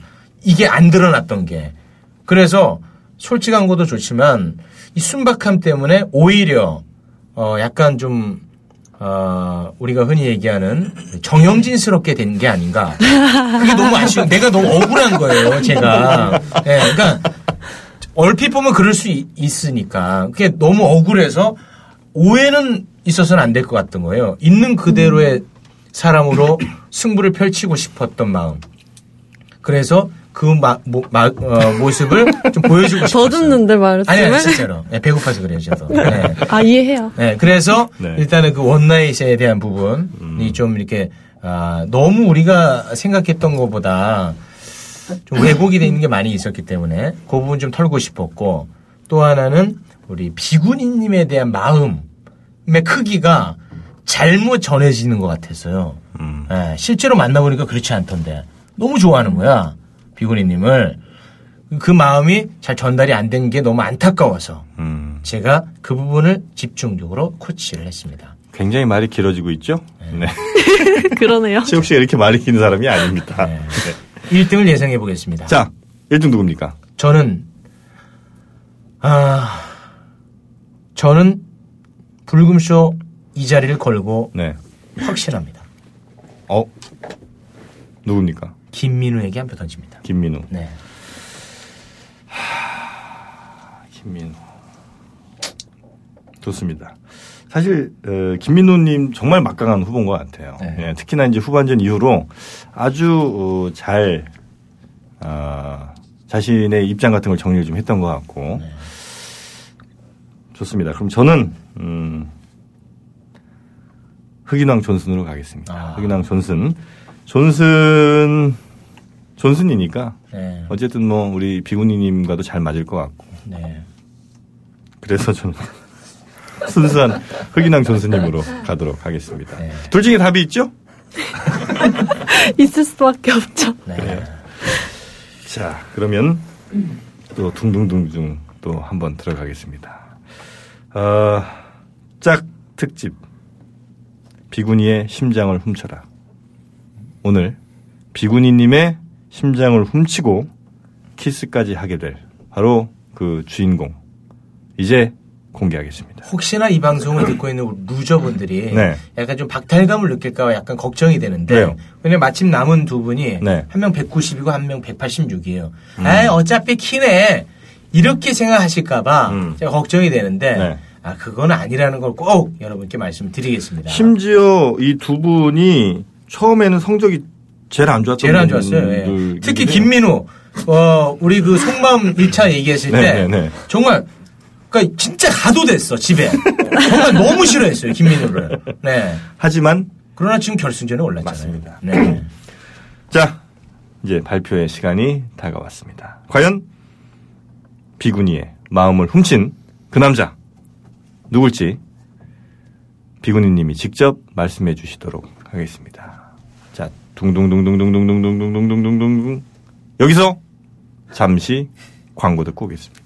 [SPEAKER 5] 이게 안 드러났던 게. 그래서 솔직한 것도 좋지만 이 순박함 때문에 오히려 어 약간 좀 어, 우리가 흔히 얘기하는 정영진스럽게 된 게 아닌가. 그게 너무 아쉬운. 내가 너무 억울한 거예요 제가. 예, 그러니까 얼핏 보면 그럴 수 있- 있으니까 그게 너무 억울해서 오해는 있어서는 안 될 것 같던 거예요. 있는 그대로의 사람으로 승부를 펼치고 싶었던 마음. 그래서 그 마, 모, 마- 어, 모습을 좀 보여주고 싶었어요.
[SPEAKER 6] 더 듣는데
[SPEAKER 5] 아니,
[SPEAKER 6] 말씀을.
[SPEAKER 5] 아니 진짜로 네, 배고파서 그래요 저도. 네.
[SPEAKER 6] 아 이해해요.
[SPEAKER 5] 네, 그래서 일단은 그 원나잇에 대한 부분이 좀 이렇게 아, 너무 우리가 생각했던 것보다 좀 왜곡이 되 있는 게 많이 있었기 때문에 그 부분 좀 털고 싶었고 또 하나는 우리 비군인님에 대한 마음의 크기가 잘못 전해지는 것 같았어요. 예, 실제로 만나보니까 그렇지 않던데 너무 좋아하는 거야 비군인님을 그 마음이 잘 전달이 안 된 게 너무 안타까워서
[SPEAKER 4] 음,
[SPEAKER 5] 제가 그 부분을 집중적으로 코치를 했습니다.
[SPEAKER 4] 굉장히 말이 길어지고 있죠? 네.
[SPEAKER 6] 그러네요.
[SPEAKER 4] 최욱 씨가 이렇게 말이 긴 사람이 아닙니다. 네.
[SPEAKER 5] 1등을 예상해 보겠습니다.
[SPEAKER 4] 자, 1등 누굽니까?
[SPEAKER 5] 저는 아 저는 불금쇼 이 자리를 걸고
[SPEAKER 4] 네.
[SPEAKER 5] 확실합니다.
[SPEAKER 4] 어? 누굽니까?
[SPEAKER 5] 김민우에게 한 표 네, 던집니다.
[SPEAKER 4] 김민우.
[SPEAKER 5] 네.
[SPEAKER 4] 김민우. 좋습니다. 사실 어, 김민호님 정말 막강한 후보인 것 같아요. 예, 특히나 이제 후반전 이후로 아주 어, 잘 아, 자신의 입장 같은 걸 정리를 좀 했던 것 같고 좋습니다. 그럼 저는 음, 흑인왕 존슨으로 가겠습니다. 흑인왕 존슨, 존슨, 존슨이니까
[SPEAKER 5] 네.
[SPEAKER 4] 어쨌든 뭐 우리 비구니님과도 잘 맞을 것 같고
[SPEAKER 5] 네.
[SPEAKER 4] 그래서 저는 순수한 흑인왕 존슨님으로 가도록 하겠습니다. 둘 중에 답이 있죠?
[SPEAKER 6] 있을 수밖에 없죠.
[SPEAKER 5] 네.
[SPEAKER 4] 그래요. 자, 그러면 또 둥둥둥둥 또 한번 들어가겠습니다. 어, 짝 특집 비구니의 심장을 훔쳐라. 오늘 비구니님의 심장을 훔치고 키스까지 하게 될 바로 그 주인공 이제 공개하겠습니다.
[SPEAKER 5] 혹시나 이 방송을 듣고 있는 우리 루저분들이
[SPEAKER 4] 네.
[SPEAKER 5] 약간 좀 박탈감을 느낄까봐 약간 걱정이 되는데
[SPEAKER 4] 왜요?
[SPEAKER 5] 왜냐면 마침 남은 두 분이
[SPEAKER 4] 네.
[SPEAKER 5] 한 명 190이고 한 명 186이에요.
[SPEAKER 4] 음.
[SPEAKER 5] 아 어차피 키네 이렇게 생각하실까봐
[SPEAKER 4] 음.
[SPEAKER 5] 제가 걱정이 되는데
[SPEAKER 4] 네.
[SPEAKER 5] 아 그건 아니라는 걸 꼭 여러분께 말씀드리겠습니다.
[SPEAKER 4] 심지어 이 두 분이 처음에는 성적이 제일 안 좋았던
[SPEAKER 5] 제일 안 좋았어요. 예.
[SPEAKER 4] 분들
[SPEAKER 5] 특히 김민우 어, 우리 그 속마음 1차 얘기했을
[SPEAKER 4] 네,
[SPEAKER 5] 때
[SPEAKER 4] 네, 네.
[SPEAKER 5] 정말 그러니까 진짜 가도 됐어 집에 정말 너무 싫어했어요 김민우를. 네.
[SPEAKER 4] 하지만
[SPEAKER 5] 그러나 지금 결승전에 올랐잖아요. 맞습니다. 네.
[SPEAKER 4] 자, 이제 발표의 시간이 다가왔습니다. 과연 비구니의 마음을 훔친 그 남자 누굴지 비구니님이 직접 말씀해 주시도록 하겠습니다. 자, 둥둥둥둥둥둥둥둥둥둥둥둥둥 여기서 잠시 광고 듣고 오겠습니다.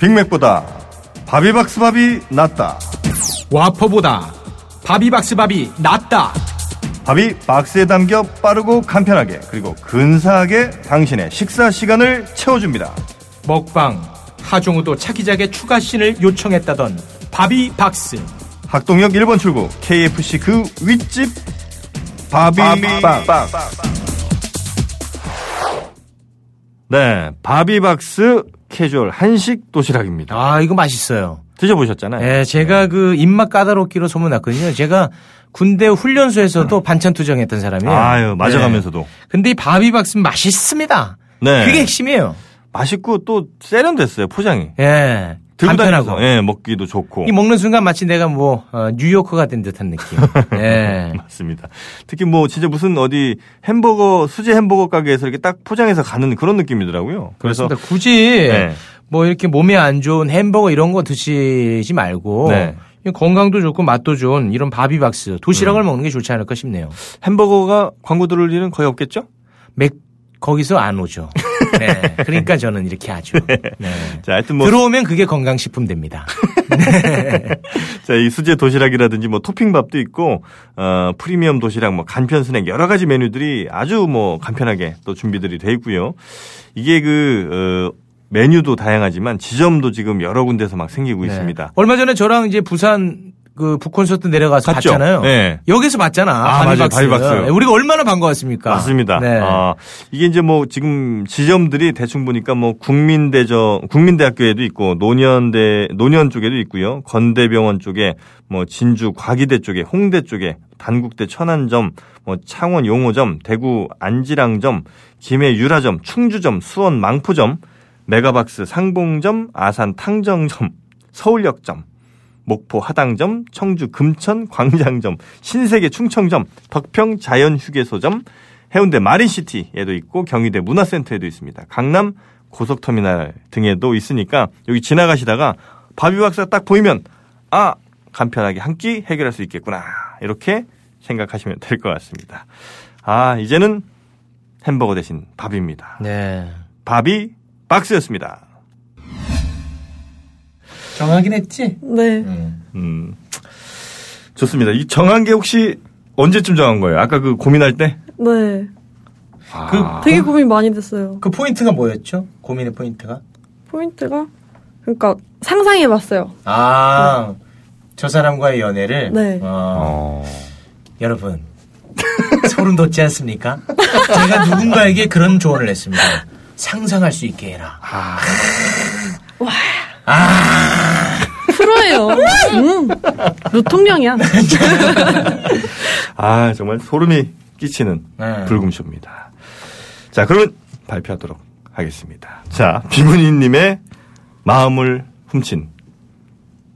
[SPEAKER 4] 빅맥보다 바비박스밥이 낫다.
[SPEAKER 14] 와퍼보다 바비박스밥이 낫다.
[SPEAKER 4] 밥이 박스에 담겨 빠르고 간편하게 그리고 근사하게 당신의 식사 시간을 채워줍니다.
[SPEAKER 14] 먹방 하종우도 차기작의 추가 씬을 요청했다던 바비박스.
[SPEAKER 4] 학동역 1번 출구 KFC 그 윗집 바비빵. 네, 바비박스 캐주얼 한식 도시락입니다.
[SPEAKER 5] 아 이거 맛있어요.
[SPEAKER 4] 드셔보셨잖아요.
[SPEAKER 5] 네, 제가 그 입맛 까다롭기로 소문났거든요. 제가 군대 훈련소에서도 반찬 투정했던 사람이에요.
[SPEAKER 4] 아유, 맞아가면서도.
[SPEAKER 5] 네. 근데 이 바비박스는 맛있습니다.
[SPEAKER 4] 네.
[SPEAKER 5] 그게 핵심이에요.
[SPEAKER 4] 맛있고 또 세련됐어요 포장이.
[SPEAKER 5] 예.
[SPEAKER 4] 들고
[SPEAKER 5] 간편하고.
[SPEAKER 4] 다니면서 예, 먹기도 좋고.
[SPEAKER 5] 이 먹는 순간 마치 내가 뭐 어, 뉴요커가 된 듯한 느낌. 예.
[SPEAKER 4] 맞습니다. 특히 뭐 진짜 무슨 어디 햄버거 수제 햄버거 가게에서 이렇게 딱 포장해서 가는 그런 느낌이더라고요. 그래서
[SPEAKER 5] 그렇습니다. 굳이
[SPEAKER 4] 네.
[SPEAKER 5] 뭐 이렇게 몸에 안 좋은 햄버거 이런 거 드시지 말고
[SPEAKER 4] 네.
[SPEAKER 5] 건강도 좋고 맛도 좋은 이런 바비박스 도시락을
[SPEAKER 4] 음.
[SPEAKER 5] 먹는 게 좋지 않을까 싶네요.
[SPEAKER 4] 햄버거가 광고 들을 일은 거의 없겠죠?
[SPEAKER 5] 맥 거기서 안 오죠. 네. 그러니까 저는 이렇게 하죠. 네.
[SPEAKER 4] 자, 하여튼 뭐
[SPEAKER 5] 들어오면 그게 건강식품 됩니다.
[SPEAKER 4] 자, 이 수제 도시락이라든지 뭐 토핑밥도 있고 어, 프리미엄 도시락 뭐 간편 스낵 여러 가지 메뉴들이 아주 뭐 간편하게 또 준비들이 돼 있고요. 이게 그 어, 메뉴도 다양하지만 지점도 지금 여러 군데서 막 생기고
[SPEAKER 5] 네.
[SPEAKER 4] 있습니다.
[SPEAKER 5] 얼마 전에 저랑 이제 부산 그 북콘서트 내려가서
[SPEAKER 4] 갔죠?
[SPEAKER 5] 봤잖아요.
[SPEAKER 4] 네.
[SPEAKER 5] 여기서 봤잖아.
[SPEAKER 4] 아, 맞아요.
[SPEAKER 5] 바비박스. 네,
[SPEAKER 4] 바비박스.
[SPEAKER 5] 우리가 얼마나 반가웠습니까?
[SPEAKER 4] 맞습니다.
[SPEAKER 5] 네.
[SPEAKER 4] 아, 이게 이제 뭐 지금 지점들이 대충 보니까 뭐 국민대저 국민대학교에도 있고 노년대 노년 쪽에도 있고요. 건대병원 쪽에 뭐 진주 과기대 쪽에 홍대 쪽에 단국대 천안점 뭐 창원 용호점 대구 안지랑점 김해 유라점 충주점 수원 망포점 메가박스 상봉점 아산 탕정점 서울역점 목포 하당점, 청주 금천 광장점, 신세계 충청점, 덕평 자연휴게소점, 해운대 마린시티에도 있고 경희대 문화센터에도 있습니다. 강남 고속터미널 등에도 있으니까 여기 지나가시다가 바비박사 딱 보이면 아 간편하게 한 끼 해결할 수 있겠구나 이렇게 생각하시면 될 것 같습니다. 아 이제는 햄버거 대신 밥입니다.
[SPEAKER 5] 네.
[SPEAKER 4] 밥이 박스였습니다.
[SPEAKER 5] 정하긴 했지?
[SPEAKER 6] 네.
[SPEAKER 4] 음. 좋습니다. 이 정한 게 혹시 언제쯤 정한 거예요? 아까 그 고민할 때?
[SPEAKER 6] 네.
[SPEAKER 4] 아.
[SPEAKER 6] 되게 고민 많이 됐어요.
[SPEAKER 5] 그 포인트가 뭐였죠? 고민의 포인트가?
[SPEAKER 6] 포인트가 그러니까 상상해 봤어요.
[SPEAKER 5] 아, 저 사람과의 연애를.
[SPEAKER 6] 네.
[SPEAKER 5] 어, 여러분, 소름 돋지 않습니까? 아, 제가 누군가에게 그런 조언을 했습니다. 상상할 수 있게 해라.
[SPEAKER 6] 와. 프로예요. 응. 노통령이야.
[SPEAKER 4] 아 정말 소름이 끼치는 불금쇼입니다. 자 그러면 발표하도록 하겠습니다. 자 비문희님의 마음을 훔친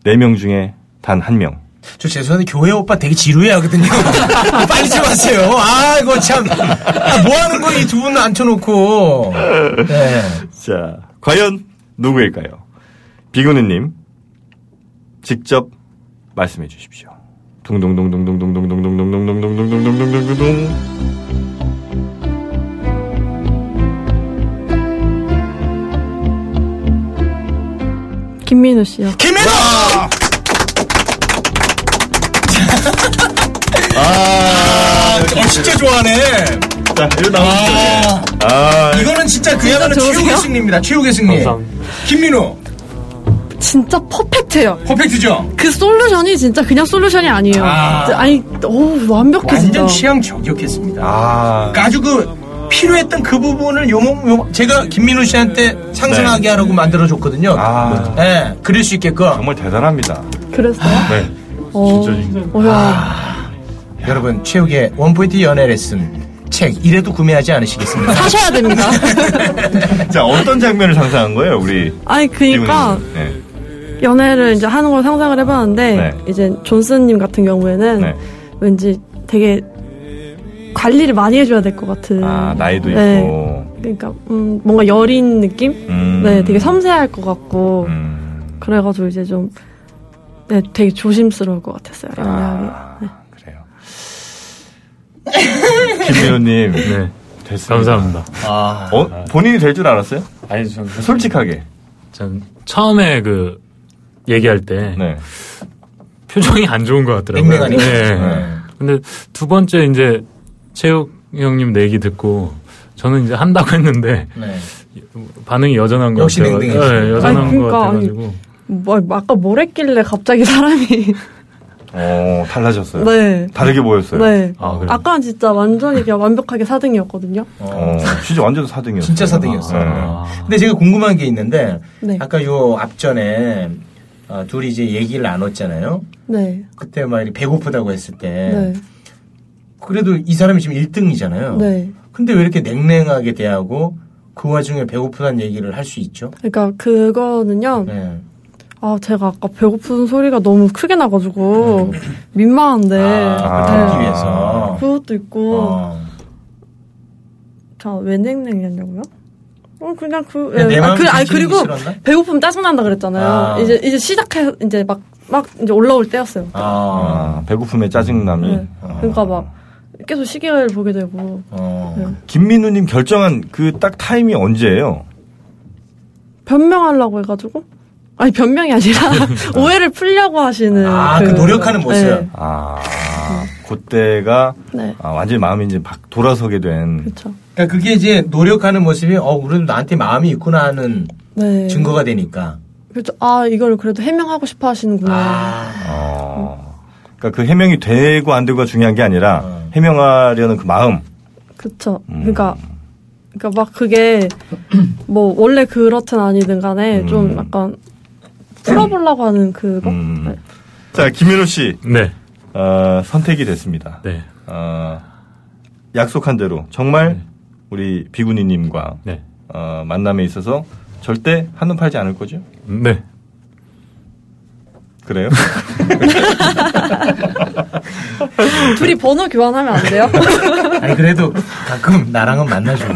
[SPEAKER 4] 네 명 중에 단 한 명.
[SPEAKER 5] 저 죄송한데 교회 오빠 되게 지루해 하거든요. 빨리 좀 하세요. 아, 이거 참. 아, 뭐 하는 거이 두 분 앉혀놓고. 네.
[SPEAKER 4] 자 과연 누구일까요? 비구니님 직접 말씀해 주십시오. 둥둥둥둥둥둥둥둥둥둥둥둥둥둥둥둥둥둥.
[SPEAKER 6] 김민우 씨요.
[SPEAKER 5] 김민우! 아, 어, 진짜 좋아하네.
[SPEAKER 4] 자, 이거
[SPEAKER 5] 나와.
[SPEAKER 4] 아,
[SPEAKER 5] 이거는 진짜 그야말로
[SPEAKER 6] 진짜
[SPEAKER 5] 최후의
[SPEAKER 6] 좋으세요?
[SPEAKER 5] 승리입니다. 최후의 승리. 김민우,
[SPEAKER 6] 진짜 퍼펙트예요.
[SPEAKER 5] 퍼펙트죠?
[SPEAKER 6] 그 솔루션이 진짜 그냥 솔루션이 아니에요.
[SPEAKER 5] 아.
[SPEAKER 6] 아. 니 어우, 완벽해, 진짜.
[SPEAKER 5] 완전 취향 저격했습니다.
[SPEAKER 4] 아.
[SPEAKER 5] 그러니까 아주 그 필요했던 그 부분을 요목, 요목 제가 김민우 씨한테 상승하게
[SPEAKER 4] 네.
[SPEAKER 5] 하라고 만들어줬거든요.
[SPEAKER 4] 아.
[SPEAKER 5] 예, 그릴 수 있게끔.
[SPEAKER 4] 정말 대단합니다.
[SPEAKER 6] 그랬어요?
[SPEAKER 4] 네.
[SPEAKER 6] 어. 어야.
[SPEAKER 5] 여러분, 최욱의 원포인트 연애 레슨 책, 이래도 구매하지 않으시겠습니까?
[SPEAKER 6] 사셔야 됩니다.
[SPEAKER 4] 자, 어떤 장면을 상상한 거예요, 우리?
[SPEAKER 6] 아니, 그니까,
[SPEAKER 4] 이분은? 네.
[SPEAKER 6] 연애를 이제 하는 걸 상상을 해봤는데,
[SPEAKER 4] 네.
[SPEAKER 6] 이제 존슨님 같은 경우에는
[SPEAKER 4] 네.
[SPEAKER 6] 왠지 되게 관리를 많이 해줘야 될 것 같은.
[SPEAKER 4] 아, 나이도
[SPEAKER 6] 네.
[SPEAKER 4] 있고.
[SPEAKER 6] 그러니까, 음, 뭔가 여린 느낌?
[SPEAKER 4] 음.
[SPEAKER 6] 네, 되게 섬세할 것 같고, 그래가지고 이제 좀, 네, 되게 조심스러울 것 같았어요, 연애하기. 네.
[SPEAKER 4] 아, 김민호님. 네. 됐습니다.
[SPEAKER 11] 감사합니다.
[SPEAKER 5] 아.
[SPEAKER 4] 어, 본인이 될 줄 알았어요?
[SPEAKER 11] 아니, 전
[SPEAKER 4] 솔직하게.
[SPEAKER 11] 전 처음에 그 얘기할 때
[SPEAKER 4] 네.
[SPEAKER 11] 표정이 안 좋은 것 같더라고요.
[SPEAKER 5] 냉랭하니까.
[SPEAKER 11] 네.
[SPEAKER 5] 네.
[SPEAKER 11] 근데 두 번째 이제 체육 형님 내기 듣고 저는 이제 한다고 했는데
[SPEAKER 5] 네.
[SPEAKER 11] 예. 반응이 여전한 것
[SPEAKER 5] 역시
[SPEAKER 11] 같아요.
[SPEAKER 5] 냉랭해지셨구나.
[SPEAKER 11] 네, 여전한
[SPEAKER 6] 아니, 그러니까,
[SPEAKER 11] 것 같아가지고
[SPEAKER 6] 뭐, 아까 뭘 했길래 갑자기 사람이.
[SPEAKER 4] 어, 달라졌어요.
[SPEAKER 6] 네.
[SPEAKER 4] 다르게 보였어요.
[SPEAKER 6] 네.
[SPEAKER 4] 아, 그래요?
[SPEAKER 6] 아까 는 진짜 완전히 그냥 완벽하게 4등이었거든요.
[SPEAKER 4] 어, 진짜 완전 4등이었어요.
[SPEAKER 5] 진짜 4등이었어요.
[SPEAKER 4] 아.
[SPEAKER 5] 근데 제가 궁금한 게 있는데,
[SPEAKER 6] 네.
[SPEAKER 5] 아까 요 앞전에 어, 둘이 이제 얘기를 나눴잖아요.
[SPEAKER 6] 네.
[SPEAKER 5] 그때 막 이렇게 배고프다고 했을 때.
[SPEAKER 6] 네.
[SPEAKER 5] 그래도 이 사람이 지금 1등이잖아요.
[SPEAKER 6] 네.
[SPEAKER 5] 근데 왜 이렇게 냉랭하게 대하고 그 와중에 배고프다는 얘기를 할 수 있죠?
[SPEAKER 6] 그러니까 그거는요.
[SPEAKER 5] 네.
[SPEAKER 6] 아, 제가 아까 배고픈 소리가 너무 크게 나가지고 민망한데.
[SPEAKER 5] 아, 그걸
[SPEAKER 6] 네.
[SPEAKER 5] 담기 위해서.
[SPEAKER 6] 그것도 있고.
[SPEAKER 5] 어.
[SPEAKER 6] 자, 왜 냉랭이냐고요? 어, 그냥 그,
[SPEAKER 5] 그냥
[SPEAKER 6] 예.
[SPEAKER 5] 내
[SPEAKER 6] 아,
[SPEAKER 5] 마음이
[SPEAKER 6] 그, 아니,
[SPEAKER 5] 지치는
[SPEAKER 6] 그리고
[SPEAKER 5] 게 싫었나?
[SPEAKER 6] 배고픔 짜증난다 그랬잖아요.
[SPEAKER 4] 아.
[SPEAKER 6] 이제, 이제 시작해, 이제 막, 막 이제 올라올 때였어요.
[SPEAKER 4] 아, 배고픔의 짜증남이.
[SPEAKER 6] 네.
[SPEAKER 5] 아.
[SPEAKER 6] 그러니까 막 계속 시계를 보게 되고.
[SPEAKER 5] 어.
[SPEAKER 6] 네.
[SPEAKER 4] 아. 김민우님 결정한 그 딱 타임이 언제예요?
[SPEAKER 6] 변명하려고 해가지고. 아니, 변명이 아니라 오해를 풀려고 하시는.
[SPEAKER 5] 아, 그 노력하는 모습.
[SPEAKER 6] 네.
[SPEAKER 4] 아, 그때가
[SPEAKER 6] 네.
[SPEAKER 4] 아, 완전히 마음이 이제 막 돌아서게 된.
[SPEAKER 6] 그렇죠.
[SPEAKER 5] 그러니까 그게 이제 노력하는 모습이 어, 우리도 나한테 마음이 있구나 하는
[SPEAKER 6] 네.
[SPEAKER 5] 증거가 되니까.
[SPEAKER 6] 그렇죠. 아, 이걸 그래도 해명하고 싶어 하시는구나.
[SPEAKER 5] 아.
[SPEAKER 4] 어. 그러니까 그 해명이 되고 안 되고가 중요한 게 아니라
[SPEAKER 11] 네.
[SPEAKER 4] 해명하려는 그 마음.
[SPEAKER 6] 그쵸.
[SPEAKER 4] 음.
[SPEAKER 6] 그러니까, 그러니까 막 그게 뭐 원래 그렇든 아니든
[SPEAKER 4] 음.
[SPEAKER 6] 간에 좀 약간 풀어보려고 하는 그거?
[SPEAKER 4] 음.
[SPEAKER 6] 네.
[SPEAKER 4] 자, 김민호 씨.
[SPEAKER 11] 네.
[SPEAKER 4] 어, 선택이 됐습니다.
[SPEAKER 11] 네.
[SPEAKER 4] 어, 약속한 대로 정말 우리 비구니님과
[SPEAKER 11] 네.
[SPEAKER 4] 어, 만남에 있어서 절대 한눈 팔지 않을 거죠?
[SPEAKER 11] 네.
[SPEAKER 4] 그래요?
[SPEAKER 6] 네. 둘이 번호 교환하면 안 돼요?
[SPEAKER 5] 아니 그래도 가끔 나랑은 만나주고.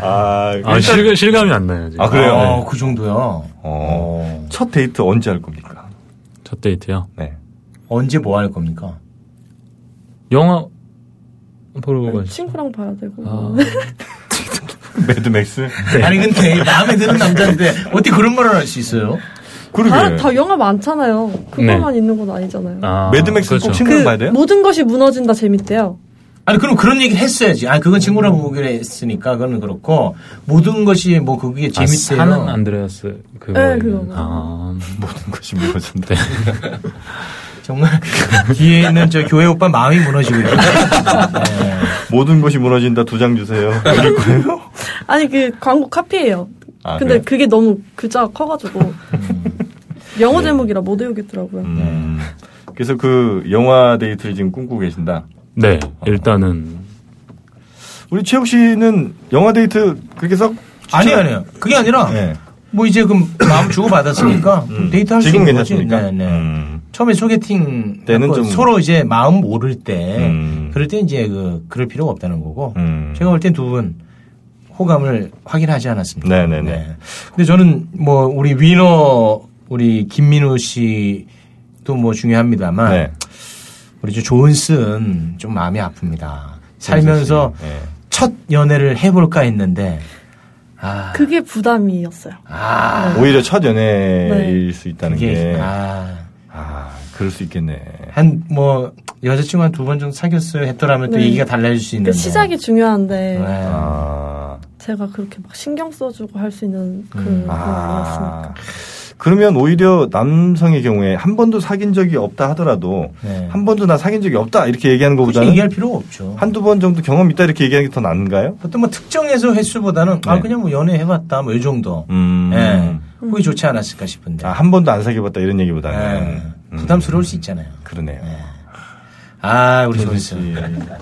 [SPEAKER 4] 아,
[SPEAKER 11] 아, 실감, 실감이 안 나요. 지금.
[SPEAKER 4] 아, 그래요?
[SPEAKER 5] 어, 그 정도요.
[SPEAKER 4] 어, 첫 데이트 언제 할 겁니까?
[SPEAKER 11] 첫 데이트요.
[SPEAKER 4] 네.
[SPEAKER 5] 언제 뭐 할 겁니까?
[SPEAKER 11] 영화 보러
[SPEAKER 4] 네.
[SPEAKER 11] 가죠.
[SPEAKER 6] 친구랑 봐야 되고.
[SPEAKER 7] 아.
[SPEAKER 4] 매드맥스?
[SPEAKER 11] 네.
[SPEAKER 5] 아니 근데 마음에 드는 남자인데 어떻게 그런 말을 할 수 있어요?
[SPEAKER 6] 다,
[SPEAKER 4] 네.
[SPEAKER 6] 다 영화 많잖아요. 그거만 있는 건 아니잖아요. 그
[SPEAKER 4] 매드맥스
[SPEAKER 11] 그렇죠.
[SPEAKER 4] 꼭 친구랑 네. 봐야 돼요?
[SPEAKER 6] 모든 것이 무너진다 재밌대요.
[SPEAKER 5] 아니 그럼 그런 얘기 했어야지. 아니 그건 친구랑 보기로 했으니까 그건 그렇고 모든 것이 뭐 그게
[SPEAKER 11] 아,
[SPEAKER 5] 재밌대요.
[SPEAKER 11] 사는 안드레아스 그거.
[SPEAKER 6] 네, 그거는.
[SPEAKER 11] 아,
[SPEAKER 4] 모든 것이
[SPEAKER 11] 네.
[SPEAKER 4] 무너진다.
[SPEAKER 5] 정말 뒤에 있는 저 교회 오빠 마음이 무너지고 있어요.
[SPEAKER 4] 모든 것이 무너진다 두 장 주세요. 그럴 거예요?
[SPEAKER 6] 아니 그 광고 카피예요.
[SPEAKER 4] 아, 그래요?
[SPEAKER 6] 근데
[SPEAKER 4] 음.
[SPEAKER 6] 그게 너무 글자가 커가지고 영어
[SPEAKER 4] 네.
[SPEAKER 6] 제목이라 못 외우겠더라고요.
[SPEAKER 11] 음.
[SPEAKER 4] 그래서 그 영화 데이트를 지금 꿈꾸고 계신다. 어.
[SPEAKER 11] 네, 일단은
[SPEAKER 4] 우리 최욱 씨는 영화 데이트 그렇게 썩
[SPEAKER 5] 아니 아니요. 그게 아니라
[SPEAKER 4] 네.
[SPEAKER 5] 뭐 이제 그럼 마음 주고 받았으니까 데이트 할수
[SPEAKER 4] 음, 지금
[SPEAKER 5] 있는 거지.
[SPEAKER 4] 괜찮습니까?
[SPEAKER 5] 네, 네. 처음에 소개팅
[SPEAKER 4] 때는
[SPEAKER 5] 하고
[SPEAKER 4] 좀- 음.
[SPEAKER 5] 서로 이제 마음 모를 때 그럴 때 이제 그 그럴 필요가 없다는 거고 제가 볼 땐 두 분 호감을 확인하지 않았습니다.
[SPEAKER 4] 네네네.
[SPEAKER 5] 근데 저는 뭐 우리 위너 우리 김민우 씨도 뭐 중요합니다만
[SPEAKER 4] 네.
[SPEAKER 5] 우리 저 조은스는 좀 마음이 아픕니다. 살면서
[SPEAKER 4] 네.
[SPEAKER 5] 첫 연애를 해볼까 했는데
[SPEAKER 6] 그게 부담이었어요.
[SPEAKER 4] 아, 오히려 첫 연애일 수 있다는
[SPEAKER 5] 그게-
[SPEAKER 4] 게.
[SPEAKER 5] 아.
[SPEAKER 4] 그럴 수 있겠네.
[SPEAKER 5] 한 뭐 여자친구 한 두 번 정도 사귀었어요 했더라면 또
[SPEAKER 6] 네.
[SPEAKER 5] 얘기가 달라질 수
[SPEAKER 6] 그
[SPEAKER 4] 뭐.
[SPEAKER 5] 있는데
[SPEAKER 6] 시작이 중요한데
[SPEAKER 5] 네.
[SPEAKER 4] 아,
[SPEAKER 6] 제가 그렇게 막 신경 써주고 할 수
[SPEAKER 5] 음.
[SPEAKER 6] 있는 그런 건
[SPEAKER 4] 아.
[SPEAKER 6] 아니었으니까.
[SPEAKER 4] 그러면 오히려 남성의 경우에 한 번도 사귄 적이 없다 하더라도
[SPEAKER 5] 네.
[SPEAKER 4] 한 번도 나 사귄 적이 없다 이렇게 얘기하는 것보다는
[SPEAKER 5] 굳이 얘기할 필요가 없죠.
[SPEAKER 4] 한두 번 정도 경험 있다 이렇게 얘기하는 게 더 나은가요?
[SPEAKER 5] 보통 뭐 특정해서 횟수보다는 아 그냥 뭐 연애 해봤다 뭐 이 정도
[SPEAKER 4] 음.
[SPEAKER 5] 예. 그게 좋지 않았을까 싶은데 예.
[SPEAKER 4] 아, 한 번도 안 사귀어봤다 이런 얘기보다는
[SPEAKER 5] 네.
[SPEAKER 4] 음.
[SPEAKER 5] 부담스러울 수 있잖아요.
[SPEAKER 4] 그러네요.
[SPEAKER 5] 음. 아 우리 조리스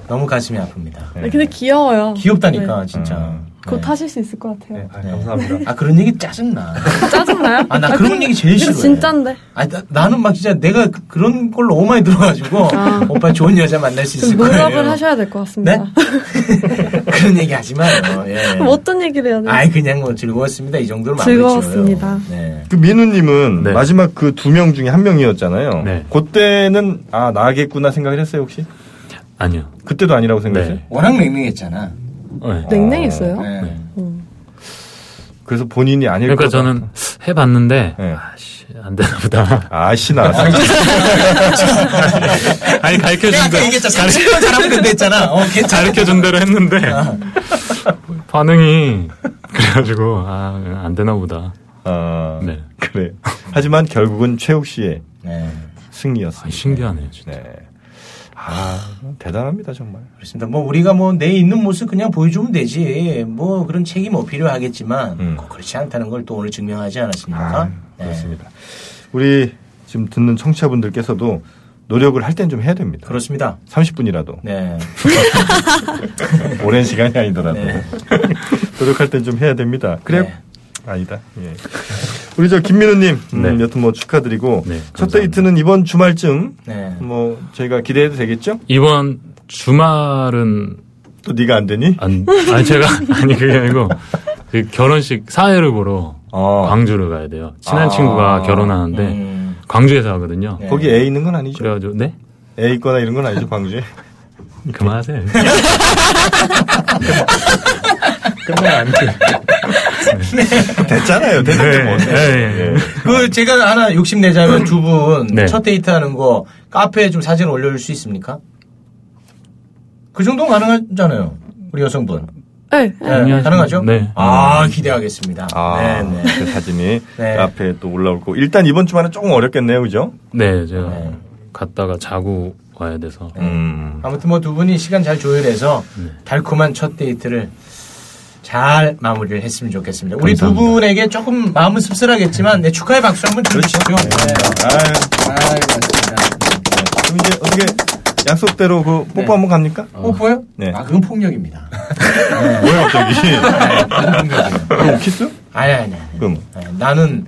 [SPEAKER 5] 너무 가슴이 아픕니다.
[SPEAKER 6] 네, 근데 귀여워요.
[SPEAKER 5] 귀엽다니까
[SPEAKER 6] 네.
[SPEAKER 5] 진짜.
[SPEAKER 6] 곧 하실 수 있을 것 같아요.
[SPEAKER 5] 감사합니다. 음. 아 그런 얘기 짜증나.
[SPEAKER 6] 짜증나요?
[SPEAKER 5] 아, 나 그런 얘기 제일
[SPEAKER 6] 그래도
[SPEAKER 5] 싫어해.
[SPEAKER 6] 진짠데.
[SPEAKER 5] 아 나, 는막 진짜 내가 그- 그런 걸로 너무 많이 들어가지고
[SPEAKER 6] 아.
[SPEAKER 5] 오빠 좋은 여자 만날 수 있을
[SPEAKER 6] 좀
[SPEAKER 5] 거예요.
[SPEAKER 6] 농담을 하셔야 될 것
[SPEAKER 5] 네?
[SPEAKER 6] 같습니다.
[SPEAKER 5] 그런 얘기 하지 마요. 예.
[SPEAKER 6] 그럼 어떤 얘기를 해야 돼요?
[SPEAKER 5] 아이 그냥 뭐 즐거웠습니다 이 정도로 마무리 네.
[SPEAKER 6] 즐거웠습니다.
[SPEAKER 4] 그 민우님은 마지막 그 두 명 중에 한 명이었잖아요.
[SPEAKER 11] 네.
[SPEAKER 4] 그때는 아 나겠구나 생각을 했어요 혹시?
[SPEAKER 11] 아니요.
[SPEAKER 4] 그때도 아니라고 생각했어요.
[SPEAKER 5] 워낙 냉랭했잖아.
[SPEAKER 6] 냉랭했어요?
[SPEAKER 5] 네.
[SPEAKER 4] 그래서 본인이 아닐
[SPEAKER 11] 그러니까
[SPEAKER 4] 거다.
[SPEAKER 11] 저는 해봤는데 아씨 안 되나 보다.
[SPEAKER 4] 아씨 나.
[SPEAKER 11] 아니 가르쳐
[SPEAKER 5] 내가
[SPEAKER 11] 준
[SPEAKER 5] 아까
[SPEAKER 11] 대로
[SPEAKER 5] 얘기했잖아. 상처 잘하면 된다 했잖아. 어, 괜찮아.
[SPEAKER 11] 가르쳐 준 대로 했는데 반응이 그래가지고 아 안 되나 보다.
[SPEAKER 4] 아,
[SPEAKER 11] 네.
[SPEAKER 4] 그래. 하지만 결국은 최욱 씨의
[SPEAKER 5] 네.
[SPEAKER 4] 승리였습니다.
[SPEAKER 11] 아, 신기하네요,
[SPEAKER 4] 진짜. 네. 아, 대단합니다, 정말.
[SPEAKER 5] 그렇습니다. 뭐 우리가 뭐 내 있는 모습 그냥 보여주면 되지. 뭐 그런 책임 뭐 필요하겠지만 꼭 그렇지 않다는 걸 또 오늘 증명하지 않았습니까?
[SPEAKER 4] 아,
[SPEAKER 5] 네.
[SPEAKER 4] 그렇습니다. 우리 지금 듣는 청취자분들께서도 노력을 할 땐 좀 해야 됩니다.
[SPEAKER 5] 그렇습니다.
[SPEAKER 4] 30분이라도.
[SPEAKER 5] 네.
[SPEAKER 4] 오랜 시간이 아니더라도.
[SPEAKER 5] 네.
[SPEAKER 4] 노력할 땐 좀 해야 됩니다. 그래요? 아니다. 예. 우리 저 김민우님, 음,
[SPEAKER 11] 네.
[SPEAKER 4] 여튼 뭐 축하드리고
[SPEAKER 5] 네,
[SPEAKER 4] 첫 데이트는 이번 주말쯤 뭐 저희가 기대해도 되겠죠?
[SPEAKER 11] 이번 주말은
[SPEAKER 4] 또 네가 안 되니?
[SPEAKER 11] 안, 아니 제가 아니 그게 아니고 그 결혼식 사회를 보러 광주를 가야 돼요. 친한
[SPEAKER 4] 아.
[SPEAKER 11] 친구가 결혼하는데
[SPEAKER 5] 네. 음.
[SPEAKER 11] 광주에서 하거든요.
[SPEAKER 4] 거기 애 있는 건 아니죠?
[SPEAKER 11] 그래가지고 네
[SPEAKER 4] 애 있거나 이런 건 아니죠, 광주에?
[SPEAKER 11] 그만하세요.
[SPEAKER 5] 끝나면 안 돼.
[SPEAKER 11] 네.
[SPEAKER 4] 됐잖아요. 됐는데 뭐.
[SPEAKER 5] 그 제가 하나 욕심내자면 두 분
[SPEAKER 11] 네.
[SPEAKER 5] 첫 데이트 하는 거 카페에 좀 사진 올려줄 수 있습니까? 그 정도 는 가능하잖아요. 우리 여성분.
[SPEAKER 6] 네.
[SPEAKER 5] 네,
[SPEAKER 4] 당연하죠.
[SPEAKER 5] 가능하죠?
[SPEAKER 4] 네.
[SPEAKER 5] 아, 기대하겠습니다.
[SPEAKER 4] 아,
[SPEAKER 5] 네,
[SPEAKER 4] 그 사진이
[SPEAKER 5] 네.
[SPEAKER 4] 앞에 또 올라올 거. 일단 이번 주말은 조금 어렵겠네요, 그죠?
[SPEAKER 11] 네 제가 갔다가 자고 와야 돼서
[SPEAKER 5] 네.
[SPEAKER 4] 음.
[SPEAKER 5] 아무튼 뭐 두 분이 시간 잘 조율해서
[SPEAKER 4] 네.
[SPEAKER 5] 달콤한 첫 데이트를 잘 마무리를 했으면 좋겠습니다. 우리 두
[SPEAKER 11] 감사합니다.
[SPEAKER 5] 분에게 조금 마음은 씁쓸하겠지만 네, 축하의 박수 한번
[SPEAKER 4] 그렇죠.
[SPEAKER 5] 드리시죠. 네.
[SPEAKER 4] 그럼 이제 어떻게 약속대로 그 뽀뽀 한번 갑니까?
[SPEAKER 5] 뽀뽀요?
[SPEAKER 4] 네.
[SPEAKER 5] 아, 그건 폭력입니다. 네.
[SPEAKER 4] 뭐야 갑자기? 아, 그럼 뭐 키스?
[SPEAKER 5] 어, 아니, 아니, 아니.
[SPEAKER 4] 그럼
[SPEAKER 5] 아니, 나는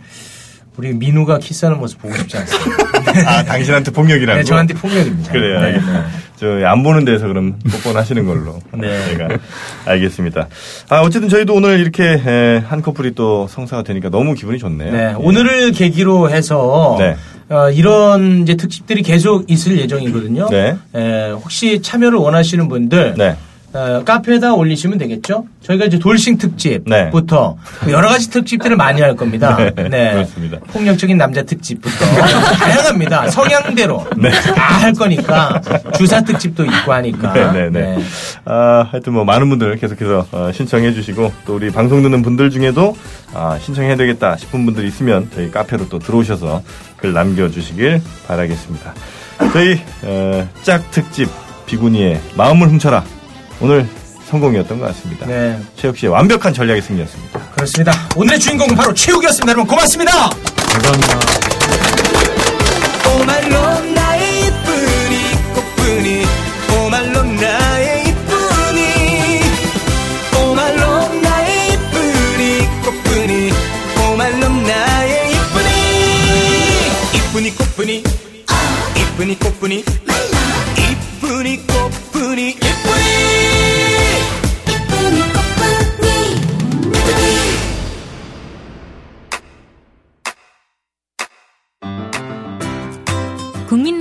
[SPEAKER 5] 우리 민우가 키스하는 모습 보고 싶지 않습니다.
[SPEAKER 4] 아 당신한테 폭력이라고?
[SPEAKER 5] 네, 저한테 폭력입니다.
[SPEAKER 4] 그래요.
[SPEAKER 5] 네,
[SPEAKER 4] 알겠습니다. 저안 보는 데서 그럼 뽀뽀는 하시는 걸로. 네. 제가 알겠습니다. 아 어쨌든 저희도 오늘 이렇게 에, 한 커플이 또 성사가 되니까 너무 기분이 좋네요. 예.
[SPEAKER 5] 네, 오늘을 계기로 해서
[SPEAKER 4] 네.
[SPEAKER 5] 어, 이런 이제 특집들이 계속 있을 예정이거든요.
[SPEAKER 4] 네.
[SPEAKER 5] 에, 혹시 참여를 원하시는 분들 어, 카페에다 올리시면 되겠죠. 저희가 이제 돌싱 특집부터 여러 가지 특집들을 많이 할 겁니다.
[SPEAKER 4] 네, 그렇습니다.
[SPEAKER 5] 폭력적인 남자 특집부터 다양합니다. 성향대로
[SPEAKER 4] 네.
[SPEAKER 5] 다 할 거니까 주사 특집도 있고 하니까.
[SPEAKER 4] 네네네. 아, 하여튼 뭐 많은 분들 계속해서 어, 신청해 주시고 또 우리 방송 듣는 분들 중에도 아, 신청해야 되겠다 싶은 분들 있으면 저희 카페로 또 들어오셔서 글 남겨주시길 바라겠습니다. 저희 어, 짝 특집 비구니의 마음을 훔쳐라 오늘 성공이었던 것 같습니다.
[SPEAKER 15] 네.
[SPEAKER 4] 최욱 씨의 완벽한 전략의 승리였습니다.
[SPEAKER 15] 그렇습니다. 오늘의 주인공은 바로 최욱이었습니다. 여러분 고맙습니다.
[SPEAKER 16] 감사합니다.
[SPEAKER 5] 오말론 나의 이쁜이 꽃뿐이 오말론 나의 이쁜이 오말론 나의 이쁜이 꽃뿐이 오말론 나의 이쁜이 이쁜이 꽃뿐이 아, 이쁜이 꽃뿐이 이쁜이 꽃뿐이 이쁜이 이쁜이 꽃뿐이 이쁜이
[SPEAKER 17] 국민